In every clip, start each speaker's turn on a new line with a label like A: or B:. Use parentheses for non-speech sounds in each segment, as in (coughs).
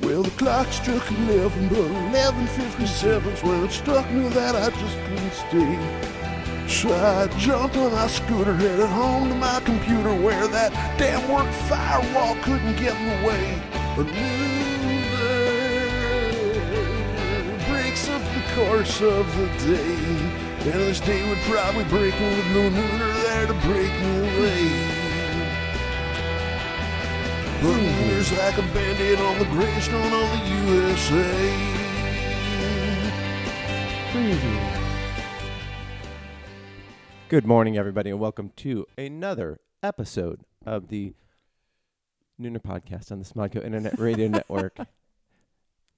A: Well, the clock struck 11, but 11.57's when it struck me that I just couldn't stay. So I jumped on my scooter, headed home to my computer where that damn work firewall couldn't get in the way. A new day breaks up the course of the day. And this day would probably break me with no nooner there to break me away. There's like a bandit on the gravestone of the USA.
B: Good morning, everybody, and welcome to another episode of the Nooner Podcast on the Smodco Internet Radio Network.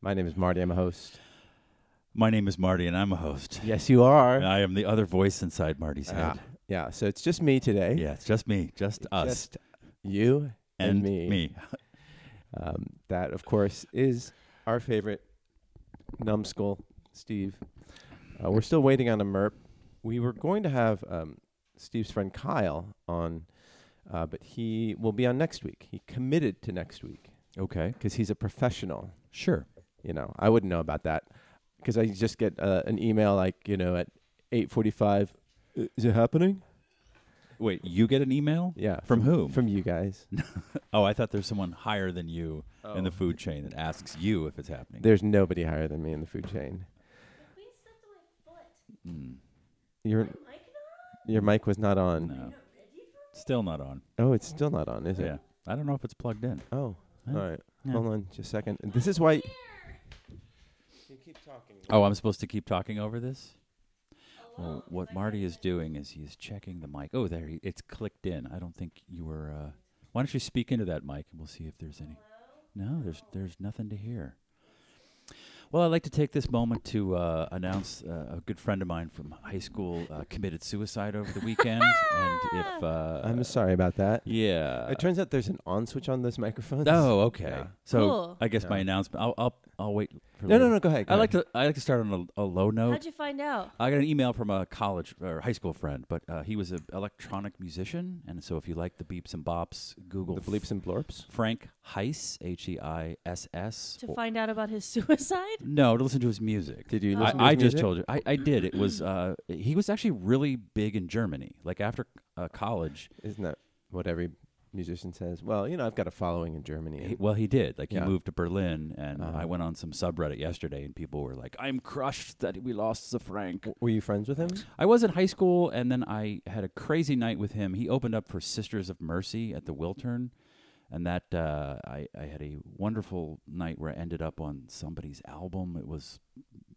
B: My name is Marty. I'm a host.
C: My name is Marty, and I'm a host.
B: Yes, you are.
C: And I am the other voice inside Marty's
B: Ah,
C: head.
B: yeah, so it's just me today.
C: Yeah, it's just me, just us,
B: Just you and,
C: and
B: me. Um, that, of course, is our favorite numbskull, Steve. Uh, we're still waiting on a MERP. We were going to have um, Steve's friend Kyle on, uh, but he will be on next week. He committed to next week
C: Okay,
B: because he's a professional.
C: sure.
B: You know, I wouldn't know about that because I just get uh, an email like you know at eight forty-five. Is it happening?
C: Wait, you get an email?
B: Yeah,
C: From whom?
B: From you guys.
C: Oh, I thought there's someone higher than you
B: Oh.
C: in the food chain that asks you if it's happening.
B: There's nobody higher than me in the food chain.
D: Please stepped on my foot.
B: Your
D: Mike not?
B: your mic was not on.
C: no,
D: Not ready for
C: still not on.
B: Oh, it's still not on, is it?
C: Yeah, I don't know if it's plugged in.
B: Oh,
C: Yeah.
B: all right.
C: Yeah.
B: Hold on just a second. This is why. You keep talking.
C: Oh, I'm supposed to keep talking over this. Well, what Marty is doing is he's checking the mic. Oh, there, he, it's clicked in. I don't think you were. Uh, why don't you speak into that mic and we'll see if there's any. No, there's there's nothing to hear. Well, I'd like to take this moment to uh, announce uh, a good friend of mine from high school uh, committed suicide over the weekend, and if uh,
B: I'm sorry about that.
C: yeah,
B: It turns out there's an on switch on those microphones.
C: oh okay.
B: Yeah.
C: So
D: Cool.
C: I guess my
B: Yeah.
C: announcement. I'll I'll, I'll wait.
B: (laughs)
C: For
B: No, no,
C: later.
B: no. Go ahead. go
C: I like
B: ahead.
C: to I like to start on a, a low note.
D: How'd you find out?
C: I got an email from a college or high school friend, but uh, he was an electronic musician, and so if you like the beeps and bops, Google
B: the bleeps and blorps.
C: Frank Heiss, H E I S S.
D: To find out about his (laughs) suicide?
C: No, to listen to his music.
B: Did you
C: I,
B: listen to
C: I
B: his
C: just
B: music?
C: told you. I, I did. It was. Uh, he was actually really big in Germany. Like after uh, college,
B: Isn't that what every musician says? Well, you know, I've got a following in Germany.
C: He,
B: and-
C: well, he did. Like
B: Yeah.
C: he moved to Berlin, and
B: Uh-huh.
C: I went on some subreddit yesterday, and people were like, "I'm crushed that we lost the Frank."
B: W- were you friends with him?
C: I was in high school, and then I had a crazy night with him. He opened up for Sisters of Mercy at the Wiltern, and that uh, I, I had a wonderful night where I ended up on somebody's album. It was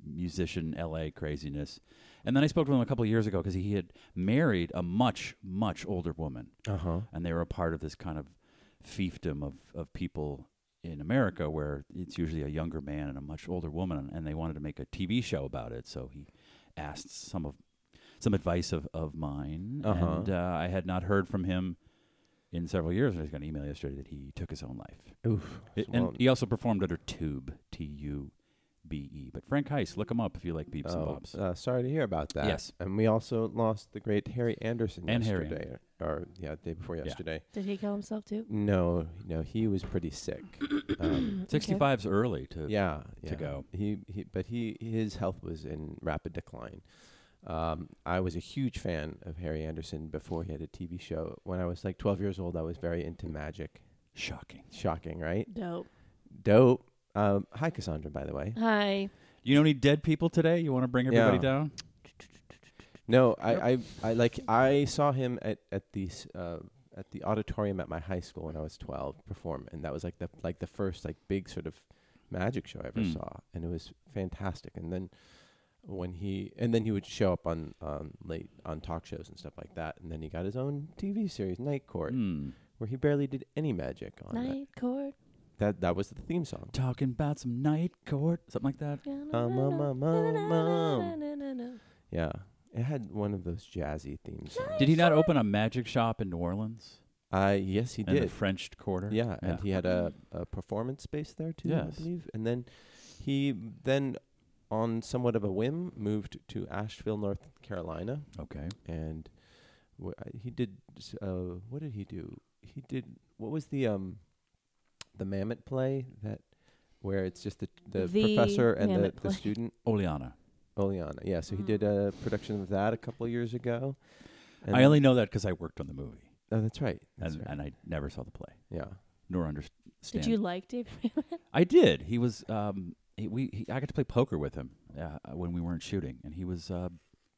C: musician LA craziness, and then I spoke to him a couple of years ago because he had married a much much older woman,
B: Uh huh.
C: and they were a part of this kind of fiefdom of of people in America where it's usually a younger man and a much older woman, and they wanted to make a TV show about it. So he asked some of some advice of of mine,
B: Uh-huh.
C: and uh, I had not heard from him in several years. And I was going to email yesterday that he took his own life,
B: Oof.
C: It-
B: well-
C: and he also performed under Tube T U B E. But Frank Heiss, look him up if you like beeps and
B: Oh,
C: bops.
B: uh, sorry to hear about that.
C: Yes.
B: And we also lost the great Harry Anderson
C: And Harry
B: yesterday, or, or, yeah, day before yesterday.
D: Did he kill himself too?
B: No, no, he was pretty sick.
C: (coughs)
B: um,
C: Sixty five's early to
B: yeah, yeah,
C: to go.
B: He, he, but he, his health was in rapid decline. Um, I was a huge fan of Harry Anderson before he had a TV show. When I was like 12 years old, I was very into magic.
C: shocking.
B: Shocking, right?
D: Dope.
B: Dope. Um, hi, Cassandra, by the way.
D: Hi.
C: You know any dead people today? You want to bring everybody
B: Yeah.
C: down?
B: No, I, I, I like I saw him at at the s- uh, at the auditorium at my high school when I was twelve perform, and that was like the like the first like big sort of magic show I ever
C: Hmm.
B: saw, and it was fantastic. And then when he and then he would show up on um, late on talk shows and stuff like that, and then he got his own TV series Night Court,
C: Hmm.
B: where he barely did any magic on it.
D: Night court.
B: That that was the theme song.
C: Talking about some night court, something like that.
B: Um, um, um, um, um.
D: Did
B: Yeah, it had one of those jazzy theme songs.
C: Did he not open a magic shop in New Orleans?
B: I yes, he
C: in
B: did.
C: the French Quarter?
B: Yeah, and he had a,
D: Mm.
B: a performance space there too,
C: Yes.
B: I believe. And then he then on somewhat of a whim moved to Asheville, North Carolina,
C: okay.
B: and wh- I- he did s- uh, what did he do? He did what was the um the Mammoth play that where it's just the the,
D: The-
B: professor and
D: damn
B: the,
D: it,
B: the
D: like-
B: student
C: Oleana.
B: Oleana. Yeah, so he
D: Mm.
B: did a production of that a couple years ago.
C: I only know that because I worked on the movie,
B: Oh, that's right. That's
C: and,
B: right.
C: and I never saw the play
B: yeah.
C: nor understand.
D: Did you like David Mamet?
C: I did. He was. Um, he, we. He, I got to play poker with him uh, when we weren't shooting, and he was. Uh,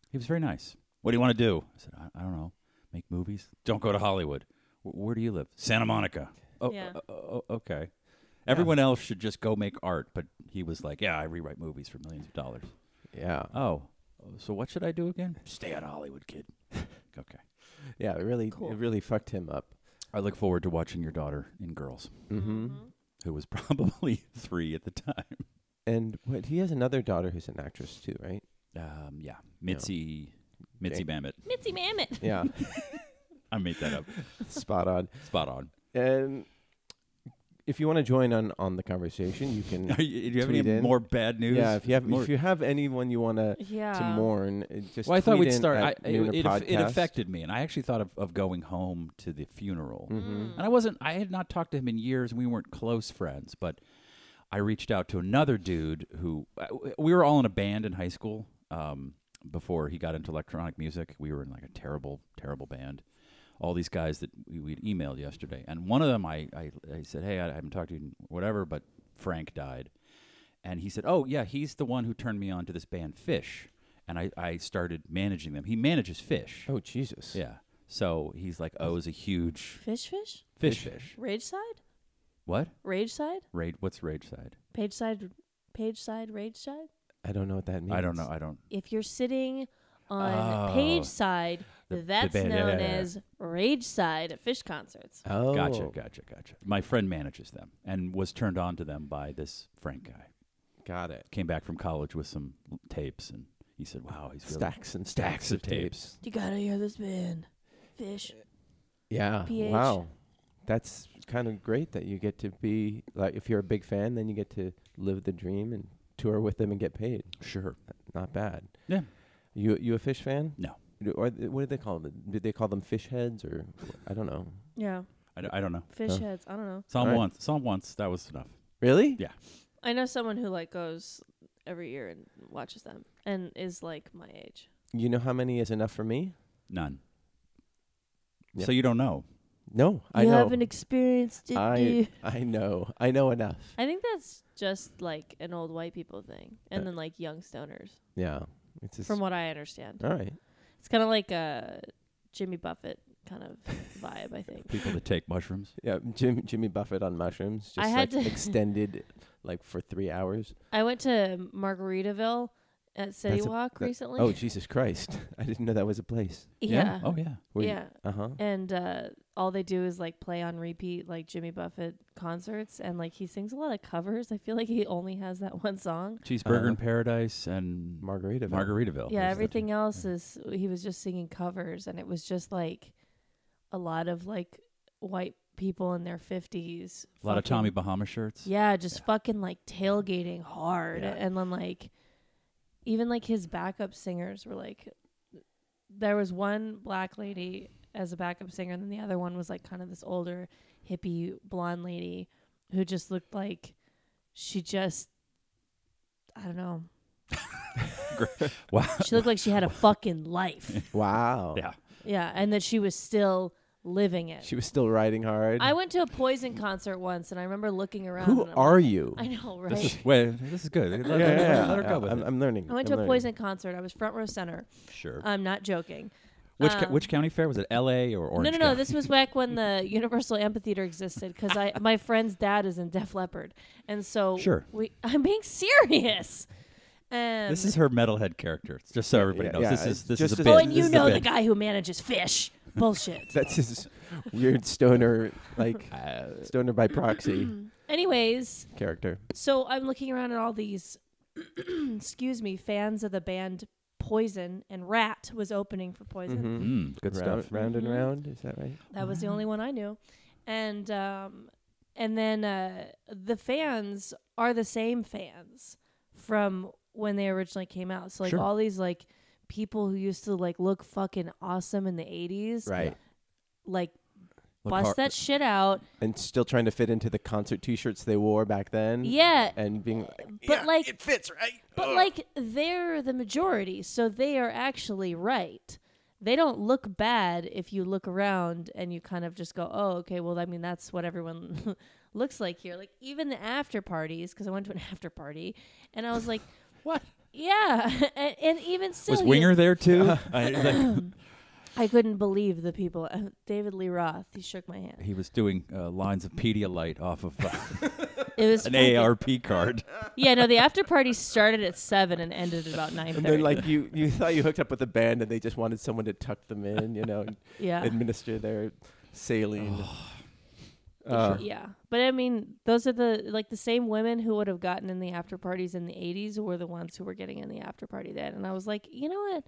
C: he was very nice. What do you want to do? I said, I, I don't know. Make movies. Don't go to Hollywood. W- where do you live? Santa Monica. Oh,
D: Yeah.
C: uh, uh, uh, okay. Everyone else should just go make art, but he was like, "Yeah, I rewrite movies for millions of dollars."
B: Yeah.
C: Oh, so what should I do again? Stay at Hollywood, kid. (laughs) okay.
B: Yeah, it really
D: Cool.
B: it really fucked him up.
C: I look forward to watching your daughter in Girls, Mm-hmm.
D: Mm-hmm.
B: Mhm.
C: who was (laughs) probably three at the time.
B: And what he has another daughter who's an actress too, right?
C: Um, yeah, Mitzi, Mitzi Mamet.
D: Mitzi Mamet.
C: (laughs)
B: Yeah.
C: I made
B: (laughs)
C: that up.
B: Spot on.
C: Spot on.
B: And if you want to join on on the conversation, you
C: (laughs)
B: can
C: Do you have
B: Tweet
C: any
B: in.
C: more bad news?
B: Yeah, if you have
C: More-
B: if you have anyone you want to
D: Yeah.
B: to mourn, uh, just
C: well, I thought
B: tweet in
C: we'd start. I,
B: at
C: it,
B: Nooner
C: it, aff- it
B: Podcast.
C: affected me, and I actually thought of, of going home to the funeral.
D: Mm.
B: Mhm.
C: Mm-hmm. And I wasn't. I had not talked to him in years. and We weren't close friends, but I reached out to another dude who I- we were all in a band in high school. Um, before he got into electronic music, we were in like a terrible, terrible band. All these guys that we, we'd emailed yesterday, and one of them, I, I, I said, "Hey, I, I haven't talked to you, in whatever," but Frank died, and he said, "Oh yeah, he's the one who turned me on to this band Fish," and I, I started managing them. He manages Fish.
B: Oh Jesus.
C: Yeah, so he's like owes a huge
D: Fish Fish?
C: Fish Fish.
D: Rage Side?
C: What?
D: Rage Side?
C: Raid? What's Rage Side?
D: Page Side? Page Side? Rage Side?
B: I don't know what that means.
C: I don't know. I don't.
D: If you're sitting on Page
C: Oh.
D: Side,
C: The- the
D: that's
C: band, yeah,
D: known
C: yeah, yeah.
D: as Rage Side at Fish concerts.
B: Oh.
C: Gotcha, gotcha, gotcha. My friend manages them and was turned on to them by this Frank guy.
B: Got it.
C: Came back from college with some l- tapes and he said, "Wow, he's really
B: Stacks and
C: Stacks
B: stacks of
C: of tapes.
B: tapes.
D: You gotta hear this band. Fish.
B: Yeah.
D: PH.
B: Wow. That's kind of great that you get to be like if you're a big fan, then you get to live the dream and tour with them and get paid.
C: sure."
B: Not bad.
C: Yeah.
B: You you a fish fan?
C: No.
B: You- Or th- what did they call them? Did they call them fish heads or I don't know.
D: Yeah.
C: I, d- I don't know.
D: Fish
B: Huh.
D: heads. I don't know.
C: Saw him
B: All right.
C: once. Saw him once. That was enough.
B: Really?
C: Yeah.
D: I know someone who like goes every year and watches them and is like my age.
B: You know how many is enough for me?
C: None.
B: Yeah.
C: So you don't know.
B: No, I
D: you
B: know.
D: haven't experienced it,
B: I
D: dude.
B: I know. I know enough.
D: I think that's just like an old white people thing, and then like young stoners,
B: Yeah. Uh, It's just,
D: from what I understand.
B: all right.
D: It's kind of like a Jimmy Buffett
B: (laughs)
D: kind of vibe, I think.
C: People that take mushrooms.
B: Yeah, Jim, Jimmy Buffett on mushrooms, just
D: I had
B: like
D: to- (laughs)
B: extended, like for three hours.
D: I went to Margaritaville at City
B: That's a-
D: Walk
B: that-
D: recently.
B: Oh Jesus Christ! (laughs) I didn't know that was a place.
D: yeah.
C: Oh yeah.
D: yeah.
B: Uh huh.
D: and uh, all they do is like play on repeat like Jimmy Buffett concerts and like he sings a lot of covers. I feel like he only has that (laughs) one song.
C: Cheeseburger
B: Uh,
C: in Paradise and
B: Margarita.
C: Margaritaville. There's
D: yeah,
C: that
D: everything
C: too.
D: else is he was just singing covers and it was just like a lot of like white people in their 50s.
C: A lot of Tommy Bahama shirts.
D: Yeah, just fucking like tailgating hard
C: Yeah.
D: and then like even like his backup singers were like there was one black lady as a backup singer and then the other one was like kind of this older hippie blonde lady who just looked like she just I don't know.
B: (laughs)
C: Wow.
D: She looked like she had a fucking life.
B: Wow.
C: Yeah.
D: Yeah, and that she was still living it.
B: She was still riding hard.
D: I went to a Poison concert once and I remember looking around
B: Who
D: and I'm
B: are
D: like-
B: you?
D: I know, right?
C: This is, wait, this is good. Let, let- let her go with
B: I'm,
C: it.
B: I'm learning.
D: I went
B: I'm
D: to a
B: learning.
D: Poison concert. I was front row center.
C: sure.
D: I'm not joking.
C: which
D: uh,
C: ca- which county fair was it? L.A. or Orange?
D: no, no, no.
C: County?
D: This was back when the (laughs) Universal Amphitheater existed because I my friend's dad is in Def Leppard, and so
C: Sure.
D: we. I'm being serious. Um,
C: This is her metalhead character. It's Just so everybody
B: yeah,
C: knows,
B: yeah,
C: this is
B: it's
C: this is a
B: just
C: bit.
B: as-
D: oh, and
B: this
D: you
B: is the
D: know the
B: bit.
D: guy who manages fish. Bullshit.
B: (laughs) That's his weird
D: (laughs)
B: stoner, like
C: uh,
B: stoner by proxy
D: (clears throat) Anyways,
B: character.
D: So I'm looking around at all these, (clears throat) excuse me, fans of the band Poison, and Rat was opening for Poison.
C: Mm, good
B: Mm-hmm. round,
C: stuff.
B: Round and
D: Mhm.
B: round. Is that right?
D: That was the only one I knew, and um, and then uh, the fans are the same fans from when they originally came out. So like
C: Sure.
D: all these like people who used to like look fucking awesome in the '80s,
B: Right.
D: like
C: Look
D: bust
C: hard-
D: that shit out.
B: and still trying to fit into the concert T-shirts they wore back then.
D: Yeah,
B: and being like,
D: but like
A: It fits, right?
D: But like they're the majority, so they are actually right. They don't look bad if you look around and you kind of just go, "Oh, okay, well I mean that's what everyone (laughs) looks like here." Like even the after parties cuz I went to an (laughs) after party and I
A: (laughs)
D: was like,
C: What?
D: "Yeah." (laughs) and, and even still
C: Was
D: you-
C: Winger there
B: (laughs)
C: too? I, like,
D: I couldn't believe the people. uh, David Lee Roth, he shook my hand.
C: he was doing uh, lines of Pedialyte off of
B: (laughs)
C: uh,
D: It was
C: an
D: fucking-
C: AARP card.
D: Yeah, no, the after party started at 7 and ended at about
B: and then
D: 9:30.
B: like you you thought you hooked up with a band and they just wanted someone to tuck them in, you know, and
D: yeah. Oh.
B: administer their saline. Uh.
D: Sure. yeah, but I mean, those are the like the same women who would have gotten in the after parties in the '80s were the ones who were getting in the after party then, and I was like, you know what?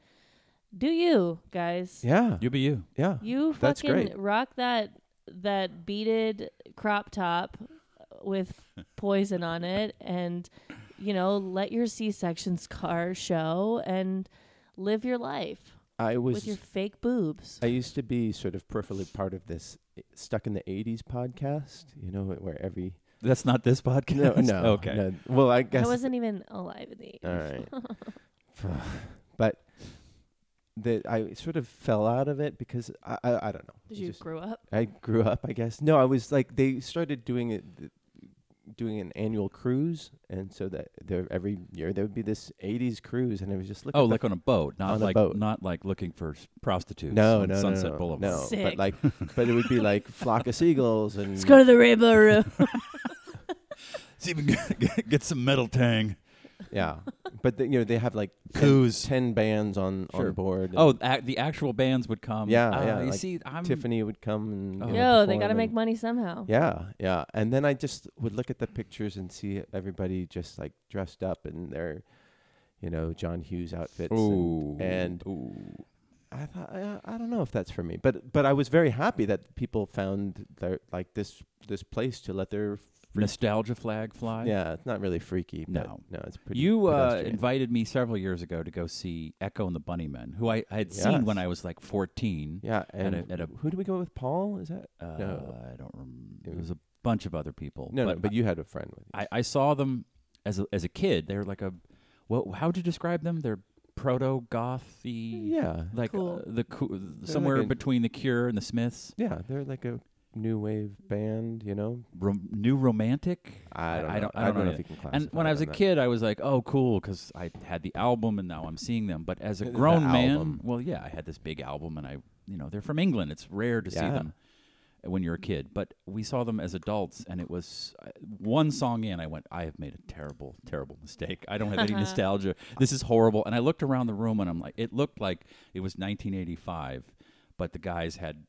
D: Do you guys?
B: yeah,
C: You be you.
B: yeah.
D: You
B: That's
D: fucking
B: great.
D: rock that that beaded crop top
B: (laughs)
D: with poison on it, and you know, let your C section scar show and live your life
B: I was
D: with your fake boobs.
B: I used to be sort of peripherally part of this i- stuck in the '80s podcast, you know, where every
C: That's not this
B: no,
C: podcast. (laughs)
B: no,
C: okay.
B: no. Well, I
D: I
B: guess
D: wasn't even alive in the
B: All right.
D: (laughs)
B: (sighs) but that I sort of fell out of it because I I, I don't know.
D: Did
B: It
D: you
B: just- Mm.
D: grow up?
B: I grew up, I guess. No, I was like they started doing it th- doing an annual cruise and so that there every year there would be this 80s cruise and it was just looking
C: Oh, like on a boat, not
B: On a
C: like
B: boat.
C: not like looking for s- prostitutes.
B: no,
C: on
B: no,
C: Sunset
B: no, no,
C: Boulevard.
B: no,
D: Sick.
B: but like, but it would be like flock of
D: (laughs)
B: seagulls and
D: Let's go to the rainbow room.
C: See if we can get, get some metal tang.
B: yeah. But the, you know they have like ten,
C: Poos.
B: ten bands on
C: Sure.
B: on board. and
C: Oh, a- the actual bands would come.
B: Yeah,
C: Ah,
B: yeah,
C: You
B: like
C: see, I'm
B: Tiffany would come and you
C: Oh.
B: know,
D: No, Um, they
B: perform
D: got to
B: and-
D: make money somehow.
B: Yeah, yeah. And then I just would look at the pictures and see everybody just like dressed up in their, you know, John Hughes outfits.
C: Ooh,
B: And, and
C: ooh.
B: I thought, I, I don't know if that's for me, but but I was very happy that people found their like this this place to let their
C: nostalgia flag fly.
B: yeah. It's not really freaky. But
C: No.
B: no, it's pretty.
C: You uh,
B: pedestrian.
C: invited me several years ago to go see Echo and the Bunnymen, who I, I had seen when
B: Yes.
C: I was like 14.
B: Yeah, and
C: a- at a-
B: who do we go with? Paul? Is that
C: Uh,
B: No.
C: I don't remember.
B: It
C: It
B: was-
C: was a bunch of other people.
B: no, no. But you had a friend with you.
C: I, I saw them as a, as a kid. They were like a, well, how would you describe them? They're proto gothy,
B: yeah,
C: like
D: Cool.
C: uh, the coo- somewhere
B: like a-
C: between the Cure and the Smiths.
B: yeah. They're like a new wave band, you know.
C: Rom- new romantic.
B: I don't.
C: I
B: know.
C: don't- I don't know
B: know if you can classify.
C: And when I
B: it
C: was a
B: on that.
C: kid, I was like, "Oh, cool," because I had the album, and now I'm seeing them. But as a
B: The
C: grown man,
B: album.
C: well, yeah, I had this big album, and I, you know, they're from England. It's rare to see
B: Yeah.
C: them uh, when you're a kid, but we saw them as adults, and it was uh, one song in. I went, "I have made a terrible, terrible mistake. I don't have any nostalgia. This is horrible." And I looked around the room, and I'm like, "It looked like it was 1985, but the guys had."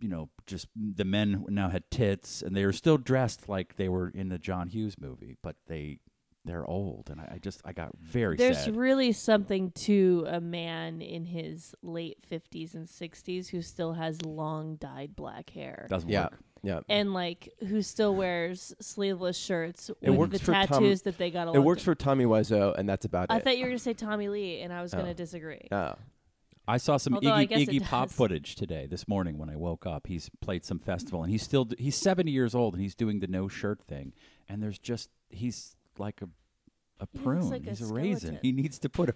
C: you know, just the men now had tits, and they were still dressed like they were in the John Hughes movie, but they they're old, and I, I just I got very
D: There's
C: sad.
D: really something to a man in his late 50s and 60s who still has long dyed black hair.
C: Doesn't
B: Yeah.
C: work.
B: Yeah.
D: and like who still wears sleeveless shirts
B: It
D: with
B: works
D: the
B: for Tom-
D: tattoos that they got along.
B: It works for Tommy Wiseau, and that's about
D: I
B: it.
D: thought you were going to say Tommy Lee and I was going
B: Oh.
D: to disagree.
B: Oh.
C: I saw some
D: Although I
C: Iggy,
D: guess it
C: Iggy Pop
D: does.
C: footage today this morning when I woke up. He's played some festival, and he's still d- he's seventy years old, and he's doing the no shirt thing. And there's just he's like a a
D: He looks
C: prune.
D: like a
C: he's a, raisin.
D: skeleton.
C: He needs to put a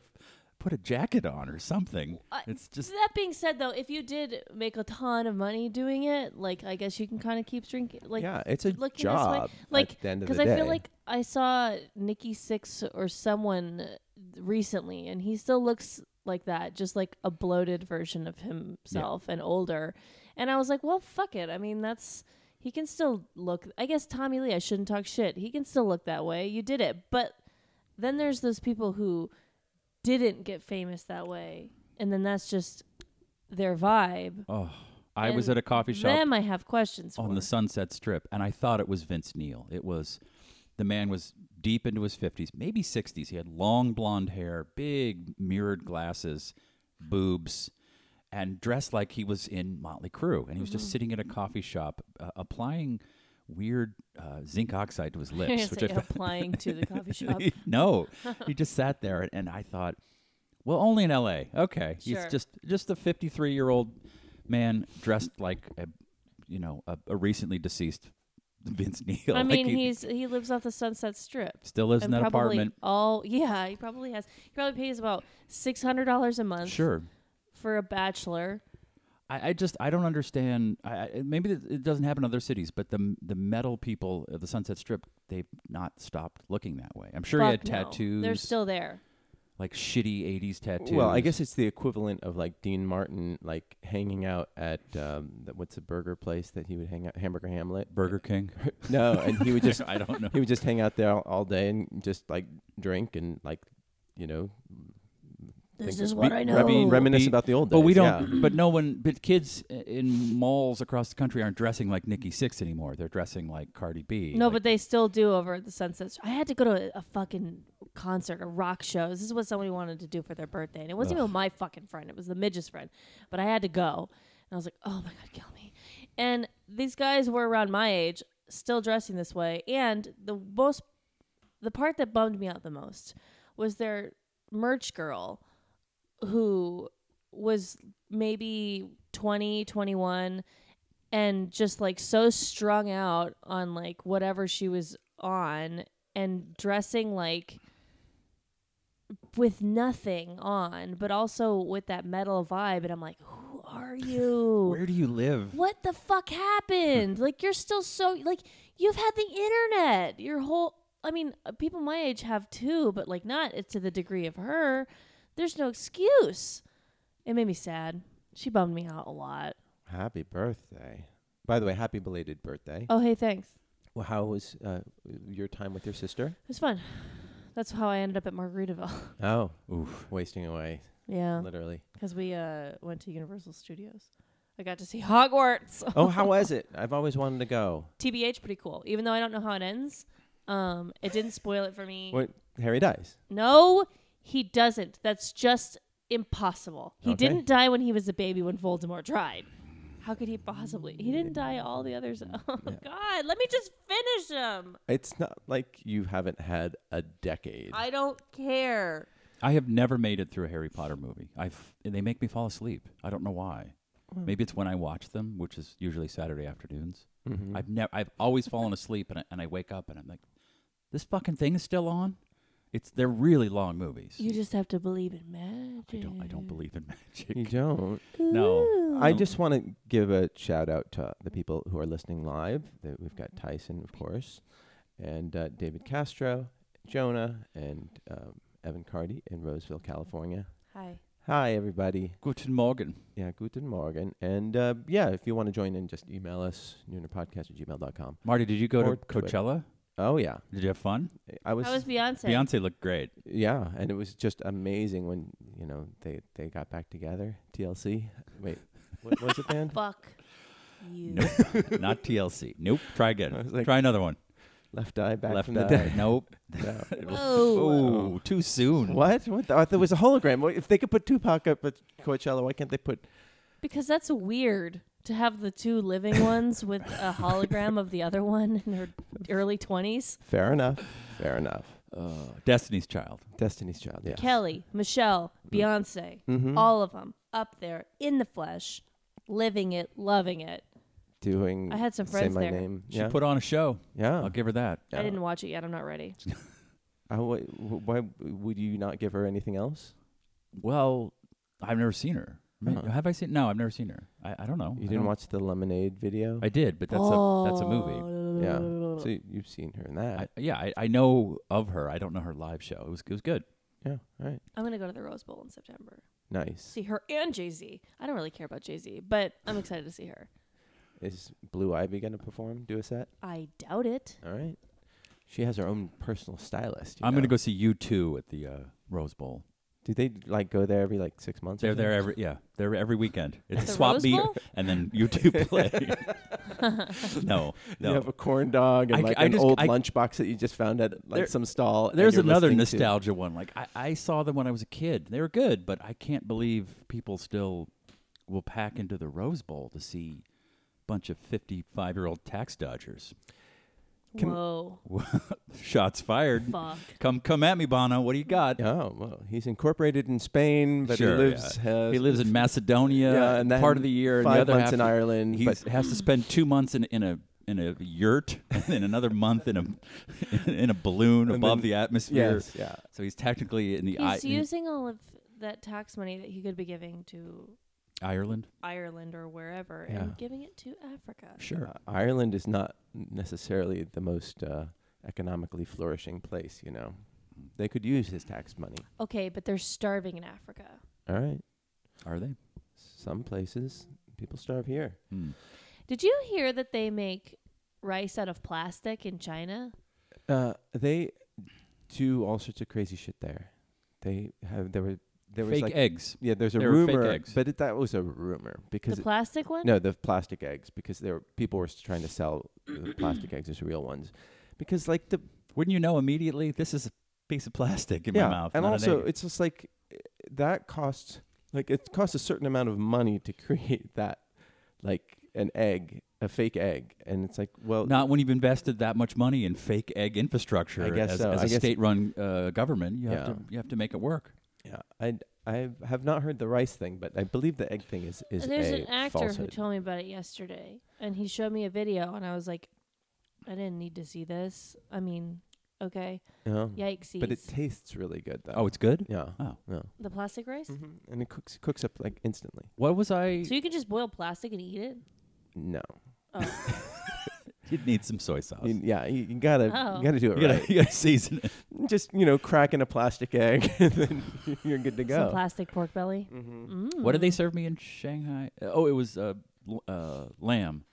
C: put a jacket on or something.
D: I-
C: it's just
D: Uh, that being said though, if you did make a ton of money doing it, like I guess you can kind of keep drinking like
B: yeah, it's a
D: looking
B: job.
D: this way. Like,
B: at the end of
D: because
B: the
D: I
B: day.
D: feel like I saw Nikki Six or someone recently, and he still looks like that, just like a bloated version of himself and older. And I was like, well, fuck it. I mean, that's he can still look. I guess Tommy Lee. I shouldn't talk shit. He can still look that way. You did it, but then there's those people who didn't get famous that way, and then that's just their vibe.
C: oh. I was
D: And
C: at a coffee shop
D: Them, I have questions for.
C: on
D: (laughs)
C: the Sunset Strip, and I thought it was Vince Neil. It was the man was deep into his fifties, maybe sixties. He had long blonde hair, big mirrored glasses, boobs, and dressed like he was in Motley Crue. And he was just sitting in a coffee shop, uh, applying weird uh, zinc oxide to his
D: (laughs)
C: lips, which I
D: Seriously,
C: found-
D: applying to
B: (laughs)
C: (laughs)
D: the coffee shop.
C: no, he just sat there, and, and I thought, well, only in L.A. Okay,
D: Sure.
C: he's just just a 53 year old man dressed like a you know a, a recently deceased Vince (laughs) Neil.
D: I
C: Like,
D: mean,
C: he
D: he's he lives off the Sunset Strip.
C: still lives in
D: and
C: that
D: probably
C: apartment.
D: all yeah, he probably has. He probably pays about six hundred dollars a month
C: Sure.
D: for a bachelor.
C: I, I just I don't understand. I, I maybe it it doesn't happen in other cities, but the the metal people of the Sunset Strip they've not stopped looking that way. I'm sure he had
D: Fuck no.
C: tattoos.
D: They're still there.
C: like shitty '80s tattoos.
B: Well, I guess it's the equivalent of like Dean Martin, like hanging out at um, the, what's a burger place that he would hang out, Hamburger (laughs) Hamlet.
C: Burger King. (laughs)
B: No, and he would just
C: I don't know.
B: he would just hang out there all, all day and just like drink and like, you know,
D: This
B: think-
D: is what
B: be-
D: I
B: re-
D: know.
B: reminisce
C: Be-
B: about the old days.
C: But we
B: yeah.
C: don't. But no one. But kids i- in malls across the country aren't dressing like Nikki Six anymore. They're dressing like Cardi B.
D: No,
C: like-
D: but they still do over at the Sunset. Strip. I had to go to a, a fucking concert, a rock show. This is what somebody wanted to do for their birthday, and it wasn't even my fucking friend; it was the midget's friend. But I had to go, and I was like, "Oh my god, kill me!" And these guys were around my age, still dressing this way. And the most, the part that bummed me out the most was their merch girl, who was maybe 20, 21, and just like so strung out on like whatever she was on and dressing like with nothing on, but also with that metal vibe. And I'm like, who are you?
C: where do you live?
D: What the fuck happened? like, you're still so, like, you've had the internet your whole. I mean, uh, people my age have too, but like not to the degree of her. There's no excuse. It made me sad. She bummed me out a lot.
B: Happy birthday. By the way, happy belated birthday.
D: Oh, hey, thanks.
B: Well, how was uh, your time with your sister?
D: It was fun. That's how I ended up at Margaritaville. (laughs)
B: Oh,
C: Oof.
B: wasting away,
D: yeah,
B: literally.
D: because we uh, went to Universal Studios. I got to see Hogwarts. (laughs)
B: Oh, how was it? I've always wanted to go.
D: TBH, pretty cool. Even though I don't know how it ends, um, it didn't spoil it for me.
B: What? Harry dies.
D: No, he doesn't. That's just impossible. He
B: Okay.
D: didn't die when he was a baby when Voldemort tried. How could he possibly? He didn't die. All the others. (laughs) Oh God! Let me just finish him.
B: It's not like you haven't had a decade.
D: I don't care.
C: I have never made it through a Harry Potter movie. I've and they make me fall asleep. I don't know why.
D: Hmm.
C: Maybe it's when I watch them, which is usually Saturday afternoons.
B: Mm-hmm.
C: I've never. I've always fallen asleep, and I, and I wake up, and I'm like, "This fucking thing is still on." It's they're really long movies.
D: You just have to believe in magic.
C: I don't. I don't believe in (laughs) magic.
B: you don't.
C: No.
B: I just want to give a shout out to the people who are listening live. That we've got Tyson, of course, and uh, David Castro, Jonah, and um, Evan Cardy in Roseville, California.
D: Hi.
B: Hi, everybody.
C: Guten Morgen.
B: Yeah, guten Morgen. And uh, yeah, if you want to join in, just email us, noonerpodcast at gmail.com.
C: Marty, did you go
B: Or
C: to
B: Twitter.
C: Coachella?
B: Oh, yeah.
C: Did you have fun?
B: I was,
D: That was Beyonce.
C: Beyonce looked great.
B: yeah, and it was just amazing when, you know, they, they got back together. TLC. Wait, what was it,
C: (laughs)
B: band?
D: Fuck you.
C: Nope. Not TLC. Nope. Try
B: I was
C: again.
B: like-
C: Try another one.
B: Left Eye Back
C: Left
B: from the
C: eye. (laughs)
B: Dead. (laughs)
C: Nope.
B: No.
D: Whoa.
C: Oh, too soon.
B: What? What? The, I thought it was a hologram. Wait, If they could put Tupac up at Coachella, why can't they put?
D: Because that's weird to have the two living ones with
C: (laughs)
D: a hologram of the other one in her early 20s.
B: Fair enough. Fair enough.
C: Uh, Destiny's Child.
B: Destiny's Child. Yeah.
D: Kelly, Michelle,
C: Mm.
D: Beyonce,
B: Mm-hmm.
D: all of them up there in the flesh, living it, loving it.
B: Doing.
D: I had some
B: Say
D: friends
B: my
D: there.
B: name.
C: She
B: yeah.
C: put on a show.
B: yeah.
C: I'll give her that.
B: yeah.
D: I didn't watch it yet. I'm not ready.
B: I wa- w- Uh, why would you not give her anything else?
C: Well, I've never seen her. Ma-
B: Uh-huh.
C: Have I seen? No, I've never seen her. I, I don't know.
B: You
C: I
B: didn't
C: don't-
B: watch Oh. the Lemonade video.
C: I did, but that's a that's a movie.
B: yeah. So y- you've seen her in that.
C: I, yeah, I, I know of her. I don't know her live show. It was it was good.
B: yeah. All right.
D: I'm going to go to the Rose Bowl in September.
B: Nice.
D: See her and Jay Z. I don't really care about Jay Z, but I'm excited to see her.
B: Is Blue Ivy gonna perform? Do a set?
D: I doubt it.
B: All right. She has her own personal stylist. you
C: I'm
B: know.
C: gonna go see you two at the uh, Rose Bowl.
B: Do they like go there every like six months? or
C: They're there
B: something?
C: every yeah. They're every weekend. It's a
D: The
C: swap
D: Rose
C: meet,
D: Bowl?
C: and then you two
D: (laughs)
C: play. (laughs) no, no.
B: You have a (laughs) corn dog and
C: I-
B: like
C: I
B: an
C: just-
B: old
C: I-
B: lunchbox that you just found at like
C: There-
B: some stall. and
C: There's
B: you're
C: another
B: listening to.
C: nostalgia one. Like I, I saw them when I was a kid. They were good, but I can't believe people still will pack into the Rose Bowl to see a bunch of 55 year old tax dodgers.
B: Can-
D: Whoa.
C: Shots fired.
D: Fuck.
C: Come come at me, Bono. What do you got?
B: Oh well, he's incorporated in Spain, but
C: Sure,
B: he lives. Uh,
C: He lives in Macedonia
B: Yeah, and then
C: part of the year, and
B: five
C: the other
B: months
C: half
B: in Ireland.
C: He
B: but
C: has to spend two months in, in a in a yurt, (laughs) and then another month in a in a balloon
B: And
C: above
B: then-
C: the atmosphere.
B: yes, yeah.
C: So he's technically in the
D: He's
C: I-
D: using all of that tax money that he could be giving to
C: Ireland.
D: Ireland or wherever
B: Yeah.
D: and giving it to Africa.
B: Sure. Uh, Ireland is not necessarily the most uh, economically flourishing place, you know. They could use his tax money.
D: Okay, but they're starving in Africa.
B: All right.
C: Are they?
B: Some places people starve here.
C: Hmm.
D: Did you hear that they make rice out of plastic in China?
B: Uh, they do all sorts of crazy shit there. They have there were there was
C: Fake
B: like
C: eggs.
B: yeah, there's a
C: there were fake
B: rumor,
C: eggs.
B: but it, that was a rumor
D: The
B: because it-
D: plastic one?
B: no, the plastic eggs because there were, people were s- trying to sell the plastic eggs as real ones because like the
C: Wouldn't you know immediately? This is a piece of plastic in
B: yeah,
C: my mouth.
B: And
C: not an
B: also,
C: egg.
B: it's just like eh, that costs like it costs a certain amount of money to (laughs) create that like an egg, a fake egg, and it's like well,
C: not when you've invested that much money in fake egg infrastructure
B: I guess
C: as,
B: so.
C: as
B: I
C: a
B: guess-
C: state-run uh, government. You have
B: Yeah.
C: to you have to make it work.
B: yeah, I I have not heard the rice thing, but I believe the egg thing is is
D: There's
B: a
D: an actor
B: falsehood.
D: who told me about it yesterday, and he showed me a video, and I was like, I didn't need to see this. I mean, okay,
B: Yeah.
D: yikesies.
B: Hmm. but it tastes really good though.
C: Oh, it's good.
B: yeah,
C: Oh,
B: yeah,
D: the plastic rice?
B: and it cooks cooks up like instantly.
C: what was I?
D: So you can just boil plastic and eat it?
B: No, (laughs)
D: Oh,
C: You'd need some soy sauce.
B: You- yeah, you, you gotta
D: Oh.
B: you gotta do it
C: Oh. (laughs) You gotta,
B: right.
C: you gotta season it.
B: Just you know, crack in a plastic egg, (laughs) and then you're good to
D: some
B: go.
D: plastic pork belly.
B: Mhm.
D: Hmm.
C: What did they serve me in Shanghai? Uh, Oh, it was uh, l- uh, lamb,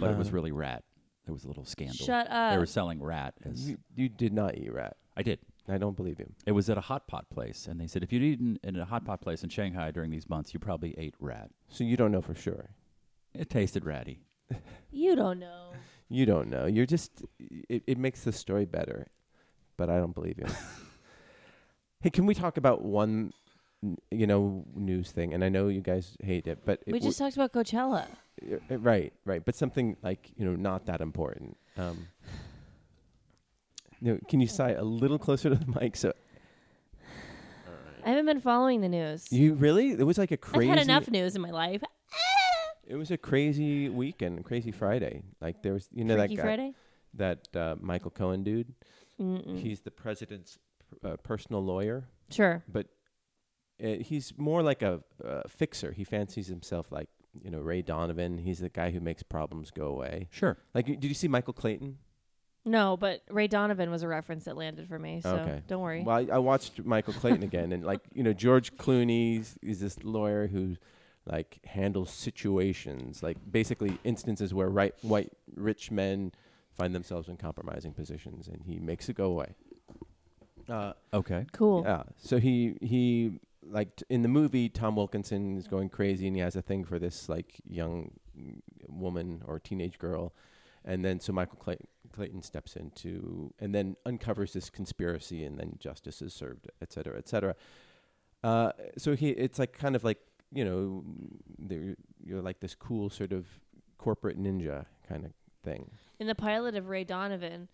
C: but it was
B: Uh.
C: really rat. There was a little scandal.
D: Shut up.
C: They were selling rat. As
B: You, you did not eat rat.
C: I did.
B: I don't believe you.
C: It was at a hot pot place, and they said if you'd eaten in a hot pot place in Shanghai during these months, you probably ate rat.
B: So you don't know for sure.
C: It tasted ratty.
D: You don't know.
B: You don't know. You're just. It, it makes the story better, but I don't believe you. hey, can we talk about one, n- you know, news thing? And I know you guys hate it, but it
D: we
B: w-
D: just talked about Coachella.
B: uh, uh, right, right. But something like you know, not that important. Um, no, can you sigh a little closer to the mic? So
D: I haven't been following the news.
B: you really? It was like a crazy.
D: I've had enough news in my life.
B: It was a crazy weekend, crazy Friday. Like there was, you know,
D: Freaky
B: that guy,
D: Friday? Mm.
B: that uh, Michael Cohen dude.
D: Mm-mm.
B: He's the president's uh, personal lawyer,
D: Sure.
B: but uh, he's more like a uh, fixer. He fancies himself like you know Ray Donovan. He's the guy who makes problems go away.
C: Sure.
B: Like, you- did you see Michael Clayton?
D: No, but Ray Donovan was a reference that landed for me, so
B: Okay.
D: don't worry.
B: Well, I, I watched Michael Clayton again, and like you know George Clooney is- is this lawyer who like handles situations, like basically instances where right white rich men find themselves in compromising positions, and he makes it go away. Uh,
C: Okay.
D: cool.
B: Yeah. So he he like t- in the movie Tom Wilkinson is going crazy and he has a thing for this like young mm, woman or teenage girl, and then so Michael Clay- Clayton steps into and then uncovers this conspiracy and then justice is served, et cetera, et cetera. Uh, so he it's like kind of like you know there- you're like this cool sort of corporate ninja kind of thing.
D: In the pilot of Ray Donovan,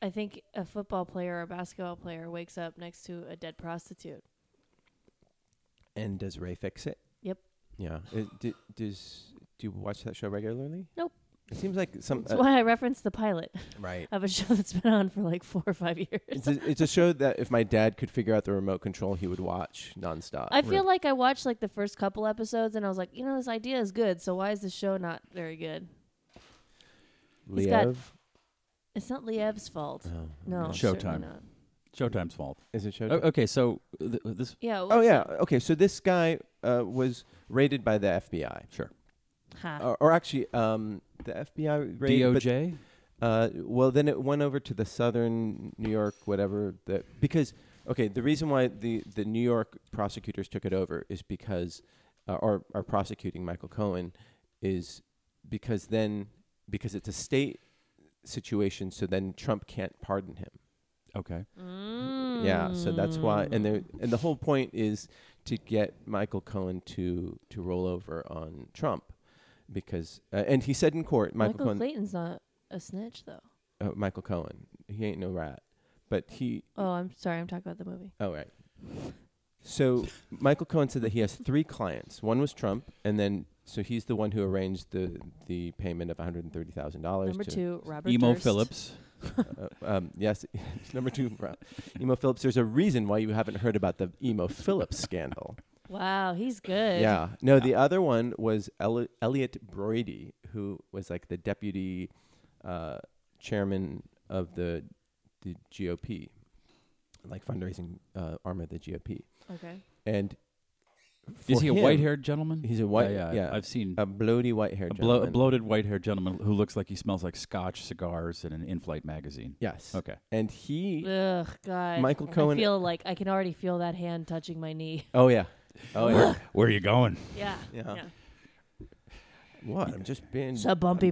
D: I think a football player or a basketball player wakes up next to a dead prostitute.
B: And does Ray fix it?
D: Yep.
B: Yeah. It, d- does do you watch that show regularly?
D: Nope.
B: It seems like some uh,
D: That's (laughs) why I referenced the pilot (laughs)
B: right.
D: of a show that's been on for like four or five years.
B: It's a, it's a show that if my dad could figure out the remote control, he would watch nonstop.
D: I feel like I watched like the first couple episodes and I was like, you know, this idea is good, so why is the show not very good? he's got-
B: Liev.
D: It's not Liev's fault.
B: Oh,
D: No,
B: okay.
C: Showtime.
D: certainly not.
C: Showtime's fault.
B: Is it show?
C: O- okay, so th- this.
D: Yeah.
B: Oh
D: what's
B: yeah. Okay. So this guy uh, was raided by the FBI,
C: Sure.
D: it? Ha.
B: or, or actually, um, the FBI raid. but
C: DOJ.
B: Uh, well, then it went over to the Southern New York, whatever. The, because okay, the reason why the the New York prosecutors took it over is because, uh, or are prosecuting Michael Cohen, is because then because it's a state situation, so then Trump can't pardon him.
C: Okay.
B: Uh, Yeah, so that's why, and
D: Mm.
B: there, and the whole point is to get Michael Cohen to to roll over on Trump, because uh, and he said in court, Michael,
D: Michael
B: Cohen.
D: Clayton's not a snitch though.
B: uh, Michael Cohen. He ain't no rat, but he.
D: Oh, I'm sorry. I'm talking about the movie.
B: Oh right. So Michael Cohen said that he has three clients. One was Trump, and then so he's the one who arranged the the payment of one hundred and thirty thousand dollars.
D: Number
B: to,
D: two, Robert
C: Emo
D: Durst.
C: Phillips.
B: uh, um, yes, (laughs) number two, Ro- Emo Phillips. There's a reason why you haven't heard about the Emo Phillips scandal.
D: Wow, he's good.
B: Yeah. No, the other one was Eli- Elliot Broidy, who was like the deputy uh, chairman of the the GOP, like fundraising uh, arm of the GOP,
D: Okay.
B: and
C: Is
B: for
C: he a
B: him,
C: white-haired gentleman?
B: He's a white. Yeah,
C: Yeah, yeah, I've seen
B: a bloaty white-haired
C: a, blo- a
B: gentleman.
C: bloated white-haired gentleman who looks like he smells like Scotch cigars and an in-flight magazine.
B: Yes.
C: Okay.
B: And he.
D: Ugh, God.
B: Michael
D: I
B: Cohen-
D: feel like I can already feel that hand touching my knee. (laughs)
B: Oh yeah. Oh yeah.
C: Where, where are you going?
D: Yeah.
B: Yeah. what? I'm just being.
D: It's a bumpy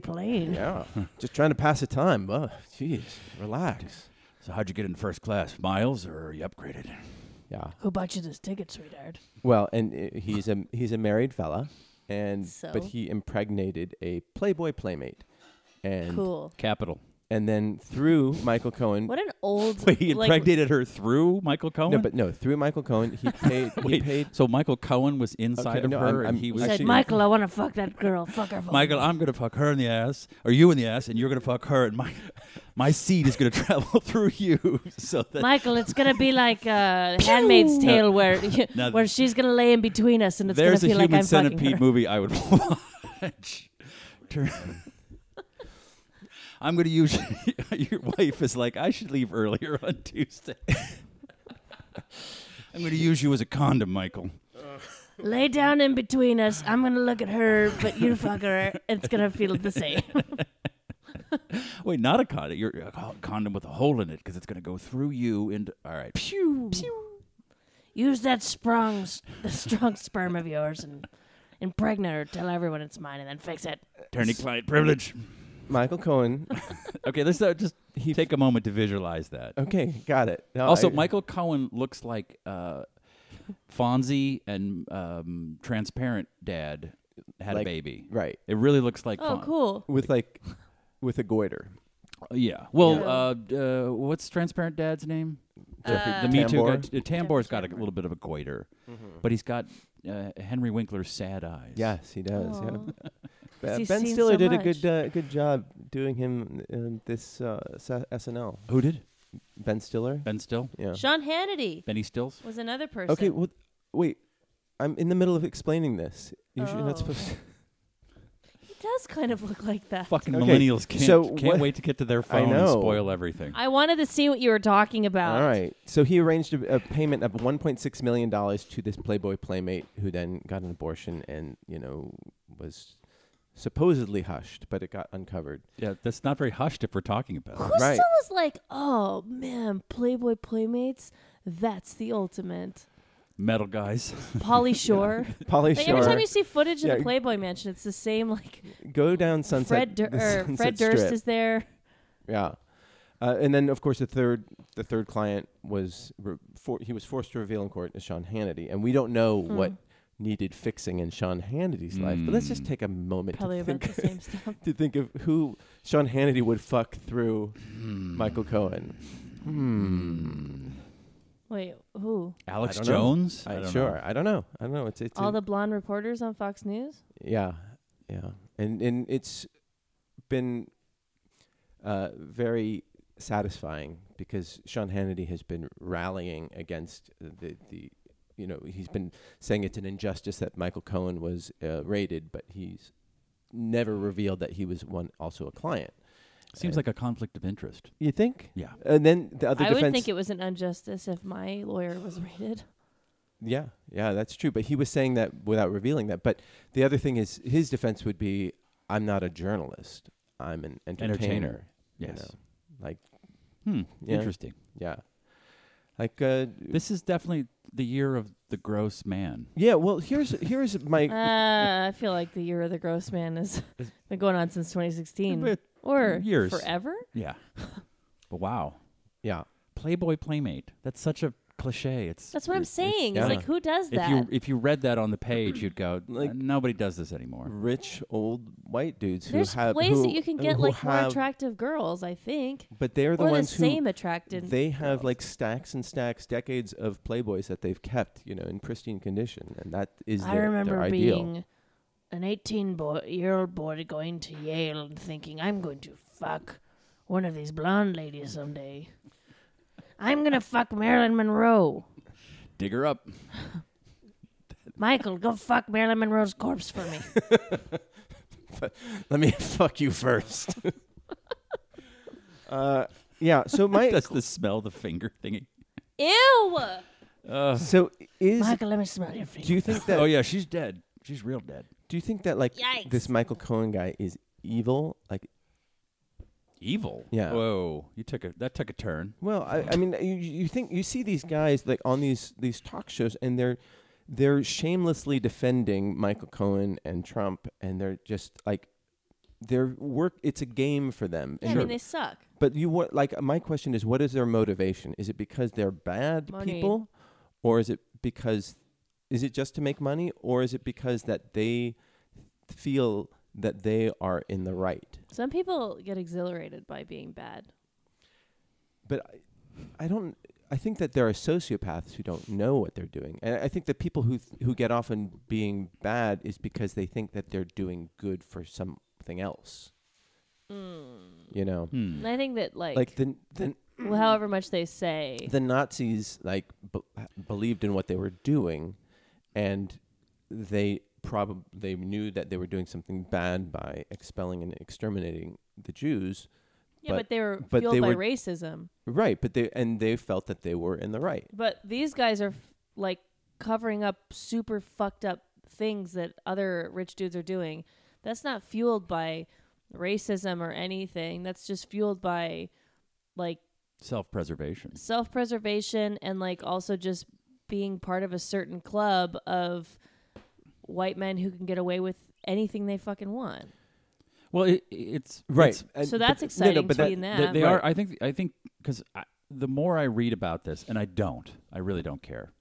C: (laughs)
D: plane.
B: Yeah. just trying to pass the time. Oh, jeez.
C: (laughs)
B: Relax.
C: So how'd you get in first class, Miles, or are you upgraded?
B: Yeah.
D: Who bought you this ticket, sweetheart?
B: Well, and uh, he's a he's a married fella, and but
D: So?
B: he impregnated a Playboy playmate, and
D: Cool.
C: Capital.
B: and then through Michael Cohen.
D: What an
C: (laughs)
D: old.
C: Wait, (laughs) he
D: like,
C: impregnated her through Michael Cohen.
B: No, but no, through Michael Cohen,
D: (laughs)
B: he paid. (laughs) he
C: Wait,
B: paid.
C: so Michael Cohen was
B: Okay,
C: inside of
B: no,
C: her,
B: I'm-
C: and
B: I'm-
C: he
B: we
C: was
D: Said,
B: actually-
D: Michael, I want to fuck that girl. Fuck her.
C: (laughs)
D: Fuck
C: Michael.
D: her."
C: I'm gonna fuck her in the ass, or you in the ass, and you're gonna fuck her, and my (laughs) my seed is gonna (laughs) travel through you. (laughs) So that
D: Michael, it's gonna be
C: (laughs)
D: like uh, Handmaid's Tale, where
C: No.
D: (laughs) where she's gonna lay in between us, and it's gonna
C: there's a
D: feel like
C: human
D: I'm fucking
C: centipede
D: her.
C: movie I would (laughs) watch. Turn- (laughs) I'm gonna use (laughs) your wife is like I should leave earlier on Tuesday. (laughs) I'm gonna use you as a condom, Michael.
D: Lay down in between us. I'm gonna look at her, but you fuck
C: (laughs)
D: her. It's gonna feel the same.
C: Wait, not a condom. You're a co- condom with a hole in it because it's gonna go through you. And all right, pew.
D: Use that strong, s- the strong sperm of yours, and impregnate her. Tell everyone it's mine, and then fix it.
B: (laughs)
C: attorney-client privilege.
B: Michael Cohen.
C: Okay, let's uh, just take a moment to visualize that.
B: Okay, got it. No,
C: Also,
B: Oh, I-
C: Michael Cohen looks like uh, Fonzie and um, Transparent Dad had
B: Like-
C: a baby.
B: Right,
C: It really looks like.
D: Oh,
C: Fon-
D: cool.
B: with like, with a goiter.
C: Yeah. Well,
D: Yeah.
C: Uh, d- uh, what's Transparent Dad's name?
D: Uh,
B: Jeffrey
C: the Me Too
B: Tambor.
C: guy.
B: Mm-hmm.
C: Uh, Tambor's got a
D: Tambor.
C: little bit of a goiter, but he's got uh, Henry Winkler's sad eyes.
B: Yes, he does. yeah.
D: Aw.
B: Uh,
D: he's
B: ben
D: seen
B: Stiller
D: so
B: did a
D: much.
B: good uh, good job doing him in this uh, sa- SNL.
C: Who did?
B: Ben Stiller.
C: Ben Still.
B: Yeah.
D: Sean Hannity
C: Benny Stills.
D: was another person.
B: Okay. Well, wait. I'm in the middle of explaining this. You should, you're
D: Oh.
B: not supposed.
D: (laughs)
B: To
D: he does kind of look like that.
C: Fucking
B: Okay,
C: millennials can't,
B: so
C: can't
B: what-
C: wait to get to their
B: I
C: phone and
B: know.
C: spoil everything.
D: I wanted to see what you were talking about.
B: All right. So he arranged a, a payment of 1.6 million dollars to this Playboy playmate, who then got an abortion and you know was supposedly hushed, but it got uncovered.
C: yeah, that's not very hushed if we're talking
B: (laughs)
C: about it.
D: Who
B: Right.
D: still is like, oh man, Playboy Playmates, that's the
B: (laughs)
D: ultimate.
C: Metal guys.
D: Polly Shore.
B: Polly
D: Like, every
B: Shore,
D: time you see footage of
B: Yeah.
D: the Playboy Mansion, it's the same. Like
B: go down Sunset.
D: Fred, Dur-
B: the
D: er, Fred
B: Sunset
D: Durst
B: Strip. (laughs)
D: is there.
B: Yeah. Uh, and then, of course, the third the third client was re- for, he was forced to reveal in court is Sean Hannity, and we don't know
D: Hmm.
B: what needed fixing in Sean Hannity's life. But let's
C: Hmm.
B: just take a moment
D: Probably
B: to
D: about
B: think,
D: the same stuff.
B: (laughs) to think of who Sean Hannity would fuck through Michael Cohen. Hmm.
D: Wait, who?
C: Alex
B: I don't know.
C: Jones?
B: I,
C: don't
B: sure.
C: know.
B: I don't know. I don't know. It's it's
D: All
B: an-
D: the blonde reporters on Fox News?
B: yeah yeah, and and it's been uh, very satisfying because Sean Hannity has been rallying against the the you know he's been saying it's an injustice that Michael Cohen was uh, raided, but he's never revealed that he was one also a client.
C: Seems
B: Uh,
C: like a conflict of interest.
B: You think?
C: Yeah.
B: And then the other
D: I
B: defense.
D: would think it was an injustice if my lawyer
B: (laughs)
D: was raided.
B: Yeah, yeah, that's true. But he was saying that without revealing that. But the other thing is, his defense would be, "I'm not a journalist. I'm an entertainer."
C: Entertainer.
B: you
C: Yes.
B: know? Like,
C: Hmm.
B: Yeah.
C: Interesting.
B: yeah, like, uh,
C: This is definitely the year of the gross man.
B: yeah. Well, here's here's my.
D: Uh, I feel like the year of the gross man has (laughs) been going on since 2016.
C: But-
D: Or
C: years.
D: forever?
B: (laughs)
C: Yeah. but wow.
B: yeah,
C: Playboy Playmate. That's such a cliche. It's
D: That's what I'm
C: it's-
D: saying. It's
B: yeah.
D: like who does
C: If
D: that?
C: you if you read that on the page, you'd go,
B: (clears throat) Like-
C: like, nobody does this anymore.
B: Rich old white dudes who
D: There's
B: have
D: ways
B: who,
D: that you can get
B: who
D: like more
B: have,
D: attractive girls, I think,
B: but they're the
D: or the
B: ones who
D: same attracted.
B: they have like stacks and stacks, decades of Playboys that they've kept, you know, in pristine condition, and that is
D: I
B: their,
D: remember
B: their ideal.
D: being an 18 boy, year old boy going to Yale and thinking, I'm going to fuck one of these blonde ladies someday. I'm going to fuck Marilyn Monroe.
C: Dig her
B: (laughs)
C: up.
D: Michael, go fuck Marilyn Monroe's corpse for me.
B: (laughs) Let me fuck you
D: (laughs)
B: first. (laughs) uh, yeah. So my
D: (laughs)
C: Does the smell the finger thingy?
D: (laughs) Ew!
C: Uh,
B: so is
D: Michael, let me smell your feet.
B: do you
D: (laughs)
B: think that
C: oh yeah, she's dead. She's real dead.
B: do you think that like
D: Yikes.
B: this Michael Cohen guy is evil? Like,
C: Evil.
B: Yeah.
C: Whoa, you took a that took a turn.
B: well, I, I mean, you, you think you see these guys like on these these talk shows, and they're they're shamelessly defending Michael Cohen and Trump, and they're just like their work. It's a game for them. and they're-
D: suck.
B: But you what like my question is what is their motivation? Is it because they're bad
D: Money.
B: people or is it because is it just to make money or is it because that they feel that they are in the right?
D: Some people get exhilarated by being bad.
B: But I, I don't I think that there are sociopaths who don't know what they're doing. And I think that people who th- who get off on being bad is because they think that they're doing good for something else. You know.
C: Hmm.
D: And I think that, like,
B: Like the the
D: well, however much they say,
B: the Nazis like b- believed in what they were doing, and they probably they knew that they were doing something bad by expelling and exterminating the Jews.
D: yeah,
B: but-
D: but, they were
B: but
D: fueled
B: they
D: by
B: were-
D: racism.
B: Right, but they and they felt that they were in the right.
D: But these guys are f- like covering up super fucked up things that other rich dudes are doing. That's not fueled by racism or anything. That's just fueled by like
C: Self-preservation.
D: self preservation and like also just being part of a certain club of white men who can get away with anything they fucking want.
C: Well, it, it's it's-
B: and-
D: so that's
B: but-
D: exciting
B: No, no, but
D: to be in
B: that,
D: that.
C: Th- they
B: Right.
C: are. I think. I think because the more I read about this, and I don't, I really don't care.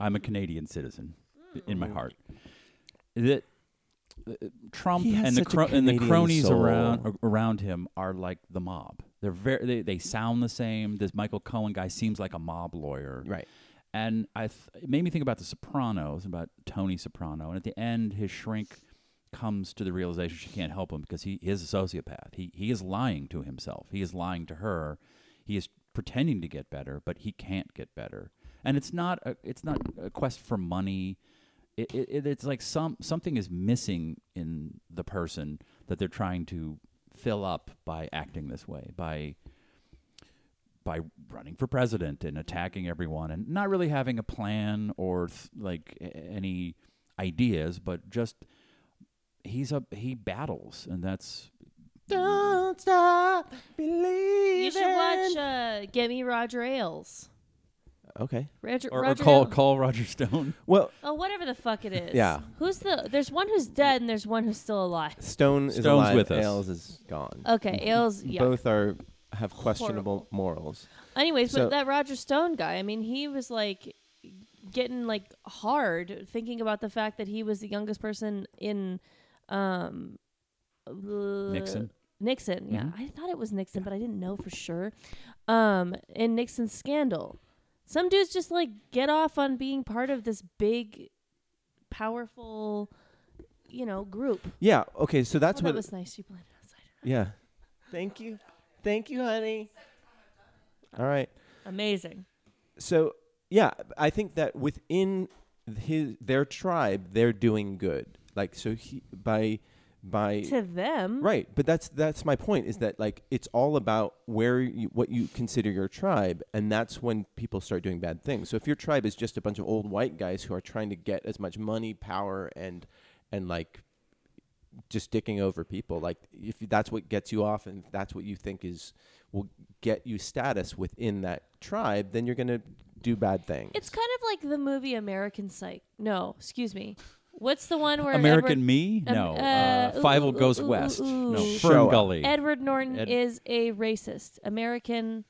C: I'm a Canadian citizen in
B: Mm.
C: my heart. That uh, Trump
B: He has
C: and the
B: such a
C: cro- and the
B: Canadian
C: cronies
B: soul.
C: around ar- around him are like the mob. They're very. They, they sound the same. This Michael Cohen guy seems like a mob lawyer.
B: right.
C: And I th- it made me think about The Sopranos, about Tony Soprano. And at the end, his shrink comes to the realization she can't help him because he is a sociopath. He, he is lying to himself, he is lying to her. He is pretending to get better, but he can't get better. And it's not a, it's not a quest for money. It, it, it- it's like some something is missing in the person that they're trying to fill up by acting this way, by by running for president and attacking everyone and not really having a plan or th- like a- any ideas, but just he's a he battles and that's
B: Don't stop believing.
D: You should watch uh, Get Me Roger Ailes.
B: Okay.
D: Roger,
C: or, or
D: Roger
C: call
D: Ailes-
C: call Roger Stone.
B: Well,
D: Oh, whatever the fuck it is.
B: Yeah.
D: Who's the? There's one who's dead and there's one who's still alive.
B: Stone is
C: Stone's
B: alive.
C: with us.
B: Ailes is gone.
D: Okay, Ailes. Uh, Yeah.
B: Mm-hmm. Both are have questionable
D: Horrible.
B: morals.
D: Anyways,
B: So-
D: but that Roger Stone guy. I mean, he was like getting like hard thinking about the fact that he was the youngest person in um l-
C: Nixon.
D: Nixon. Yeah,
B: Mm-hmm.
D: I thought it was Nixon, but I didn't know for sure. Um, in Nixon's scandal, some dudes just like get off on being part of this big, powerful, you know, group.
B: Yeah. Okay. So that's
D: oh, that
B: what.
D: was nice. You blended outside.
B: Yeah. Thank you. Thank you, honey. All right.
D: Amazing.
B: So, yeah, I think that within his their tribe, they're doing good. Like so he by by
D: To them,
B: Right, but that's that's my point is that like it's all about where you, what you consider your tribe and that's when people start doing bad things. So if your tribe is just a bunch of old white guys who are trying to get as much money, power and and like just dicking over people, like if that's what gets you off and if that's what you think is will get you status within that tribe, then you're going to do bad things.
D: It's kind of like the movie American Psych. No, excuse me. What's the one where
C: American
D: Edward,
C: Me?
D: Um,
C: No.
D: uh,
C: uh,
D: ooh,
C: Five
D: ooh,
C: Will Goes
D: ooh, ooh,
C: West.
D: ooh,
C: No.
D: ooh.
B: Show
C: Fern
B: up.
C: Gully.
D: Edward Norton
C: Ed-
D: is a racist? American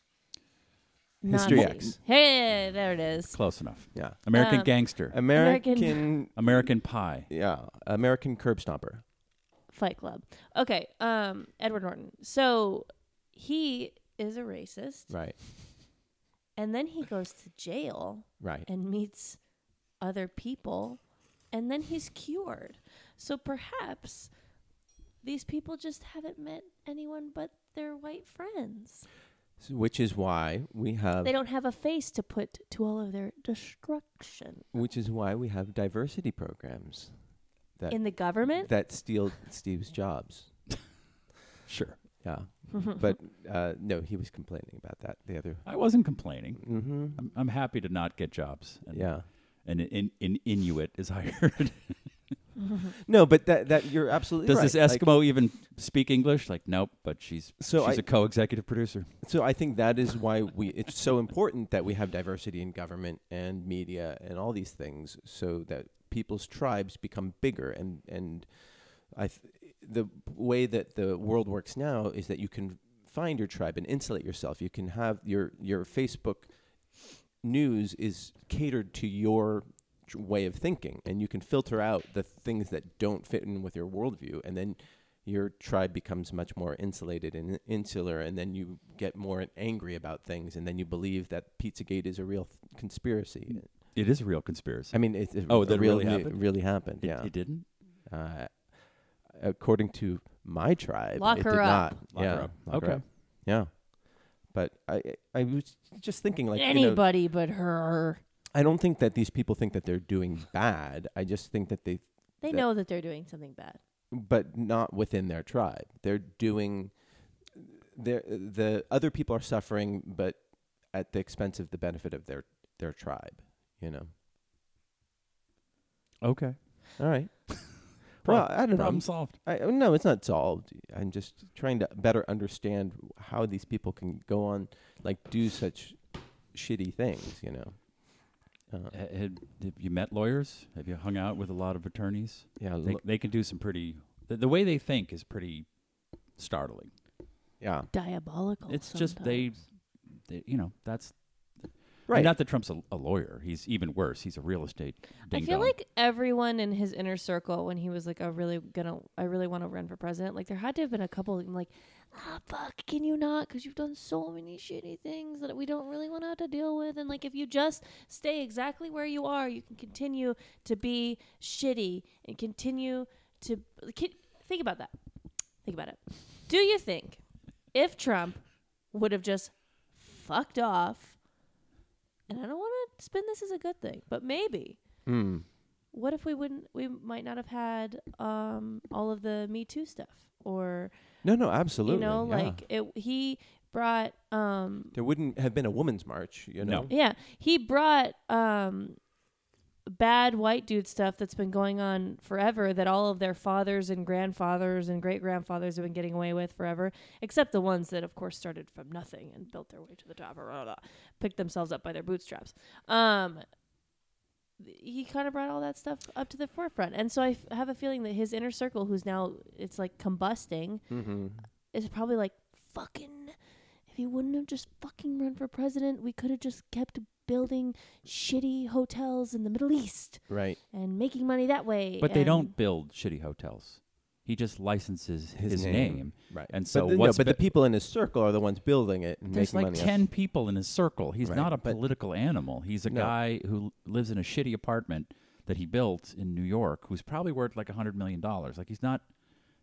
B: History
D: Nazi.
B: X.
D: Hey, there it is.
C: Close enough.
B: Yeah.
C: American
D: Um,
C: Gangster.
B: American,
D: American-
C: American Pie.
B: yeah, American curb stomper.
D: Fight Club. Okay, um, Edward Norton. So he is a racist,
B: Right.
D: and then he goes to jail
B: Right.
D: and meets other people, and then he's cured. So perhaps these people just haven't met anyone but their white friends.
B: So, which is why we have
D: They don't have a face to put to all of their destruction
B: which is why we have diversity programs that
D: in the government.
B: that steal Steve's jobs.
C: Sure.
B: Yeah. but uh, no, he was complaining about that the other.
C: I wasn't complaining.
B: Mm-hmm.
C: I'm, I'm happy to not get jobs. And,
B: Yeah.
C: And in, in Inuit is hired.
B: No, but that that you're absolutely
C: Does
B: right.
C: this
B: Like,
C: Eskimo even speak English? Like, nope. But she's
B: So
C: she's
B: I-
C: a co-executive producer.
B: So I think that is why we it's so important that we have diversity in government and media and all these things so that people's tribes become bigger and and I th- the way that the world works now is that you can find your tribe and insulate yourself. You can have your your Facebook news is catered to your tr- way of thinking and you can filter out the things that don't fit in with your worldview and then your tribe becomes much more insulated and insular, and then you get more angry about things, and then you believe that Pizzagate is a real th- conspiracy.
C: It is a real conspiracy.
B: I mean, it, it
C: Oh,
B: it
C: that really
B: ne-
C: happened?
B: really happened.
C: It-
B: yeah.
C: It didn't.
B: uh, according to my tribe,
D: Lock
B: it
D: her
B: did
D: up.
B: not.
C: Lock her
B: yeah.
C: up.
B: Lock her
C: Okay.
B: up. Yeah. But I, I was just thinking, like, you know,
D: Anybody but her.
B: I don't think that these people think that they're doing bad. I just think that they
D: They
B: that-
D: know that they're doing something bad.
B: but not within their tribe. They're doing they're, the other people are suffering, but at the expense of the benefit of their their tribe. You know.
C: Okay.
B: All (laughs) right. well,
C: Prob-
B: I don't
C: Problem
B: know.
C: solved.
B: I, no, it's not solved. I'm just trying to better understand how these people can go on, like, do such shitty things. You know. Uh,
C: Ha- Had, have you met lawyers? Have you hung out with a lot of attorneys?
B: yeah.
C: They,
B: lo-
C: they can do some pretty. The, the way they think is pretty startling.
B: yeah.
D: Diabolical.
C: it's just they,
D: sometimes.
C: they, you know, that's
B: Right.
C: Not that Trump's a, a lawyer. He's even worse. He's a real estate.
D: I
C: Ding
D: feel
C: dong.
D: like everyone in his inner circle, when he was like, "I really gonna, I really want to run for president," like there had to have been a couple. I'm like, ah, fuck, can you not? Because you've done so many shitty things that we don't really want to have to deal with. And like, if you just stay exactly where you are, you can continue to be shitty and continue to can, think about that. Think about it. Do you think if Trump would have just fucked off? And I don't want to spin this as a good thing, but maybe
B: Mm.
D: what if we wouldn't we might not have had um all of the me too stuff or
B: No, no, absolutely.
D: you know
B: yeah.
D: like it he brought um
B: there wouldn't have been a woman's march. You
C: No.
B: know.
D: yeah he brought um bad white dude stuff that's been going on forever that all of their fathers and grandfathers and great grandfathers have been getting away with forever except the ones that of course started from nothing and built their way to the top or blah, blah, blah, picked themselves up by their bootstraps um he kind of brought all that stuff up to the forefront and so I f- have a feeling that his inner circle who's now it's like combusting
B: Mm-hmm.
D: is probably like fucking if he wouldn't have just fucking run for president we could have just kept building shitty hotels in the middle east
B: Right.
D: and making money that way
C: but they
D: and-
C: don't build shitty hotels. He just licenses his, name.
B: Right.
C: And so
B: but, the-
C: what's
B: no, but
C: be-
B: the people in his circle are the ones building it and
C: There's
B: making
C: like
B: money. off-
C: ten people in his circle. He's
B: Right,
C: not a
B: but-
C: political animal. He's a
B: No.
C: guy who l- lives in a shitty apartment that he built in New York, who's probably worth like a hundred million dollars. Like he's not,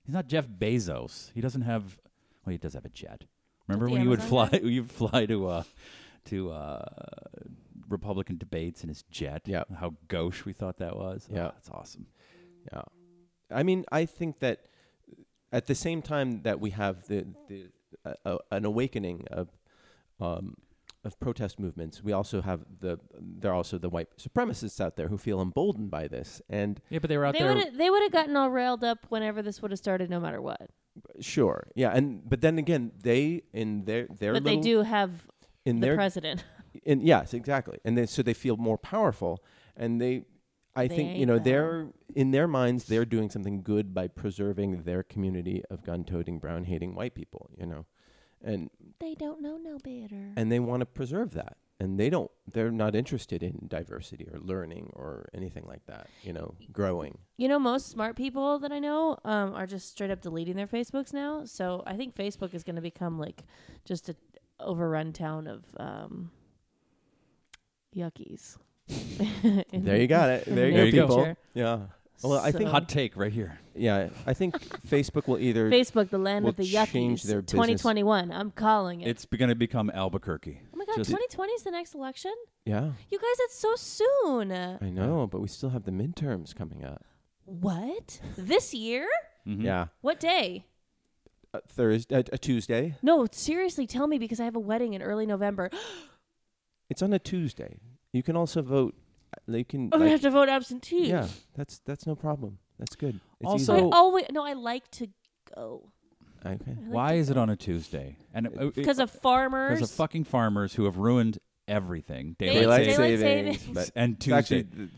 C: he's not Jeff Bezos. He doesn't have. Well, he does have a jet. Remember
D: the
C: when you would
D: Amazon
C: fly? (laughs) You'd fly to uh, to uh, Republican debates in his jet.
B: Yeah.
C: How gauche we thought that was.
B: Yeah.
C: Oh, that's awesome.
B: Yeah. I mean, I think that at the same time that we have the the uh, uh, an awakening of um, of protest movements, we also have the there are also the white supremacists out there who feel emboldened by this. And
C: Yeah, but they were out
D: they
C: there.
D: would they would have gotten all railed up whenever this would have started no matter what
B: sure, yeah, and but then again, they in their their
D: but they
B: little,
D: do have
B: in
D: the
B: their
D: president
B: and yes, exactly. And they, so they feel more powerful, and they, I
D: They
B: think you
D: ain't,
B: know,
D: though.
B: they're in their minds they're doing something good by preserving their community of gun-toting, brown-hating white people. You know, and
D: They don't know no better.
B: and they want to preserve that and they don't they're not interested in diversity or learning or anything like that you know growing
D: You know, most smart people that I know um, are just straight up deleting their Facebooks now. So I think Facebook is going to become like just a overrun town of um, yuckies. (laughs)
B: there you got it there you
C: There
B: go
C: you go.
B: people
D: Sure.
B: yeah well i think
D: So-
C: Hot take right here.
B: yeah i
D: (laughs)
B: think facebook will either
D: Facebook, the land
B: Will
D: of the
B: change
D: yuckies.
B: their business.
D: 2021. I'm calling it.
C: It's going to become Albuquerque.
D: oh my God,
C: just-
D: 2020 is the next election?
B: yeah
D: You guys, that's so soon.
B: i know but we still have the midterms coming up
D: What? this year?
C: Mhm.
B: yeah
D: What day?
B: uh, thursday uh, a tuesday
D: No, seriously, tell me because I have a wedding in early November.
B: it's on a tuesday you can also vote uh, you can
D: I'm going to
B: like,
D: have to vote absentee.
B: yeah that's that's no problem that's good it's
C: Also-
D: I
B: easy.
C: Oh.
D: always no. I like to go
B: okay
C: Why is it on a Tuesday? And it- it-
D: because of
C: because
D: farmers.
C: of fucking farmers who have ruined everything.
D: They-
C: Daylight
D: Daylight
C: savings
D: savings. savings.
B: but
C: and
B: it's
C: Tuesday.
B: actually th-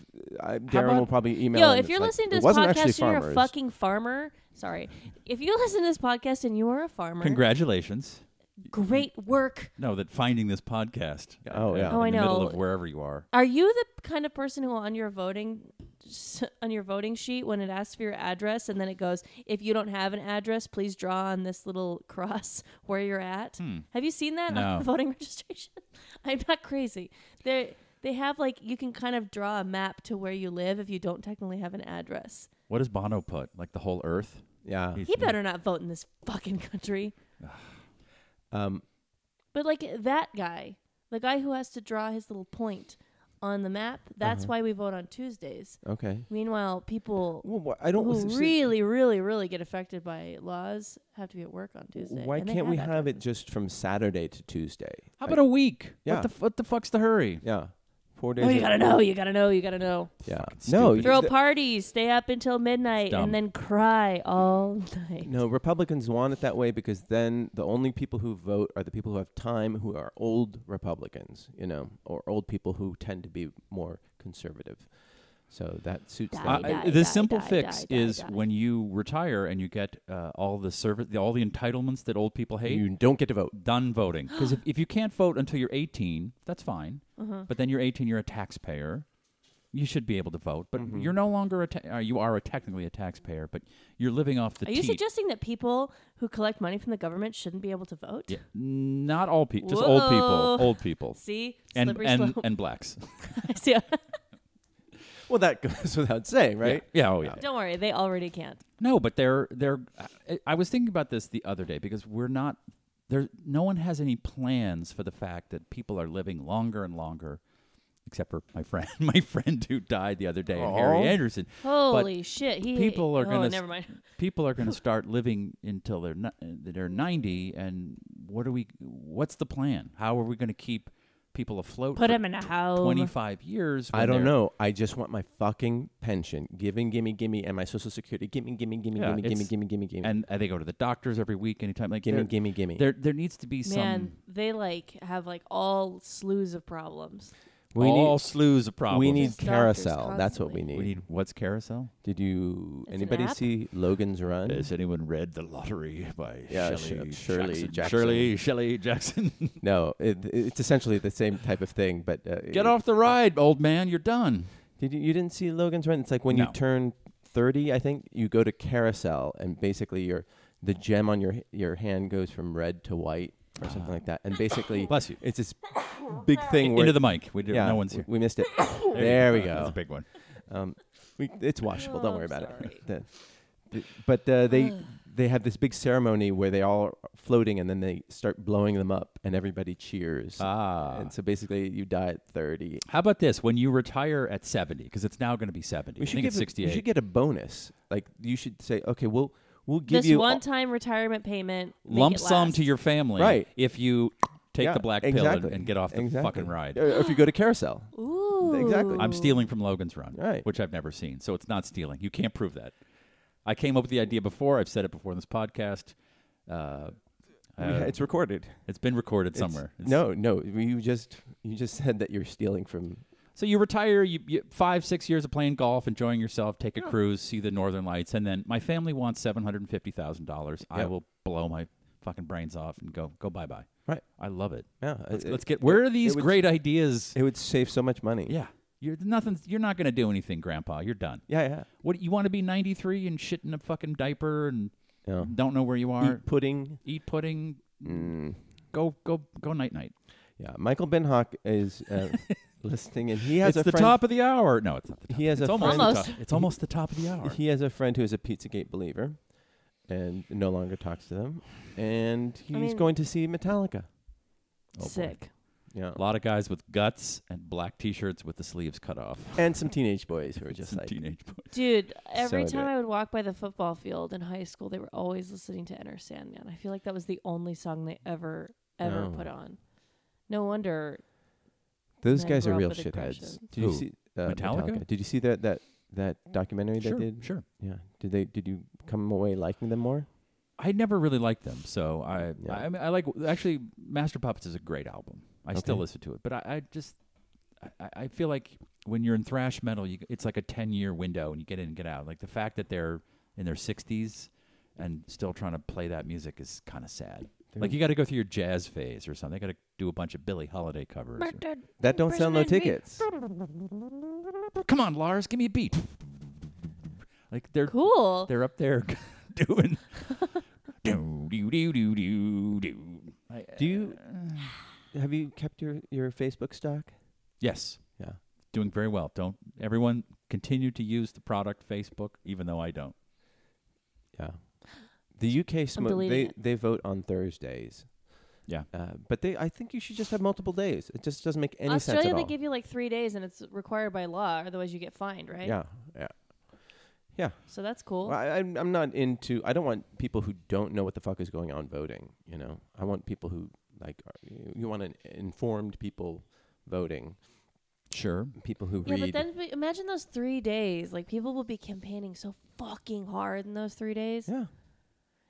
B: I, Darren will
C: about-
B: probably email
D: Yo,
B: him.
D: if
B: It's
D: you're
B: like,
D: listening
B: "It
D: to this
B: wasn't actually
D: podcast, and you're a
B: farmers."
D: fucking farmer. Sorry, if you listen to this podcast and you are a farmer,
C: Congratulations.
D: great work.
C: No, that finding this podcast.
B: Oh,
C: uh,
B: yeah.
D: Oh, I
C: in the middle
D: know.
C: of wherever you are.
D: Are you the kind of person who on your voting s- on your voting sheet when it asks for your address and then it goes, if you don't have an address, please draw on this little (laughs) cross where you're at? Have you seen that
C: Hmm. No.
D: on (laughs) voting registration? I'm not crazy. They they have like you can kind of draw a map to where you live if you don't technically have an address.
C: What does Bono put? Like the whole earth?
B: Yeah.
D: He better not vote in this (laughs) fucking country.
B: Um,
D: But like that guy, the guy who has to draw his little point on the map, that's why we vote on Tuesdays.
B: okay.
D: Meanwhile, people
B: Well, wha- I don't.
D: who
B: s- s-
D: really, really, really get affected by laws have to be at work on Tuesday.
B: Why
D: and they
B: can't we
D: that
B: have it
D: during-
B: just from Saturday to Tuesday?
C: How
B: Like,
C: about a week?
B: Yeah.
C: What the, f- what the fuck's the hurry?
B: yeah, four days.
D: Oh, you
B: a-
D: gotta know. You gotta know. You gotta know.
B: Yeah.
C: Fucking
B: No.
C: stupid.
B: you-
D: Throw
B: th-
D: parties, stay up until midnight,
C: dumb.
D: and then cry all night.
B: no, Republicans want it that way because then the only people who vote are the people who have time, who are old Republicans, you know, or old people who tend to be more conservative. So that suits
D: Die,
B: them.
D: die.
C: the simple
D: die,
C: fix
D: die, die,
C: is
D: die.
C: when you retire and you get uh, all the service, the, all the entitlements that old people hate.
B: You don't get to vote.
C: done voting because if, if you can't vote until you're 18, that's fine.
D: Uh-huh.
C: But then you're 18, you're a taxpayer. You should be able to vote, but
D: Mm-hmm.
C: you're no longer a ta- uh, you are a, technically a taxpayer, but you're living off the.
D: Are you
C: teat.
D: suggesting that people who collect money from the government shouldn't be able to vote?
C: Yeah, not all people, just old people,
D: Whoa.
C: old
D: (laughs)
C: people,
D: See,
C: and
D: slippery
C: and
D: slope.
C: and
D: (laughs)
C: blacks.
D: I see.
B: Well, that (laughs) goes without saying, right?
C: Yeah. Oh yeah.
D: Don't worry, they already can't.
C: No, but they're they're. I, I was thinking about this the other day because we're not there. No one has any plans for the fact that people are living longer and longer, except for my friend, (laughs) my friend who died the other day, and
B: Aw.
C: Harry Anderson.
D: Holy shit! He
C: people are
D: oh,
C: gonna
D: never mind.
C: (laughs) s- people are going to start living until they're ni- they're 90 and what are we what's the plan how are we going to keep people afloat
D: Put
C: for
D: him in a house.
C: 25 years
B: I
C: when
B: don't
C: they're-
B: know. I just want my fucking pension. Gimme, gimme, gimme, and my social security. Gimme, gimme, gimme,
C: Yeah,
B: gimme, gimme,
C: it's-
B: gimme, gimme, gimme.
C: and uh, they go to the doctors every week anytime like
B: Gimme,
C: there-
B: gimme, gimme.
C: there there needs to be some
D: Man, they like have like all slews of problems.
B: We
C: all
B: need
C: slews of problems
B: we need
D: Just doctors
B: carousel. That's what we
D: constantly.
B: need.
C: we need what's carousel
B: Did you
D: It's an
B: anybody
D: app?
B: see Logan's Run?
C: has anyone read the lottery by
B: Yeah,
C: Shelley
B: Sh- Shirley Jackson.
C: Shirley Shelley Jackson
B: (laughs) No, it, it's essentially the same type of thing. But uh,
C: get off the ride old man you're done
B: Did you, you didn't see Logan's Run? It's like when
C: No.
B: you turn thirty, I think you go to carousel, and basically your the gem on your h- your hand goes from red to white or something like that. And basically,
C: bless you
B: it's this big thing where
C: into the mic we did,
B: yeah,
C: no one's
B: w-
C: here Uh,
B: We missed it. there we
C: that's a
B: go.
C: big one
B: Um, we, it's washable.
D: Oh,
B: Don't worry
D: I'm
B: about
D: sorry.
B: it. The- the- but uh, they
D: (sighs)
B: they have this big ceremony where they all are floating and then they start blowing them up and everybody cheers.
C: Ah.
B: And so basically, you die at thirty.
C: How about this? When you retire at 70, because it's now going to be 70.
B: We
C: I
B: should
C: think
B: give
C: it's
B: a-
C: 68.
B: We should get a bonus. Like you should say, okay, we'll we'll give
D: this
B: you all-
D: one-time retirement payment make
C: Lump
D: it
C: sum
D: last.
C: to your family
B: Right.
C: if you take
B: Yeah,
C: the black pill and-
B: exactly,
C: and, get off the
B: exactly.
C: fucking ride.
B: Or if you go to carousel.
D: Ooh.
B: Exactly.
C: I'm stealing from Logan's Run,
B: Right.
C: which I've never seen. So it's not stealing. You can't prove that. I came up with the idea before. I've said it before in this podcast. Uh,
B: We ha-
C: (laughs) uh,
B: it's recorded
C: it's been recorded
B: It's-
C: somewhere. It's-
B: no, no. You just you just said that you're stealing from
C: So you retire, you, you five, six years of playing golf, enjoying yourself, take a cruise, see the Northern Lights, and then my family wants seven hundred and fifty thousand dollars. I
B: Yep.
C: will blow my fucking brains off and go go bye bye.
B: Right.
C: I love it.
B: Yeah,
C: Let's,
B: it,
C: let's get. Where are these
B: would-
C: great ideas?
B: it would save so much money.
C: yeah. You're nothing. You're not gonna do anything, Grandpa. You're done.
B: yeah, yeah.
C: What you want to be 93 and shit in a fucking diaper and
B: yeah.
C: don't know where you are.
B: Eat pudding.
C: Eat, pudding.
B: Mm.
C: Go go go night night.
B: Yeah, Michael Ben Hock is
C: (laughs)
B: uh, listening, and he has
C: It's
B: a
C: the
B: friend.
C: top of the hour. No, it's not the top.
B: He has
C: it's
B: a
C: almost,
B: friend.
C: the
D: Almost.
C: top- It's almost the top of the hour.
B: He has a friend who is a PizzaGate believer, and no longer talks to them. And he's
D: mean-
B: going to see Metallica.
C: Oh, boy.
D: Sick.
B: Yeah,
C: A lot of guys with guts and black T-shirts with the sleeves cut off.
B: (laughs) and some teenage boys who are just
C: Some
B: like,
C: teenage boys.
D: Dude, every
B: So
D: time
B: good.
D: I would walk by the football field in high school, they were always listening to Enter Sandman. I feel like that was the only song they ever, ever
B: No.
D: put on. No wonder.
B: those
D: Men
B: guys are
D: grew up
B: real
D: with
B: shitheads.
D: aggression.
B: Did
C: Who?
B: you see uh,
C: Metallica?
B: Did you see that that that documentary
C: sure,
B: they did?
C: sure.
B: Yeah. Did they? Did you come away liking them more?
C: I never really liked them, so I
B: Yeah.
C: I, I, mean, I like actually Master Puppets is a great album. I still
B: Okay.
C: listen to it, but I, I just I, I feel like when you're in thrash metal, you, it's like a ten year window, and you get in and get out. Like the fact that they're in their sixties and still trying to play that music is kind of sad. Like you got to go through your jazz phase or something. Got to do a bunch of Billie Holiday covers. or-
B: that don't sell no
D: Impersonating me.
B: tickets.
C: Come on, Lars, give me a beat. Like they're
D: Cool.
C: they're up there (laughs) doing do do do do do do. I- uh,
B: Do you have you kept your your Facebook stock?
C: Yes,
B: Yeah.
C: doing very well. Don't everyone continue to use the product Facebook, even though I don't.
B: Yeah. The UK smoke
D: deleting
B: they
D: it.
B: they vote on Thursdays.
C: Yeah.
B: Uh, but they I think you should just have multiple days. It just doesn't make any
D: Australia,
B: sense at
D: they
B: all.
D: give you like three days, and it's required by law. Otherwise, you get fined, right?
B: Yeah. Yeah. Yeah.
D: So that's cool.
B: Well, I, I'm I'm not into I don't want people who don't know what the fuck is going on voting, you know. I want people who like are, you- you want an informed people voting,
C: Sure.
B: people who
D: yeah,
B: read
D: but then but imagine those three days. Like people will be campaigning so fucking hard in those three days,
B: Yeah.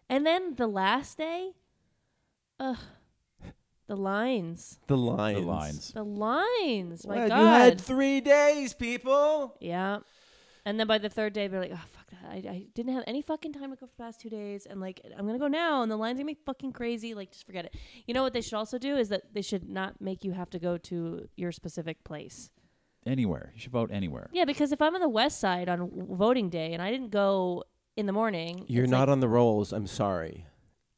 D: and then the last day, ugh, the lines,
B: The lines.
C: The lines.
D: the lines. Oh My
B: Well,
D: God.
B: You had 3 days, people.
D: Yeah. And then by the third day, they're like, oh, fuck that. I, I didn't have any fucking time to go for the past two days. And like, I'm going to go now. And the line's going to be fucking crazy. Like, just forget it. You know what they should also do is that they should not make you have to go to your specific place.
C: Anywhere you should vote anywhere.
D: Yeah, because if I'm on the west side on w- voting day and I didn't go in the morning,
B: You're
D: it's
B: not
D: like,
B: on the rolls. I'm sorry.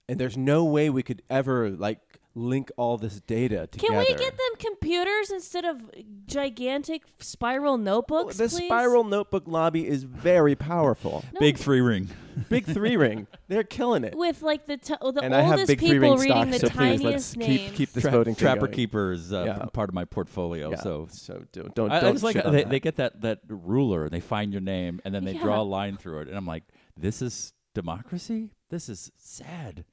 B: And there's no way we could ever like link all this data
D: Can
B: together.
D: we get them computers instead of gigantic spiral notebooks?
B: The
D: please?
B: spiral notebook lobby is very powerful.
D: No,
C: Big three ring.
B: Big three ring. They're killing it.
D: With like the t- the
B: and
D: oldest
B: I have big three
D: people
B: ring stock,
D: reading the
B: so
D: tiniest
B: please let's
D: names.
B: keep keep this
C: Tra-
B: voting thing
C: Trapper
B: going.
C: Keeper is uh,
B: Yeah.
C: part of my portfolio,
B: Yeah.
C: so.
B: so don't don't,
C: I, I
B: don't
C: just like
B: shit
C: how
B: on
C: they,
B: that.
C: they get that, that ruler and they find your name and then they draw
D: Yeah.
C: a line through it and I'm like, this is democracy. This is sad.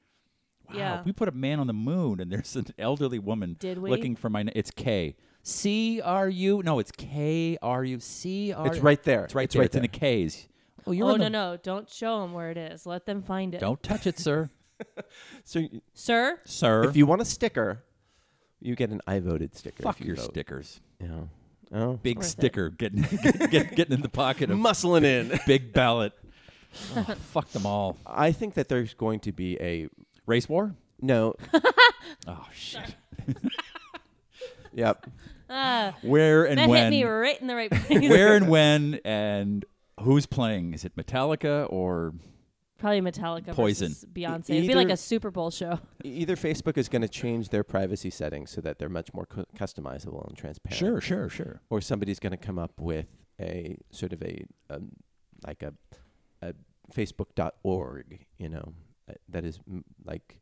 C: Wow,
D: Yeah.
C: we put a man on the moon and there's an elderly woman
D: Did we?
C: looking for my. na- It's K C R U. No, it's K R U C R.
B: it's right there.
C: It's right
B: It's
C: there.
B: right
C: it's in the K's. Oh, you're
D: oh
C: on
D: no
C: the-
D: no! Don't show them where it is. Let them find it.
C: Don't touch it, sir.
B: So y-
D: sir.
C: sir,
B: if you want a sticker, you get an I voted sticker.
C: fuck
B: if you
C: your
B: vote.
C: stickers,
B: Yeah. Oh.
C: big
D: Worth it.
C: sticker getting (laughs) get, get, getting in the
B: (laughs)
C: pocket of
B: Muscling in.
C: big
D: (laughs)
C: ballot. Oh, fuck them all.
B: I think that there's going to be a
C: Race war.
D: (laughs)
B: no.
C: Oh shit.
B: Yep.
D: Ah,
C: Where and
D: that
C: when?
D: hit me (laughs) right in the
B: (laughs)
D: right place.
C: Where and when and who's playing? Is it Metallica or
D: Probably Metallica.
C: Poison.
D: versus Beyonce. It'd be
B: E Either-
D: like a Super Bowl show.
B: E-, Either Facebook is going to change their privacy settings so that they're much more cu- customizable and transparent.
C: sure, sure.
B: Or somebody's going to come up with a sort of a um, like a a Facebook.org, you know, that- that is m- like,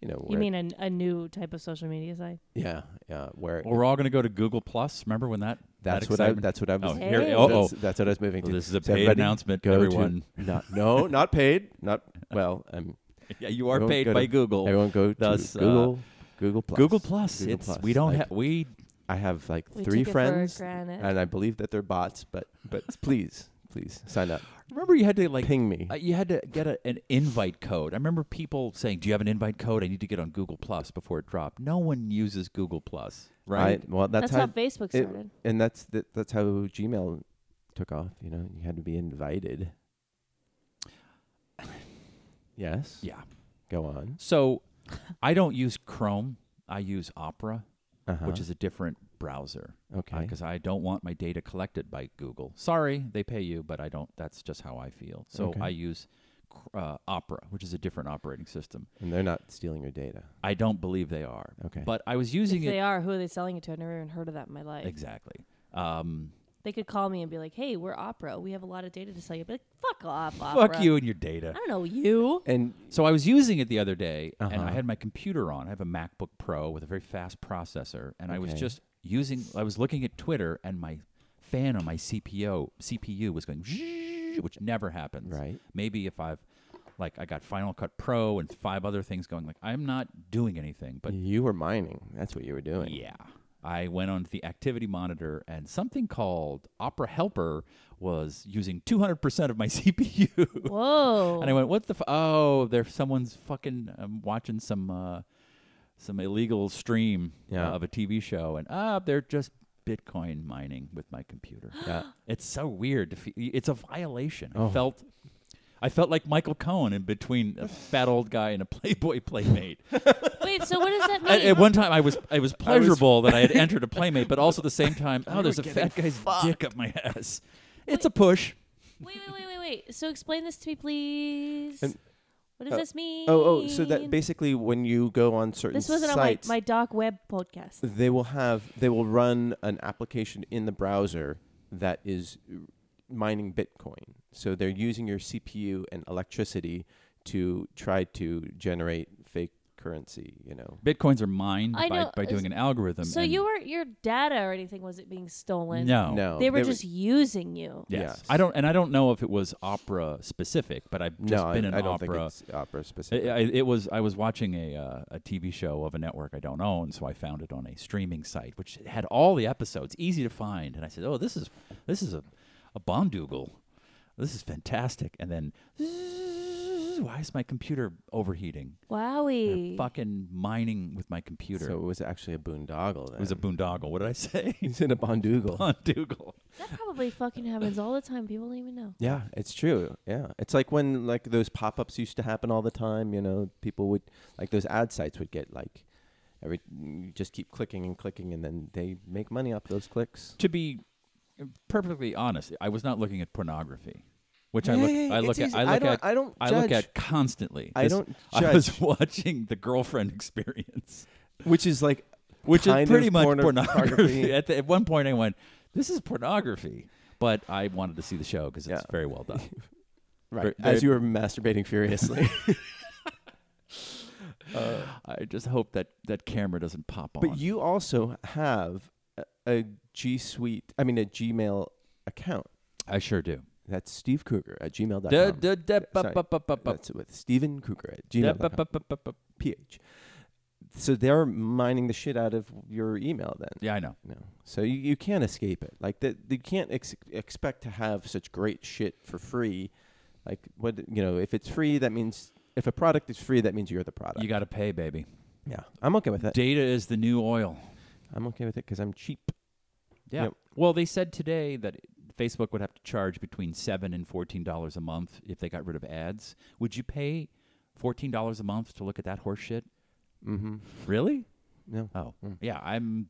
B: you know,
D: You
B: where,
D: mean a, a new type of social media site?
B: yeah, yeah, where
C: Well, we're all going to go to Google Plus. Remember when that?
B: that's
C: that
B: what I
C: excitement-
B: that's what I was
C: Oh,
D: here-
B: that's-
C: uh-oh.
B: that's, what I was moving
C: Well,
B: to.
C: this is a
B: So
C: paid
B: everybody
C: announcement.
B: go to- (laughs)
C: Everyone,
B: Not no, not paid, not well.
C: (laughs)
B: Um,
C: yeah, you are
B: Everyone
C: paid
B: go
C: by
B: to-
C: Google.
B: everyone go
C: Thus,
B: to
C: uh,
B: Google Google Plus.
C: Google Plus.
B: Google
C: it's
B: Plus,
C: we don't
B: like-
C: have we.
B: I have like
D: We
B: three
D: took It
B: friends
D: for granted.
B: and I believe that they're bots, but but please, please sign up.
C: Remember you had to like
B: Ping me.
C: uh, you had to get a, an invite code. I remember people saying, "Do you have an invite code? I need to get on Google Plus before it dropped." No one uses Google Plus, right?
B: I, well, that's,
D: That's, how, Facebook
B: it-
D: started.
B: and that's the, that's how Gmail took off. You know, you had to be
C: (sighs)
B: invited. Yes.
C: yeah.
B: Go on.
C: So I don't use Chrome. I use Opera,
B: Uh-huh.
C: which is a different browser.
B: okay.
C: Because uh, I don't want my data collected by Google. Sorry, they pay you, but I don't. That's just how I feel. So
B: Okay.
C: I use Cr- uh, Opera, which is a different operating system.
B: and they're not stealing your data.
C: I don't believe they are.
B: Okay.
C: But I was
D: If
C: using
D: they
C: it
D: are, who are they selling it to? I've never even heard of that in my life.
C: exactly. Um,
D: They could call me and be like, "Hey, we're Opera. We have a lot of data to sell you." I'd be like, "Fuck off, Opera.
C: fuck you and your data.
D: I don't know you.
B: and
C: So I was using it the other day, and
B: Uh-huh.
C: I had my computer on. I have a MacBook Pro with a very fast processor, and I was
B: Okay.
C: just using. I was looking at Twitter, and my fan on my CPO CPU was going, zzzz, which never happens.
B: Right.
C: Maybe if I've like I got Final Cut Pro and five other things going, like I'm not doing anything, but
B: you were mining. That's what you were doing.
C: yeah. I went on to the activity monitor and something called Opera Helper was using 200% of my (laughs) CPU.
D: Whoa.
C: And I went, "What the? F- oh, there someone's fucking um, watching some uh, some illegal stream uh,
B: Yeah.
C: of a TV show, and ah, they're just Bitcoin mining with my computer.
B: Yeah.
C: it's so weird. To fe- it's a violation.
B: Oh.
C: I felt." I felt like Michael Cohen in between a fat old guy and a Playboy playmate.
D: Wait, so what does that mean?
C: at, at one time, I was it was pleasurable that I had entered a playmate, but also at the same time, oh,
B: were
C: there's a
B: getting
C: fat guy's dick up my ass. It's a push.
D: wait, wait, wait, wait, wait. So explain this to me, please.
B: And-
D: what does
B: uh,
D: this mean?
B: Oh, oh, so that basically when you go on certain
D: this wasn't
B: sites,
D: on my, my doc web podcast.
B: they will have they will run an application in the browser that is mining Bitcoin. So they're using your CPU and electricity to try to generate fake currency. You know,
C: Bitcoins are mined
D: I
C: by,
D: know,
C: by doing
D: s-
C: an algorithm.
D: So
C: and-
D: you weren't your data or anything wasn't being stolen.
C: No.
B: no,
D: they were
B: there
D: just using you.
C: Yes.
B: Yes.
C: I don't, and I don't know if it was opera specific, but I've
B: was,
C: just
B: no.
C: been
B: I,
C: in
B: I don't
C: opera.
B: think it's opera
C: I- I-
B: specific.
C: it, was. I was watching a uh, a TV show of a network I don't own, so I found it on a streaming site, which had all the episodes, easy to find. And I said, "Oh, this is this is a a bomdougal. This is fantastic." And then, why is my computer overheating? They're
D: Wowie.
C: fucking mining with my computer.
B: so it was actually a boondoggle. Then. (laughs)
C: it was a boondoggle. What did I say? (laughs)
B: He's in a boondoggle.
C: Bondugal.
D: That probably fucking happens all the time. People don't even know.
B: Yeah, it's true. Yeah, it's like when like those pop-ups used to happen all the time. You know, people would like those ad sites would get like every you just keep clicking and clicking, and then they make money off those clicks.
C: to be perfectly honest, I was not looking at pornography, which I look I look at I look
B: don't,
C: at
B: I don't
C: I look at constantly.
B: I
C: This-
B: don't
C: (laughs) I was
B: judge.
C: watching the
B: (laughs)
C: girlfriend (laughs) experience,
B: which is like
C: which
B: Kind
C: is pretty
B: of
C: much
B: pornography. (laughs)
C: pornography. (laughs) At, the, at one point, I went, "This is pornography," but I wanted to see the show because it's
B: Yeah. (laughs)
C: very well done.
B: right
C: Very-
B: as you were masturbating (laughs) furiously. Uh,
C: I just hope that that camera doesn't pop on.
B: but you also have a, a G Suite, I mean a Gmail account.
C: I sure do.
B: That's Steve Kruger at gmail.com.
C: Da- da- da- ba-
B: Sorry.
C: ba- ba- ba- ba-
B: That's with Stephen Kruger at
C: da-
B: gmail.com.
C: ba- ba- ba- ba- ba-
B: ph. So they're mining the shit out of your email then.
C: Yeah, I know.
B: You know? So you, you can't escape it. Like that you can't ex- expect to have such great shit for free. Like what you know, if it's free that means if a product is free that means you're the product.
C: You got to pay, baby.
B: yeah. I'm okay with that.
C: Data is the new oil.
B: I'm okay with it cuz I'm cheap.
C: Yeah.
B: Yep.
C: Well, they said today that Facebook would have to charge between seven and fourteen dollars a month if they got rid of ads. Would you pay fourteen dollars a month to look at that horse shit?
B: Mhm.
C: Really?
B: No.
C: Oh,
B: Mm.
C: yeah. I'm.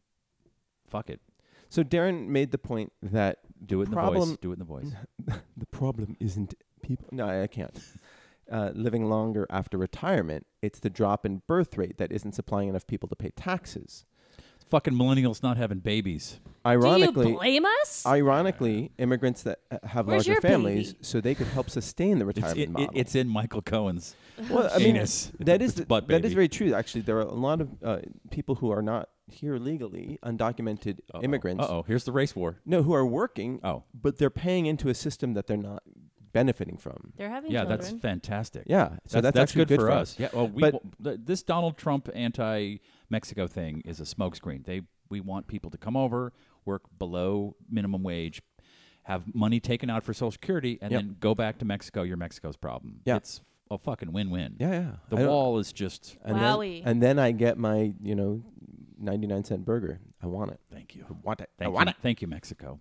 C: Fuck it.
B: So Darren made the point that
C: Do it in the
B: Problem-
C: voice. Do it in the voice.
B: (laughs) the problem isn't people. No, I I can't. (laughs) Uh, living longer after retirement, it's the drop in birth rate that isn't supplying enough people to pay taxes.
C: Fucking millennials not having babies.
D: Do you
B: Ironically,
D: blame us?
B: ironically, immigrants that uh, have
D: Where's
B: larger
D: your
B: families,
D: baby?
B: so they could help sustain the
C: It's
B: retirement
C: it, it,
B: model.
C: it's in Michael Cohen's
B: well, I mean,
C: anus.
B: that is
C: It's
B: the-
C: butt
B: that is
C: baby.
B: very true. Actually, there are a lot of uh, people who are not here legally, undocumented
C: Uh-oh.
B: immigrants.
C: Uh oh. Here's the race war.
B: No, who are working,
C: Oh,
B: but they're paying into a system that they're not benefiting from.
D: They're having
C: yeah.
D: children.
C: That's fantastic.
B: Yeah, so that's, actually
C: good, for, us. Yeah. Well, we
B: But-
C: w- th- this Donald Trump anti-Mexico thing is a smokescreen. They we want people to come over, work below minimum wage, have money taken out for Social Security, and
B: Yep.
C: then go back to Mexico. You're Mexico's problem.
B: Yeah.
C: It's a fucking win-win.
B: Yeah, yeah.
C: The
B: I don't-
C: wall is just.
B: And
D: Wowie.
B: Then, and then I get my, you know, 99 cent burger. I want it.
C: Thank you.
B: want it.
C: Thank you. Thank you, Mexico.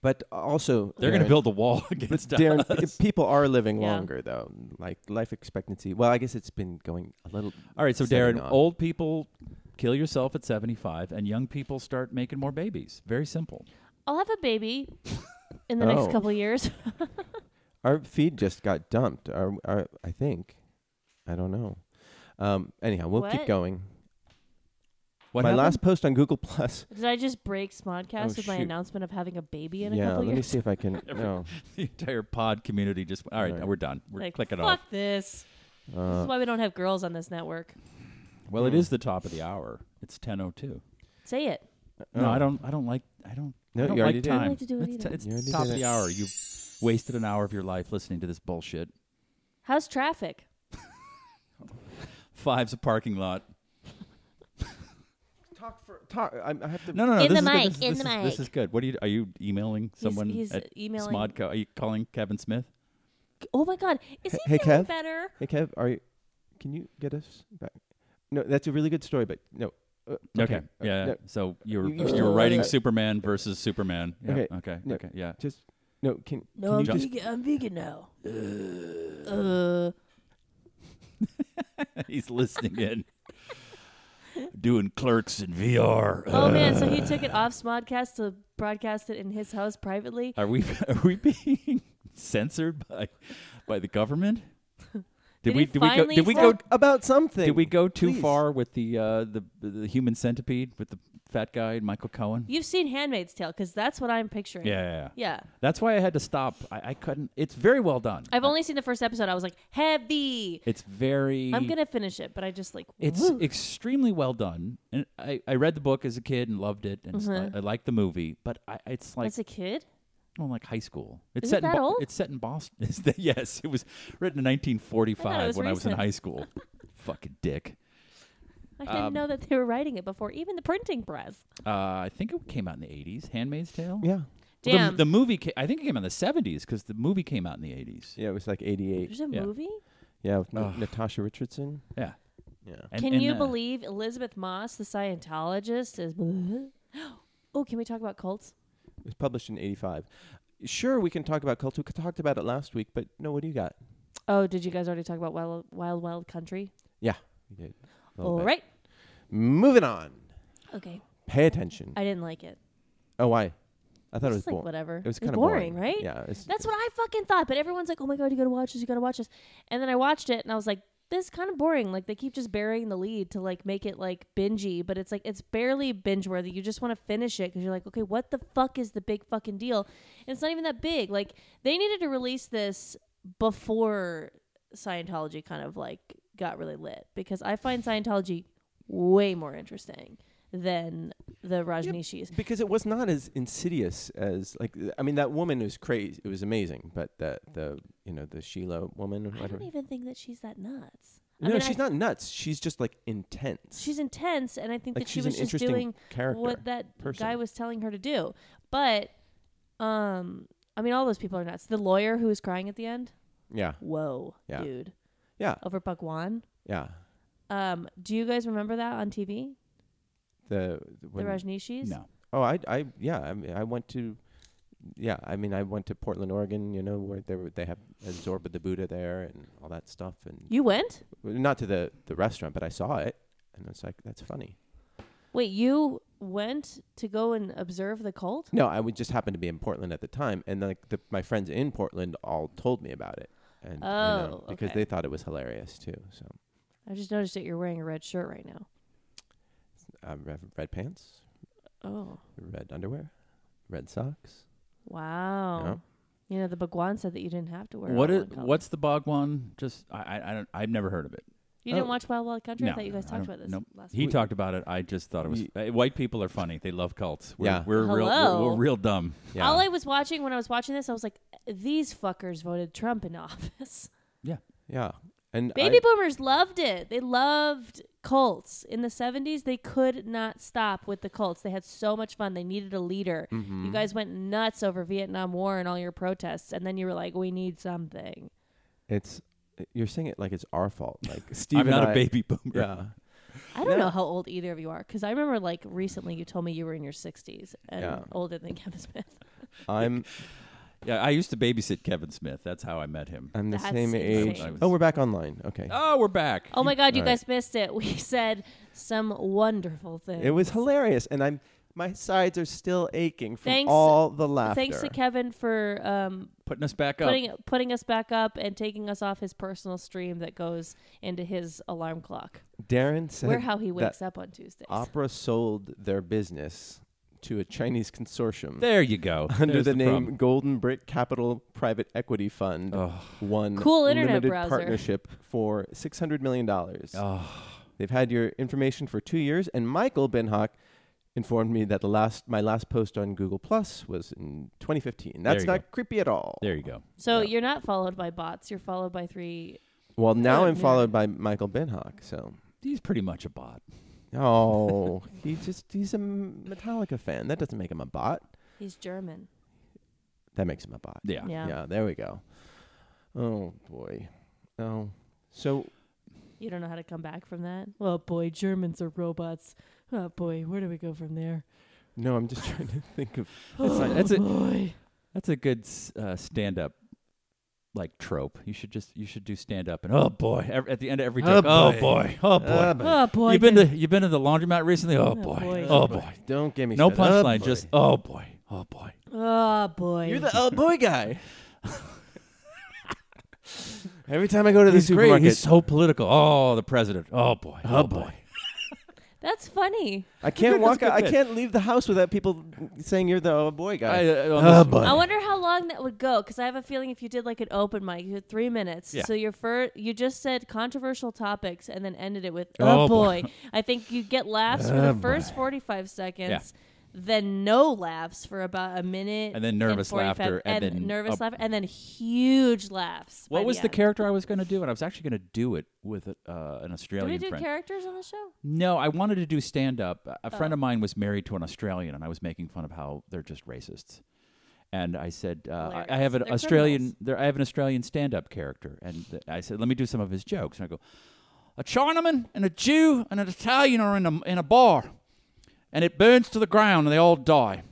B: But also, uh,
C: They're going to
B: Aaron,
C: build a wall (laughs) against
B: Darren,
C: us.
B: p-
C: (laughs)
B: people are living
D: Yeah.
B: longer though, like life expectancy. Well, I guess it's been going a little.
C: All right, so
B: setting
C: Darren,
B: off.
C: old people kill yourself at 75 and young people start making more babies. Very simple.
D: I'll have a baby in the
B: Oh.
D: next couple of years. (laughs)
B: Our feed just got dumped. Our, our, I think, I don't know. Um, anyhow, we'll keep
D: What?
B: going.
C: What
B: My
C: happened?
B: last post on Google
D: (laughs)
B: Plus.
D: Did I just break Smodcast
B: Oh,
D: with my
B: shoot.
D: announcement of having a baby in a
B: Yeah,
D: couple
B: let
D: of
B: me
D: years?
B: see if I can.
C: (laughs) Every-
B: no,
C: the entire pod community just All right,
B: Right.
C: we're done. We're
D: like,
C: clicking
D: fuck
C: off.
D: this. this
B: uh,
D: is why we don't have girls on this network.
C: Well, it is the top of the hour. It's 10:02.
D: Say it.
C: No, I
B: oh.
C: don't I don't like I don't
B: No,
C: I don't
B: you already
C: like
B: did.
C: time.
D: I don't like to do it
C: It's,
D: either.
C: t- it's
B: You already
C: top
B: did
C: of the
B: it.
C: hour. You've wasted an hour of your life listening to this bullshit.
D: How's traffic?
C: Five's a parking lot.
B: Talk for talk. I, I have to.
C: No, no, no.
D: In
C: this
D: the
C: is good.
D: mic,
C: This,
D: in
C: this
D: the
C: is, This is
D: mic.
C: good. What are you? Are you emailing someone
D: he's
C: at
D: emailing.
C: Smodco? Are you calling Kevin Smith?
D: Oh my god, is he
B: Hey,
D: feeling
B: Kev?
D: better?
B: Hey Kev, are you? Can you get us back? No, that's a really good story, but no. Uh,
C: Okay.
B: Uh,
C: Yeah.
B: no,
C: So you were
B: You- you
C: you were
B: still-
C: writing
B: uh,
C: Superman versus Superman. Yeah,
B: Okay.
C: Okay.
B: No.
C: Okay. Yeah.
B: just no. Can
D: No, I'm
C: you just-
D: vegan. I'm vegan now. uh,
C: (laughs) He's listening in. Doing clerks in
B: Uh,
C: VR.
D: oh man, so he took it off Smodcast to broadcast it in his house privately.
C: Are we are we being censored by by the government?
D: Did
C: we
D: he
C: did we go
D: finally
C: did we go
B: talk about something.
C: did we go too
B: please.
C: far with the uh, the the human centipede with the fat guy and Michael Cohen?
D: You've seen Handmaid's Tale because that's what I'm picturing.
C: Yeah, yeah, yeah.
D: Yeah.
C: That's why I had to stop. I, I couldn't. It's very well done.
D: I've only seen the first episode. I was like, heavy.
C: It's very.
D: I'm gonna finish it, but I just like
C: It's
D: woo.
C: extremely well done, and I, I read the book as a kid and loved it, and it's li-
D: Mm-hmm.
C: I, liked the movie. But I, it's like
D: as a kid.
C: well, like high school. It's
D: Is it
C: set in
D: that
C: Bo-
D: old?
C: It's set in Boston. (laughs) Is that- yes, it was written in 1945
D: I thought it was
C: when I was in
D: recent.
C: high school. (laughs) Fucking dick.
D: I didn't
C: Um,
D: know that they were writing it before even the printing press.
C: Uh, I think it came out in the 80s. Handmaid's Tale.
B: Yeah.
C: Well, the-
D: Damn.
C: The, movie. Ca- I think it came out in the 70s because the movie came out in the 80s.
B: Yeah, it was like 88.
D: There's a
C: yeah.
D: movie.
B: Yeah, with N-
C: Ugh.
B: Natasha Richardson.
C: Yeah.
B: Yeah.
C: And-
D: Can
C: and,
D: you
C: uh,
D: believe Elizabeth Moss, the Scientologist, is? (gasps) Oh, can we talk about cults?
B: It was published in 85. Sure, we can talk about cults. We talked about it last week, but no, what do you got?
D: Oh, did you guys already talk about Wild Wild, wild Country?
B: Yeah, we did. a little
D: All
B: bit.
D: right.
B: Moving on.
D: Okay.
B: Pay attention.
D: I didn't like it.
B: oh, why? I thought it was
D: It's like
B: boring.
D: whatever.
B: It was
D: It's
B: kind of
D: boring, right?
B: Yeah. It's,
D: That's what I fucking thought. But everyone's like, "Oh my god, you gotta watch this. You gotta watch this." And then I watched it, and I was like, "This is kind of boring. Like they keep just burying the lead to like make it like bingey, but it's like it's barely binge worthy. You just want to finish it because you're like, okay, what the fuck is the big fucking deal? And it's not even that big. Like they needed to release this before Scientology kind of like got really lit because I find Scientology way more interesting than the
B: (laughs)
D: Rajneeshis.
B: because it was not as insidious as like th- I mean that woman was crazy. It was amazing, but the the you know the Sheila woman. or
D: I
B: whatever.
D: don't even think that she's that nuts. I
B: no,
D: mean, I
B: she's not nuts. She's just like intense.
D: she's intense and i think
B: like
D: that she
B: she's
D: was
B: an
D: just
B: interesting
D: doing
B: character.
D: what that
B: person.
D: guy was telling her to do but um i mean all those people are nuts the lawyer who was crying at the end
B: yeah,
D: whoa
B: Yeah.
D: dude
B: yeah,
D: over buck Juan.
B: yeah.
D: um do you guys remember that on tv
B: The, the, when-
D: the rajneeshis
C: No.
B: Oh, I, I, yeah. I mean, I went to, yeah. I mean, I went to Portland, Oregon. You know, where they were, they have Zorba the Buddha there and all that stuff. And
D: you went
B: not to the the restaurant, but I saw it, and it's like that's funny.
D: wait you went to go and observe the cult
B: No, I would just happen to be in Portland at the time, and like the, my friends in Portland all told me about it, and you know,
D: Oh,
B: because
D: okay.
B: they thought it was hilarious too. So,
D: i just noticed that you're wearing a red shirt right now
B: um, red, red pants,
D: oh
B: red underwear, red socks.
D: wow
B: Yeah.
D: you know the bagwan said that you didn't have to wear
C: What
D: all
C: is
D: one color.
C: what's the Bogwan? Just I, I I don't I've never heard of it.
D: you didn't
B: Oh.
D: watch wild wild country i
C: No,
D: thought you guys
C: I
D: talked
C: don't-
D: about this
C: nope.
D: last
C: He
D: week
C: talked about it. I just thought it was uh, white people are funny. They love cults. We're,
B: Yeah.
C: we're real we're, we're
D: Hello.
C: real dumb. (laughs)
B: Yeah.
D: All I was watching when I was watching this, I was like, these fuckers voted Trump into (laughs) office.
B: yeah. And
D: Baby
B: I,
D: boomers loved it. They loved cults. In the 70s, they could not stop with the cults. They had so much fun. They needed a leader.
B: Mm-hmm.
D: You guys went nuts over Vietnam War and all your protests. And then you were like, we need something.
B: it's you're saying it like it's our fault.
D: (laughs)
B: Like Steve
C: I'm not
B: a
C: a baby boomer.
B: Yeah.
D: I don't
B: No.
D: know how old either of you are because I remember like recently you told me you were in your 60s and
B: Yeah.
D: older than Kevin Smith.
B: I'm
C: Yeah, I used to babysit Kevin Smith. That's how I met him.
B: I'm the
D: That's
B: same age.
D: insane.
B: Oh, we're back online. Okay.
C: Oh, we're back.
D: Oh my God, you
B: All right.
D: guys missed it. We said some wonderful things.
B: It was hilarious, and I'm my sides are still aching from
D: Thanks-
B: all the laughter.
D: Thanks to Kevin for um,
C: Putting us back up.
D: putting putting us back up and taking us off his personal stream that goes into his alarm clock.
B: Darren said
D: We're how he
B: that
D: wakes up on Tuesdays.
B: Opera sold their business to a Chinese consortium
C: There you (laughs) go.
B: under
C: There's
B: the, name
C: problem.
B: Golden Brick Capital Private Equity Fund.
C: Ugh.
B: One
D: Cool internet
B: limited
D: browser.
B: partnership for six hundred million dollars.
C: Oh,
B: They've had your information for two years, and Michael Benhock informed me that the last my last post on Google Plus was in 2015.
C: There
B: That's
C: you
B: not
C: go.
B: creepy at all.
C: there you go.
D: So
B: Yeah.
D: you're not followed by bots. You're followed by three.
B: Well, now
D: Yeah,
B: I'm
D: yeah.
B: followed by Michael Benhock. So,
C: He's pretty much a bot.
B: oh, he just he's a Metallica fan. That doesn't make him a bot.
D: He's German.
B: That makes him a bot.
C: Yeah.
D: Yeah.
B: Ah, yeah there we go. Oh boy. Oh. So
D: You don't know how to come back from that. Oh boy, Germans are robots. Oh boy, where do we go from there?
B: no, I'm just (laughs) trying to think of
C: That's, not, that's
D: (laughs)
C: a
D: Boy.
C: that's a good s- uh, stand up like trope. You should just you should do stand up and oh boy ev- at the end of every
B: Oh,
C: joke. Oh
B: boy.
C: boy. Oh boy.
B: Uh,
D: Oh boy.
C: you've been to you've been to the laundromat recently. Oh,
D: Oh,
C: boy.
D: boy.
C: Oh boy.
B: don't get me
C: No
B: started. Oh,
C: punchline.
B: boy.
C: just oh boy. Oh boy.
D: oh boy.
B: You're the oh boy guy. (laughs) Every time I go to the
C: He's great.
B: supermarket,
C: He's so political. Oh, the president. Oh boy. Oh, boy.
D: That's funny.
B: I can't
C: good-
B: walk. out,
C: that's a
B: I
C: good bit.
B: can't leave the house without people saying you're the oh boy guy.
C: I, uh, on
B: Oh,
C: this-
B: boy.
D: I wonder how long that would go because I have a feeling if you did like an open mic, you had three minutes.
C: Yeah.
D: So your fir- you just said controversial topics and then ended it with
C: Oh,
D: "Oh,
C: boy." Oh,
D: boy." I think you get laughs for the first forty-five seconds, then no laughs for about a minute,
C: And then nervous
D: 45
C: laughter, and then
D: nervous
C: up-
D: laughter, and then huge laughs. by
C: What was the,
D: end.
C: character I was going to do? And I was actually going to do it with a, uh, an
D: Did
C: Australian
D: we do
C: friend.
D: characters on the show?
C: no, I wanted to do stand up. A
D: Oh.
C: friend of mine was married to an Australian, and I was making fun of how they're just racists. And I said, uh, I- I
D: Hilarious.
C: have an
D: They're
C: Australian,
D: criminals.
C: there, I have an Australian stand-up character, and th- I said, let me do some of his jokes. And I go, a Chinaman and a Jew and an Italian are in a in a bar, and it burns to the ground, and they all die.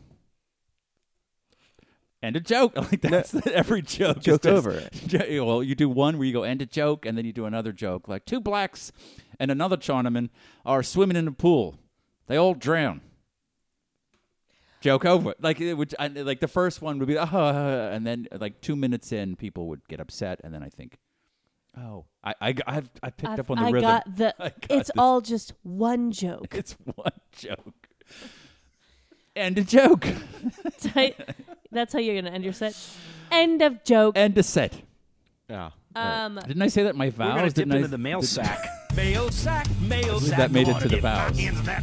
C: And a joke, (laughs) like that's every joke. is
B: Joke
C: just-
B: over.
C: (laughs) Jo- well, you do one where you go end a joke, and then you do another joke. Like two blacks and another Chinaman are swimming in a pool. They all drown. Joke over. Like it would, I, like the first one would be, uh, and then like two minutes in, people would get upset, and then I think, oh, I I I've, I picked
D: I've-
C: up on the
D: I
C: rhythm.
D: got the.
C: I got
D: it's
C: this.
D: all just one joke.
C: (laughs)
D: (laughs)
C: It's one joke. End a joke.
D: That's how you're gonna end your set. End of joke.
C: End a set.
B: yeah.
D: Um,
C: Didn't I say that in my
E: We're gonna
C: vows?
E: dip
C: Didn't I-
E: into the mail
C: did- (laughs)
E: sack. mail sack, mail
C: sack. that made it to the vows.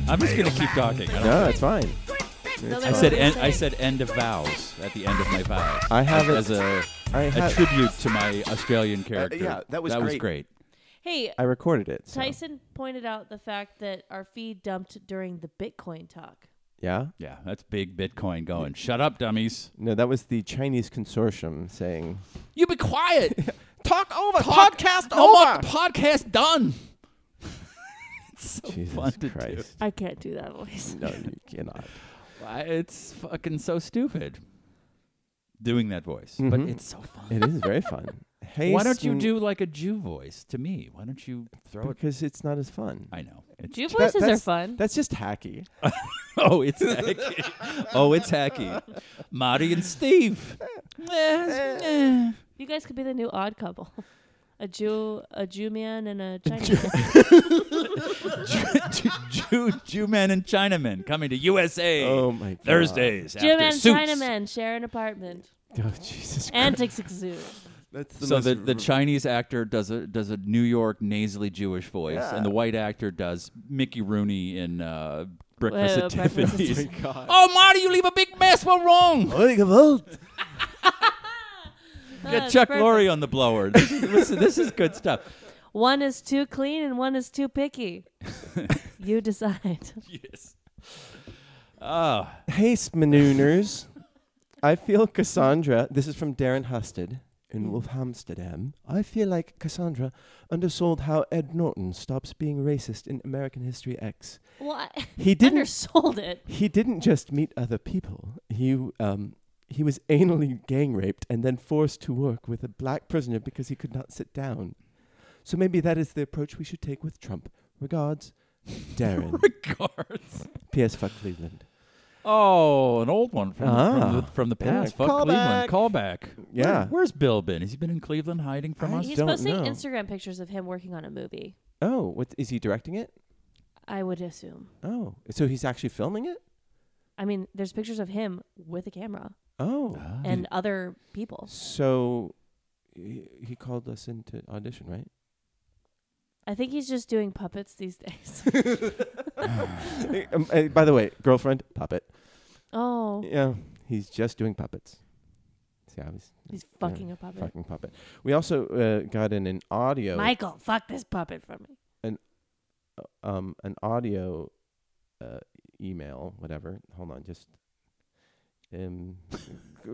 C: I'm just gonna keep talking. I don't
B: No, it's fine.
D: no
B: I
D: matter
C: I said
D: what
C: end,
D: you
C: I
D: say.
C: said end of vows at the end of my vows.
B: I have
C: as,
B: it-
C: as a,
B: I
C: a
B: have-
C: tribute to my Australian character.
A: yeah, that was
C: that was
A: great.
C: great.
D: Hey,
B: I recorded it. so-
D: Tyson pointed out the fact that our feed dumped during the Bitcoin talk.
B: Yeah.
C: Yeah, that's big Bitcoin going. Shut up, dummies!
B: No, that was the Chinese consortium saying
C: You be quiet.
B: talk over
C: podcast no more podcast done. it's so
B: Jesus
C: fun to do.
B: Christ.
D: I can't do that voice.
B: No, you cannot.
C: Why, It's fucking so stupid. Doing that voice, but
B: Mhm.
C: it's so fun.
B: It is very fun. Hey,
C: (laughs) Why don't you do like a Jew voice to me? Why don't you throw it?
B: Because it's not as fun.
C: I know. It's (laughs)
D: Jew
B: That-
D: voices are
B: that's-
D: fun.
B: That's just hacky.
C: Oh, it's hacky. oh, it's hacky. Marty and Steve. Eh, eh.
D: You guys could be the new odd couple. (laughs) A Jew, a Jew man, and a Chinese. man.
C: Jew, Jew, Jew man and Chinaman coming to USA
B: Oh my god.
C: Thursdays
D: Jew
C: after
D: man,
C: Suits.
D: Chinaman share an apartment.
B: Oh Jesus.
D: Antics exude.
B: That's the
C: So
B: most
C: the, the Chinese actor does a does a New York nasally Jewish voice, and the white actor does Mickey Rooney in uh, Breakfast
D: Whoa,
C: at
D: Breakfast
B: (laughs)
D: at
C: Tiffany's.
D: Tiffany's.
B: god.
C: (laughs) Oh, Marty, you leave a big mess. We're wrong. Got
D: That's
C: Chuck
D: perfect.
C: Lorre on the blower. This is, listen, this is
B: (laughs)
C: good stuff.
D: One is too clean and one is too picky. you decide.
C: Yes. Ah.
B: Hey, Smanooners. I feel Cassandra. This is from Darren Husted in Wolfhamsterdam. I feel like Cassandra undersold how Ed Norton stops being racist in American History X.
D: (laughs) Well, I
B: He didn't.
D: undersold it.
B: he didn't just meet other people. He um, he was anally gang raped and then forced to work with a black prisoner because he could not sit down. So maybe that is the approach we should take with Trump. Regards, Darren.
C: Regards.
B: P.S. Fuck Cleveland.
C: Oh, an old one from, the, from, the,
B: Ah.
C: from the
B: Yeah,
C: past. Fuck Cleveland.
B: callback.
C: Callback.
B: Yeah.
C: Where- where's Bill been? Has he been in Cleveland hiding from
B: I-
C: us?
D: He's
B: don't
D: posting
B: know.
D: Instagram pictures of him working on a movie.
B: Oh, what is he directing it?
D: I would assume.
B: Oh, so he's actually filming it?
D: I mean, there's pictures of him with a camera
B: Oh,
C: Ah.
D: and other people.
B: so he, he called us in to audition, right? (laughs)
D: I think he's just doing puppets these days.
B: (laughs) Um, uh, by the way, girlfriend, puppet.
D: oh,
B: Yeah, he's just doing puppets. See, I was
D: he's fucking a puppet.
B: fucking puppet. We also uh, got in an audio,
D: Michael, fuck this puppet from me.
B: um, an audio uh, email, whatever. Hold on, just um, g-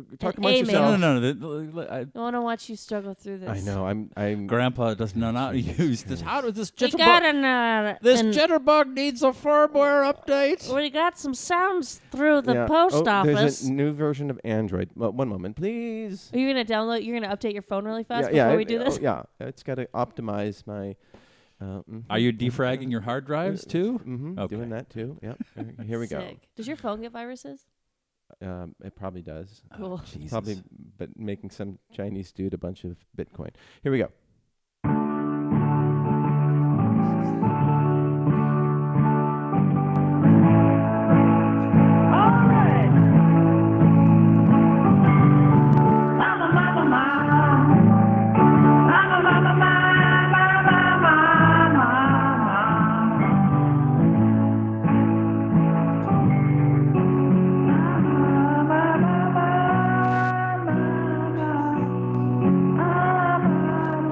B: g- talk
D: An
B: amongst
D: email.
B: yourselves.
C: No, no, no. the- the- the- I-
D: I want to watch you struggle through this.
B: I know. I'm. I'm.
C: Grandpa does not not use this. How does this
D: We
C: jitterbug?
D: got an, uh,
C: this
D: an-
C: jitterbug needs a firmware update.
D: we got some sounds through the
B: yeah.
D: post
B: oh,
D: office.
B: There's a new version of Android. Well, one moment, please.
D: Are you gonna download? You're gonna update your phone really fast
B: yeah,
D: before
B: yeah,
D: we
B: I-
D: do
B: oh,
D: this.
B: yeah, it's got to optimize my. Uh,
C: Are you defragging your hard drives too?
B: Mm-hmm,
C: Okay.
B: Doing that too. Yep. Here- Here we go.
D: Sick. Does your phone get viruses?
B: Um, it probably does.
D: Cool.
C: Jesus.
B: Probably, but making some Chinese dude a bunch of Bitcoin. Here we go.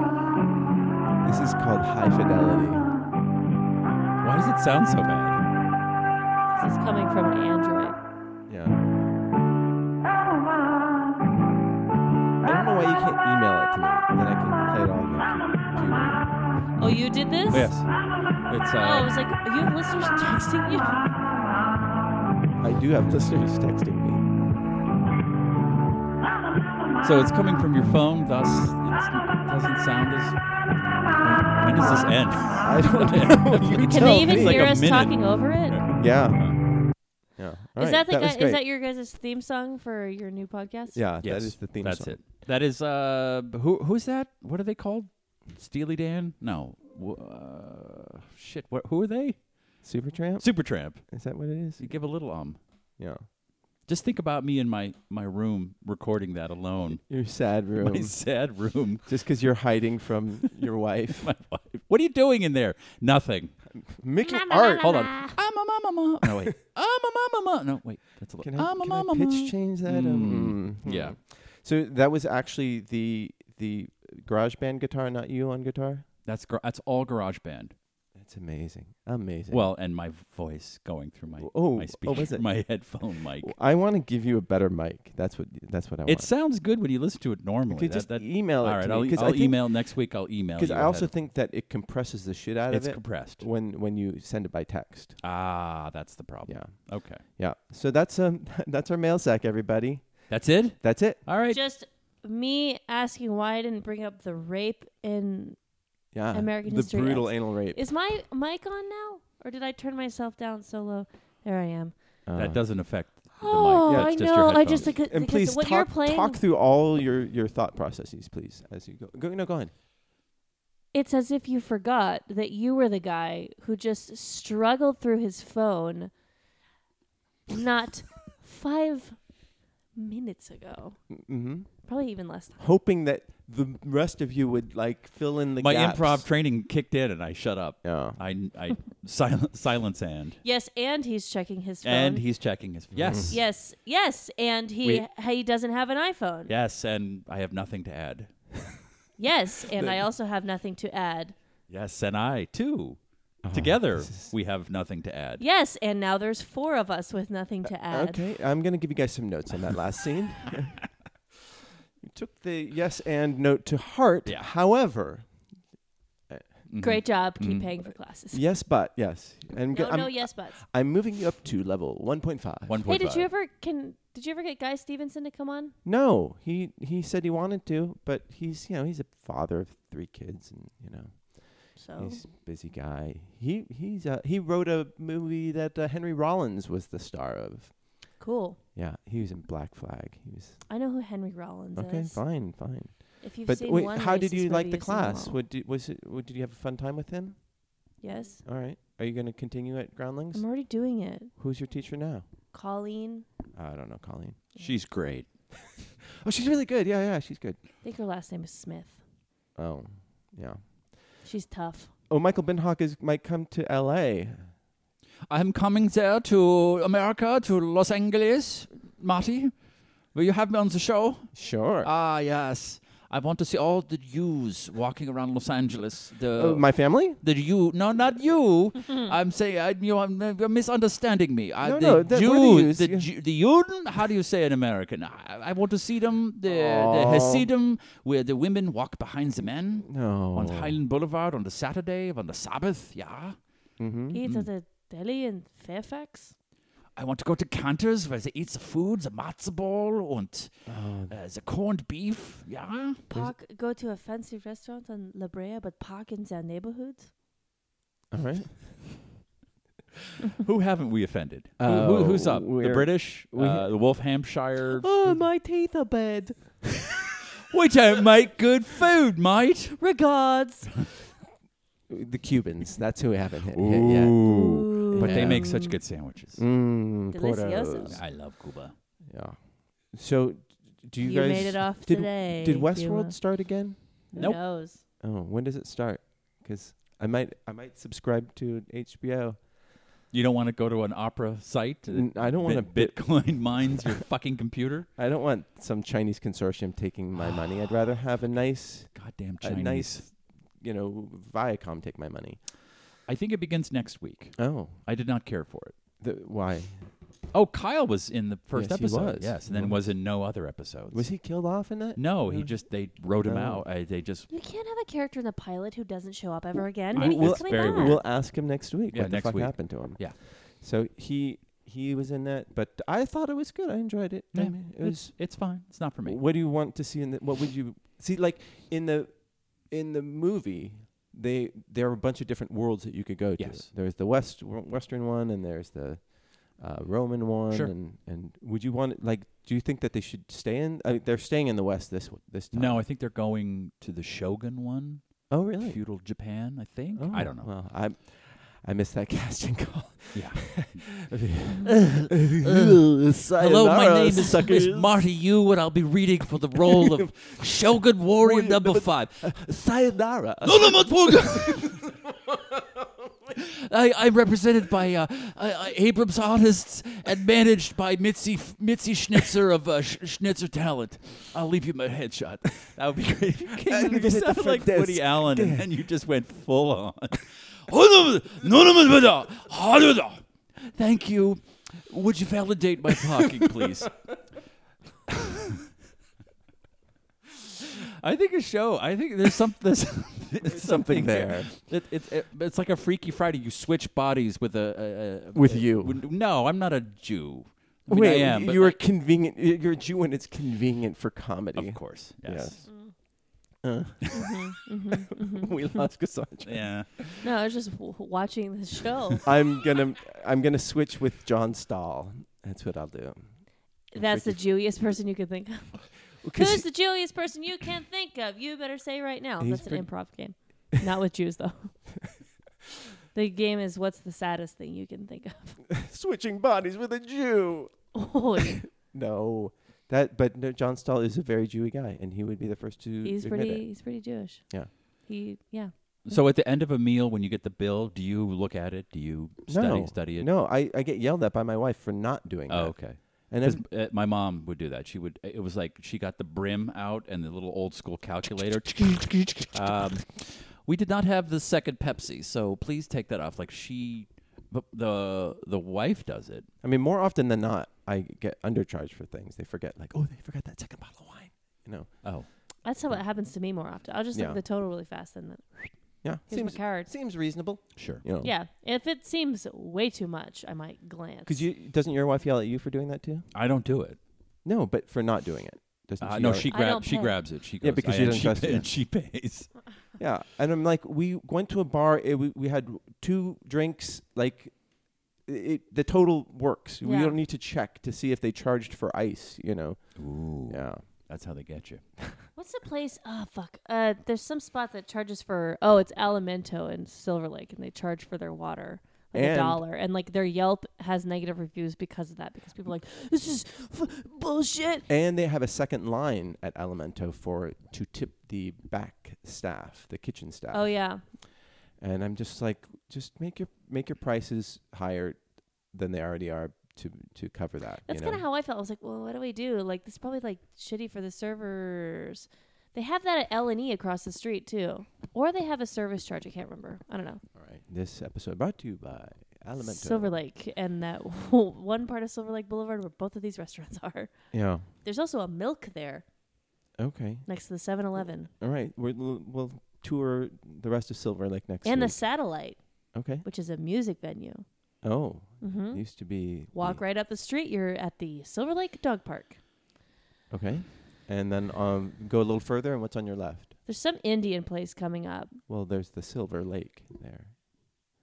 B: This is called high fidelity.
C: Why does it sound so bad?
D: This is coming from an Android.
B: Yeah. I don't know why you can't email it to me. Then I can play it on the computer.
D: Oh, you did this?
C: Yes. It's
D: Oh, I was
C: uh.
D: like, you have listeners texting you.
B: I do have (laughs) listeners texting me.
C: So it's coming from your phone. Thus, it's, it doesn't sound as. When, when does this end?
B: I
C: (laughs)
B: don't know. You
D: Can
B: tell
D: they even
B: me.
C: like
D: hear
C: a
D: us
C: minute.
D: talking over it? Is
B: Yeah.
C: Uh,
B: Yeah. All right.
D: that the
B: was
D: guy,
B: great.
D: is that your guys' theme song for your new podcast?
B: Yeah, that
C: Yes,
B: is the theme
C: That's
B: song.
C: it. That is uh. Who who's that? What are they called? Steely Dan? No. Wh- Uh, shit. What? Who are they?
B: Supertramp?
C: Supertramp.
B: Is that what it is?
C: You give a little um.
B: Yeah.
C: Just think about me in my my room recording that alone.
B: Your sad room.
C: (laughs) My sad room. (laughs)
B: Just because you're hiding from your wife.
C: My wife. What are you doing in there? Nothing.
B: Making art.
C: Hold on.
D: Ah,
C: I'm a mama mama. No wait. I'm a mama mama. No wait. That's a little.
B: (laughs) Can I,
C: Ah, I'm a
B: can
C: mama
B: I
C: mama. Mm-hmm.
B: pitch change that? Um, hmm.
C: Yeah.
B: So that was actually the the garage band guitar, not you on guitar?
C: That's gar- that's all Garage Band.
B: That's amazing. Amazing.
C: Well, and my voice going through my
B: Oh,
C: my
B: oh,
C: speaker,
B: was it?
C: (laughs) my headphone mic.
B: I want to give you a better mic. That's what that's what I
C: It
B: want.
C: sounds good when you listen to it normally.
B: Okay,
C: That-
B: just
C: that-
B: email it
C: All right,
B: to
C: I'll,
B: me,
C: e,
B: 'cause I
C: I'll
B: think-
C: email next week. I'll email
B: Because
C: you.
B: I
C: a
B: also
C: head-
B: think that it compresses the shit out
C: it's
B: of it
C: compressed.
B: when when you send it by text.
C: Ah, that's the problem.
B: Yeah.
C: Okay,
B: Yeah. So that's um (laughs) that's our mail sack, everybody.
C: that's it.
B: That's it.
C: All right.
D: Just me asking why I didn't bring up the rape in.
B: Yeah.
D: American
B: the
D: History
B: brutal
D: X.
B: anal rape.
D: Is my mic on now? Or did I turn myself down so low? There I am.
B: Uh,
C: that doesn't affect the
D: Oh,
C: mic.
B: Yeah,
D: I
C: it's just your
D: know. I
C: headphones.
D: just because,
B: and
D: because
B: please
D: what
B: talk,
D: you're playing,
B: talk through all your, your thought processes, please, as you go. go no, go on.
D: it's as if you forgot that you were the guy who just struggled through his phone not five minutes ago.
B: Mm-hmm.
D: Probably even less time.
B: Hoping that the rest of you would like fill in the
C: my
B: gaps.
C: improv training kicked in, and I shut up.
B: Yeah.
C: I I (laughs) silence silence and
D: Yes, and he's checking his phone.
C: and he's checking his yes
D: yes, yes, and he
C: We-
D: he doesn't have an iPhone.
C: yes, and I have nothing to add.
D: Yes, and I also have nothing to add.
C: Yes, and I too.
B: Oh,
C: Together, we have nothing to add.
D: Yes, and now there's four of us with nothing to add.
B: Okay, I'm gonna give you guys some notes on that last scene. (laughs) you took the yes and note to heart.
C: Yeah.
B: However,
D: Great job. Keep
C: Mhm.
B: Mm-hmm.
D: paying for classes.
B: Yes, but yes. And
D: No,
B: I'm,
D: no, yes, buts.
B: I'm moving you up to level 1.5.
C: One
D: Hey,
C: point
D: did you ever can? Did you ever get Guy Stevenson to come on?
B: No, he he said he wanted to, but he's you know he's a father of three kids, and you know
D: So
B: he's a busy guy. He he's uh, he wrote a movie that uh, Henry Rollins was the star of.
D: cool.
B: Yeah, he was in Black Flag. He was
D: I know who Henry Rollins
B: okay,
D: is.
B: fine, fine.
D: If you've
B: but
D: seen
B: wait,
D: one
B: how did
D: racist
B: you like
D: movie,
B: the
D: you've seen them
B: class?
D: all.
B: What did, was it? What, did you have a fun time with him?
D: yes,
B: All right. Are you going to continue at Groundlings?
D: I'm already doing it.
B: Who's your teacher now?
D: Colleen,
B: I don't know, Colleen.
C: She's great.
B: Oh, she's really good. Yeah, yeah, she's good.
D: I think her last name is Smith.
B: Oh, yeah.
D: She's tough.
B: Oh, Michael Binhock is might come to L.A.
C: I'm coming there to America, to Los Angeles. Marty, will you have me on the show?
B: Sure.
C: Ah, yes. I want to see all the Jews walking around Los Angeles. The
B: Oh, my family?
C: the you no not you
D: (laughs)
C: i'm saying I, you I'm, you're misunderstanding me I,
B: No,
C: the
B: no, that- we're the
C: Jews,
B: Jews,
C: the,
B: yeah.
C: Ju- the Juden how do you say in american i, I want to see them the, the
B: Oh.
C: hasidim where the women walk behind the men
B: No.
C: on highland boulevard on the saturday on the sabbath yeah
B: Mm-hmm.
D: Eat at a deli in Fairfax.
C: I want to go to Cantor's where they eat the food, the matzo ball and
B: Oh,
C: uh, the corned beef. Yeah.
D: Park, go to a fancy restaurant on La Brea, but park in their neighborhoods.
B: all right.
C: Who haven't we offended?
B: Who- who- who's
C: who's
B: Oh,
C: up?
B: up? The
C: The
B: we're-
C: British?
B: uh,
C: the Wolfhamshire?
B: Oh, my teeth are bad.
C: (laughs) We don't make good food, mate.
D: Regards.
B: The Cubans. That's who we haven't hit. hit yet.
C: Ooh. But they
B: Yeah.
C: make such good sandwiches.
B: Mm,
D: Delicioso.
B: Portos.
C: I love Cuba.
B: Yeah. So, do you,
D: You
B: guys
D: made it off
B: did-
D: today.
B: Did
D: you
B: Westworld
D: know.
B: start again?
D: Who
C: Nope.
D: knows?
B: Oh, when does it start? Because I might I might subscribe to HBO.
C: You don't want to go to an opera site? that
B: N- I don't want to
C: bit- Bitcoin (laughs) mines your fucking computer.
B: I don't want some Chinese consortium taking my money. I'd rather have a nice
C: Goddamn
B: a
C: Chinese.
B: nice you know Viacom take my money.
C: I think it begins next week.
B: Oh,
C: I did not care for it.
B: the, why
C: Oh, Kyle was in the first
B: Yes, he
C: episode.
B: was.
C: Yes, and then
B: Mhm.
C: was in no other episodes.
B: was he killed off in that?
C: No, he
B: Yeah.
C: just they wrote him
B: Oh.
C: out. I, they just
D: You can't have a character in the pilot who doesn't show up ever again.
C: I-
D: Maybe
C: Well,
D: he's coming
C: very
D: back.
C: weird.
B: We'll ask him next week.
C: Yeah,
B: what
C: next
B: the fuck
C: week.
B: happened to him?
C: Yeah.
B: So he he was in that, but I thought it was good. I enjoyed it. I
C: Yeah,
B: mean, it
C: it's,
B: was.
C: it's fine. It's not for me.
B: What do you want to see in the? What would you see? Like in the in the movie, they there are a bunch of different worlds that you could go
C: Yes.
B: to. There's the west western one, and there's the uh, Roman one,
C: Sure.
B: and and would you want like? Do you think that they should stay in? I mean, they're staying in the west this this time.
C: No, I think they're going to the Shogun one,
B: Oh really?
C: feudal Japan. I think.
B: Oh,
C: I don't know.
B: Well, I I missed that (laughs) casting call.
C: Yeah.
B: Hello, (laughs)
C: Hello, my name is, is Marty Yu, and I'll be reading for the role
B: (laughs)
C: of Shogun Warrior
B: Warrior
C: Number
B: number-
C: Five.
B: (laughs) Sayonara.
C: (laughs) No, no, not Shogun. (laughs) I, I'm represented by uh, uh, Abrams Artists and managed by Mitzi Mitzi Schnitzer of uh, Sch- Schnitzer Talent. I'll leave you my headshot. That would be
B: (laughs)
C: great. You,
B: And
C: came,
B: you
C: you
B: just hit the
C: sounded like
B: front
C: Woody
B: desk.
C: Allen, and then you just went full on. (laughs) No, no, no, no, no, no, no. Thank you. Would you validate my parking,
B: (laughs)
C: please? I think a show. I think there's some there's, there's
B: something there.
C: It, it, it, it's like a Freaky Friday. You switch bodies with a, a, a
B: With
C: a-
B: you.
C: w- No, I'm not a Jew. I mean,
B: Wait,
C: I am. but
B: you were
C: like-
B: convenient. y- You're a Jew when it's convenient for comedy.
C: of course.
B: Yes.
C: Yes. (laughs)
B: Uh. (laughs) we lost Cassandra.
C: Yeah.
D: Mm-hmm, No, I was just w- watching
B: (laughs)
D: the show.
B: I'm gonna I'm gonna switch with John Stahl. That's what I'll do.
D: That's the Jewiest person you could think
B: (laughs)
D: of. Who's the Jewiest person you can think of? You better say right now.
B: He's
D: That's
B: pretty-
D: an improv
B: (laughs)
D: game. Not with Jews, though. the game is what's the saddest thing you can think
B: switching bodies with a Jew.
D: of? Oh,
B: (laughs) No, that but no, John Stahl is a very Jewy guy, and he would be the first to
D: he's
B: admit
D: pretty.
B: it.
D: He's pretty Jewish.
B: Yeah.
D: He. Yeah.
C: So at the end of a meal, when you get the bill, do you look at it? Do you study
B: no,
C: study it?
B: No, I, I get yelled at by my wife for not doing
C: Oh,
B: that.
C: okay.
B: And
C: Because
B: then,
C: uh, my mom would do that. She would. uh, It was like she got the brim out and the little old school calculator. um, we did not have the second Pepsi, so please take that off. Like she, but the the wife does it.
B: I mean, more often than not, I get undercharged for things. They forget, like, oh, they forgot that second bottle of wine. You know,
C: Oh,
D: That's how it happens to me more often. I'll just look
B: Yeah.
D: at the total really fast and then
B: Yeah,
D: Here's my
B: seems
D: card.
B: seems reasonable.
C: Sure.
B: You know,
D: Yeah. If it seems way too much, I might glance.
B: Because you doesn't your wife yell at you for doing that too?
C: I don't do it.
B: No, but for not doing it. Doesn't
C: Uh,
B: she
C: no,
B: yell at-
C: she
D: I
C: grabs.
D: don't
C: She
D: pay.
C: grabs it. She goes.
B: Yeah, because
C: "I
B: she
C: am,"
B: doesn't trust
C: pay-
B: you.
C: and she pays.
B: Yeah, and I'm like, we went to a bar. It, we we had two drinks. Like, it, it- the total works. We
D: Yeah.
B: don't need to check to see if they charged for ice. You know.
C: Ooh,
B: Yeah.
C: that's how they get you.
D: What's the place? Oh fuck. Uh, there's some spot that charges for. Oh, it's Alimento in Silver Lake, and they charge for their water. Like a
B: And-
D: dollar, and like their Yelp has negative reviews because of that. Because people are like, this is f- bullshit.
B: And they have a second line at Elemento for to tip the back staff, the kitchen staff.
D: Oh yeah,
B: And I'm just like, just make your make your prices higher than they already are to to cover that.
D: that's
B: you
D: kind
B: know?
D: of how I felt. I was like, well, what do we do? Like this is probably like shitty for the servers. They have that at L and E across the street too, or they have a service charge. I can't remember. I don't know.
B: All right. This episode brought to you by Elemento.
D: Silver Lake and that (laughs) one part of Silver Lake Boulevard where both of these (laughs) restaurants are.
B: Yeah.
D: There's also a milk there
B: Okay.
D: next to the 7-Eleven
B: All right. We're, we'll we'll tour the rest of Silver Lake next
D: and the
B: week.
D: Satellite,
B: okay.
D: which is a music venue.
B: Oh,
D: hmm
B: used to be
D: Walk
B: the-
D: right up the street, you're at the Silver Lake Dog Park.
B: Okay, and then um, go a little further, and what's on your left?
D: There's some Indian place coming up,
B: Well, there's the Silver Lake there.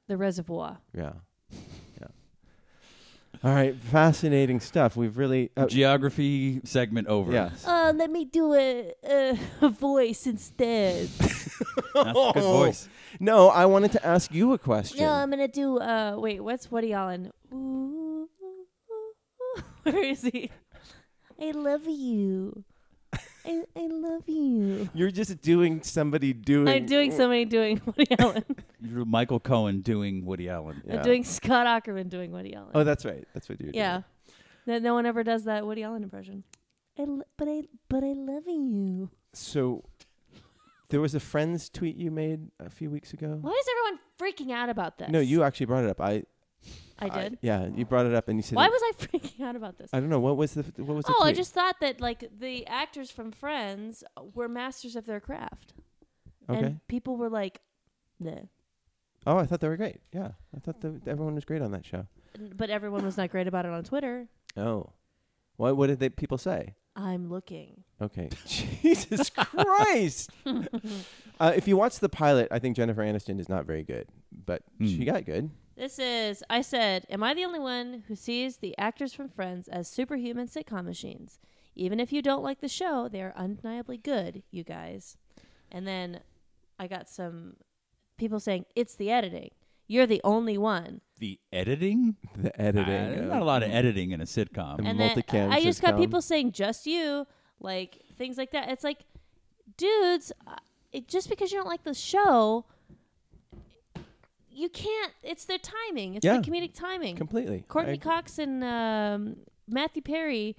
D: the Reservoir.
B: Yeah, yeah. All right, fascinating stuff. We've really uh,
C: Geography segment over.
B: yes.
D: Uh, let me do a, a, a (laughs) voice instead.
B: (laughs)
C: That's a good
B: Oh.
C: voice.
B: No, I wanted to ask you a question.
D: no, I'm gonna do. Uh, wait, what's Woody Allen? Ooh, (laughs) ooh, ooh. where is he? I love you. I, I love you.
B: You're just doing somebody doing.
D: I'm doing somebody doing (laughs) Woody Allen.
C: You're Michael Cohen doing Woody Allen.
B: Yeah.
D: I'm doing Scott Ackerman doing Woody Allen.
B: Oh, that's right. That's what you're doing.
D: yeah. No, no one ever does that Woody Allen impression. I l- but I but I love you.
B: So, there was a friends tweet you made a few weeks ago.
D: Why is everyone freaking out about this?
B: No, you actually brought it up. I
D: I did.
B: yeah, you brought it up, and you said.
D: Why was I (laughs) freaking out about this?
B: I don't know what was the f- what was the
D: oh, I
B: tweet?
D: just thought that like the actors from Friends were masters of their craft,
B: okay.
D: and people were like, "Nah,"
B: Oh, I thought they were great. Yeah, I thought the, everyone was great on that show.
D: but everyone was not great about it on Twitter.
B: Oh, what what did they people say?
D: I'm looking.
B: (laughs) Okay, Jesus
D: (laughs)
B: Christ! uh, if you watch the pilot, I think Jennifer Aniston is not very good, but she
C: Hmm.
B: got good.
D: This is, I said, Am I the only one who sees the actors from Friends as superhuman sitcom machines? Even if you don't like the show, they are undeniably good, you guys. And then I got some people saying, It's the editing. You're the only one.
C: The editing.
B: The
C: Uh,
B: editing, Mm-hmm.
C: there's
B: of-
C: not a lot of editing in a sitcom.
B: The
D: And then
B: multicam
D: I just got
B: sitcom.
D: people saying, Just you, like things like that. It's like, dudes, uh, it, just because you don't like the show, you can't. It's their timing, it's
B: Yeah.
D: the comedic timing.
B: completely.
D: Courtney
B: I-
D: Cox and um, Matthew Perry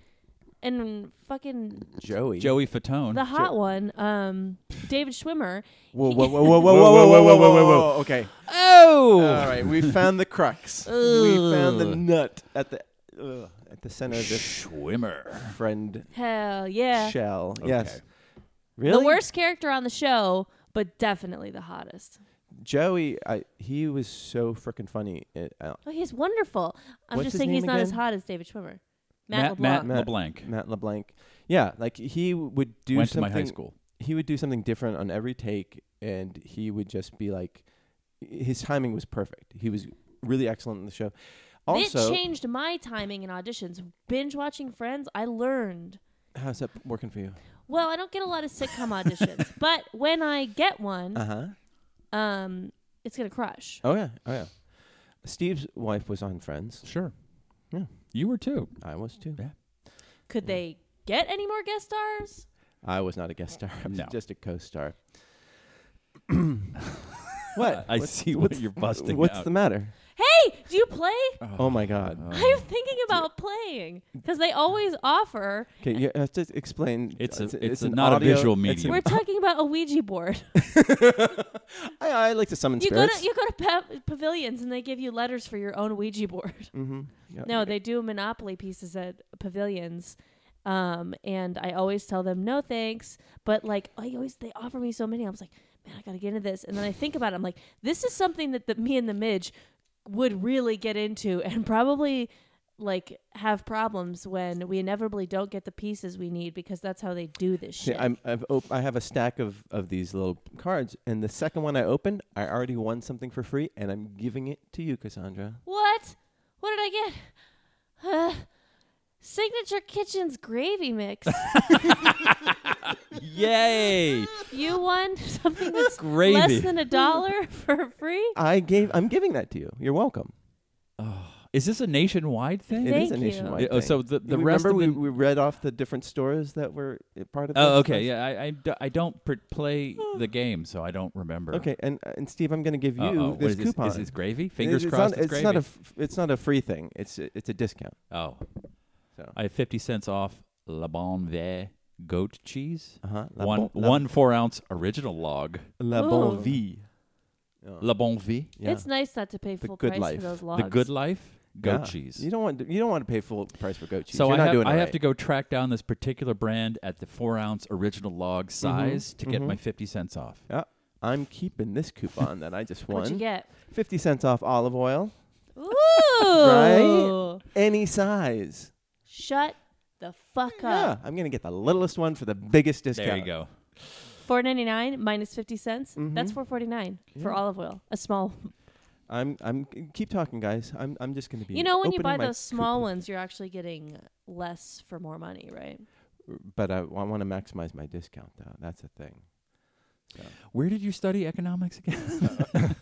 D: and fucking
B: Joey.
C: Joey Fatone.
D: the hot one, um, David Schwimmer.
B: Whoa,
D: (laughs) he-
B: whoa, whoa, whoa, whoa, whoa, whoa, whoa, whoa, whoa, whoa, whoa. Okay.
C: oh,
B: All right, we found the crux. we found the nut at the ugh, at the center of this
C: Schwimmer.
B: friend
D: Hell yeah.
B: shell.
C: Okay.
B: Yes. Really?
D: The worst character on the show, but definitely the hottest.
B: Joey, I, he was so freaking funny. It, uh,
D: Oh, he's wonderful. I'm
B: What's
D: just
B: his
D: saying he's
B: name
D: not as
B: again?
D: hot as David Schwimmer.
C: Matt
D: Matt, LeBlanc.
C: Matt LeBlanc
B: Matt LeBlanc. Yeah, like he would do
C: went to my
B: something.
C: high school.
B: He would do something different on every take, and he would just be like, his timing was perfect. He was really excellent in the show.
D: it
B: Also,
D: changed my timing in auditions. Binge watching Friends, I learned
B: how's that working for you?
D: Well, I don't get a lot of sitcom auditions,
B: (laughs)
D: but when I get one,
B: Uh huh.
D: um, it's gonna crush.
B: Oh yeah. Oh yeah. Steve's wife was on Friends.
C: Sure.
B: Yeah.
C: You were too.
B: I was too. Mm.
D: Could they get any more guest stars?
B: I was not a guest star. (laughs) I was
C: No.
B: just a
C: (coughs)
B: co-star. what?
C: I
B: Uh, What's-
C: see what
B: what's-
C: you're busting
B: What's
C: out. Uh,
B: the matter?
D: Hey, do you play?
B: Oh my God.
D: I'm thinking about playing because they always offer.
B: Okay, you have to explain.
C: It's a- it's a-
B: an
C: not a
B: audio-
C: visual
B: it's an- (laughs)
D: We're talking about a Ouija board.
B: I, I like to summon
D: You go
B: spirits.
D: to you go to pa- pavilions and they give you letters for your own Ouija board.
B: mm-hmm. yeah.
D: No, they do Monopoly pieces at pavilions. Um, and I always tell them no thanks, but like I always they offer me so many. I was like, man, I gotta get into this. And then I think about it, I'm like, this is something that the, me and the Midge would really get into (laughs) and probably like have problems when we inevitably don't get the pieces we need because that's how they do this
B: See,
D: shit.
B: I'm, I've op- I have a stack of, of these little cards, and the second one I opened, I already won something for free, and I'm giving it to you, Cassandra.
D: what? What did I get? Uh, Signature Kitchen's gravy mix.
C: Yay!
D: you won something that's
C: Gravy.
D: less
B: (laughs)
D: than a dollar for free.
B: I gave. I'm giving that to you. You're welcome.
C: Is this a nationwide thing?
B: it is a
D: Thank you.
B: nationwide.
C: Yeah, oh,
B: thing.
C: so the- the
B: We
C: rest
B: remember
C: of
B: we, we read off the different stores that were uh, part of.
C: Oh,
B: this
C: okay.
B: list?
C: Yeah, I, I, d- I don't pr- play the game, so I don't remember.
B: Hmm. Okay, and uh, and Steve, I'm going to give you
C: Uh-oh, what
B: this
C: is this?
B: coupon.
C: Is this gravy? Fingers
B: it's
C: crossed.
B: Not,
C: it's,
B: it's
C: gravy.
B: not a. f- It's not a free thing. It's a- it's a discount.
C: oh,
B: So.
C: I have fifty cents off La Bon Vie goat cheese.
B: Uh-huh. La
C: One
B: Bon- La-
C: one four ounce original log.
B: La Bon
D: Ooh.
B: Vie. Yeah.
C: Oh. La Bon Vie,
B: Yeah.
D: It's nice not to pay full
B: good
D: price
B: life.
D: for those
B: The
D: logs.
C: the good life goat
B: Yeah.
C: cheese.
B: You don't want to, you don't want to pay full price for goat cheese.
C: So
B: You're
C: I,
B: not
C: have,
B: doing it
C: I have
B: right.
C: to go track down this particular brand at the four ounce original log size to get
B: mhm.
C: my fifty cents off.
B: Yeah. I'm keeping this coupon that I just
D: (laughs) What'd you
B: won. (laughs)
D: get?
B: 50 cents off olive oil,
D: Ooh.
B: any size.
D: Shut the fuck
B: Yeah,
D: up.
B: I'm going to get the littlest one for the biggest discount.
C: There you go.
D: Four ninety nine minus fifty cents.
B: Mm-hmm.
D: That's four forty nine for olive oil. A small.
B: I'm I'm keep talking guys. I'm I'm just going to be
D: You know when you
B: opening
D: buy
B: my
D: those small
B: coupon.
D: ones, you're actually getting less for more money, right?
B: but I, want to maximize my discount though. That's the thing.
C: Where did you study economics again? (laughs)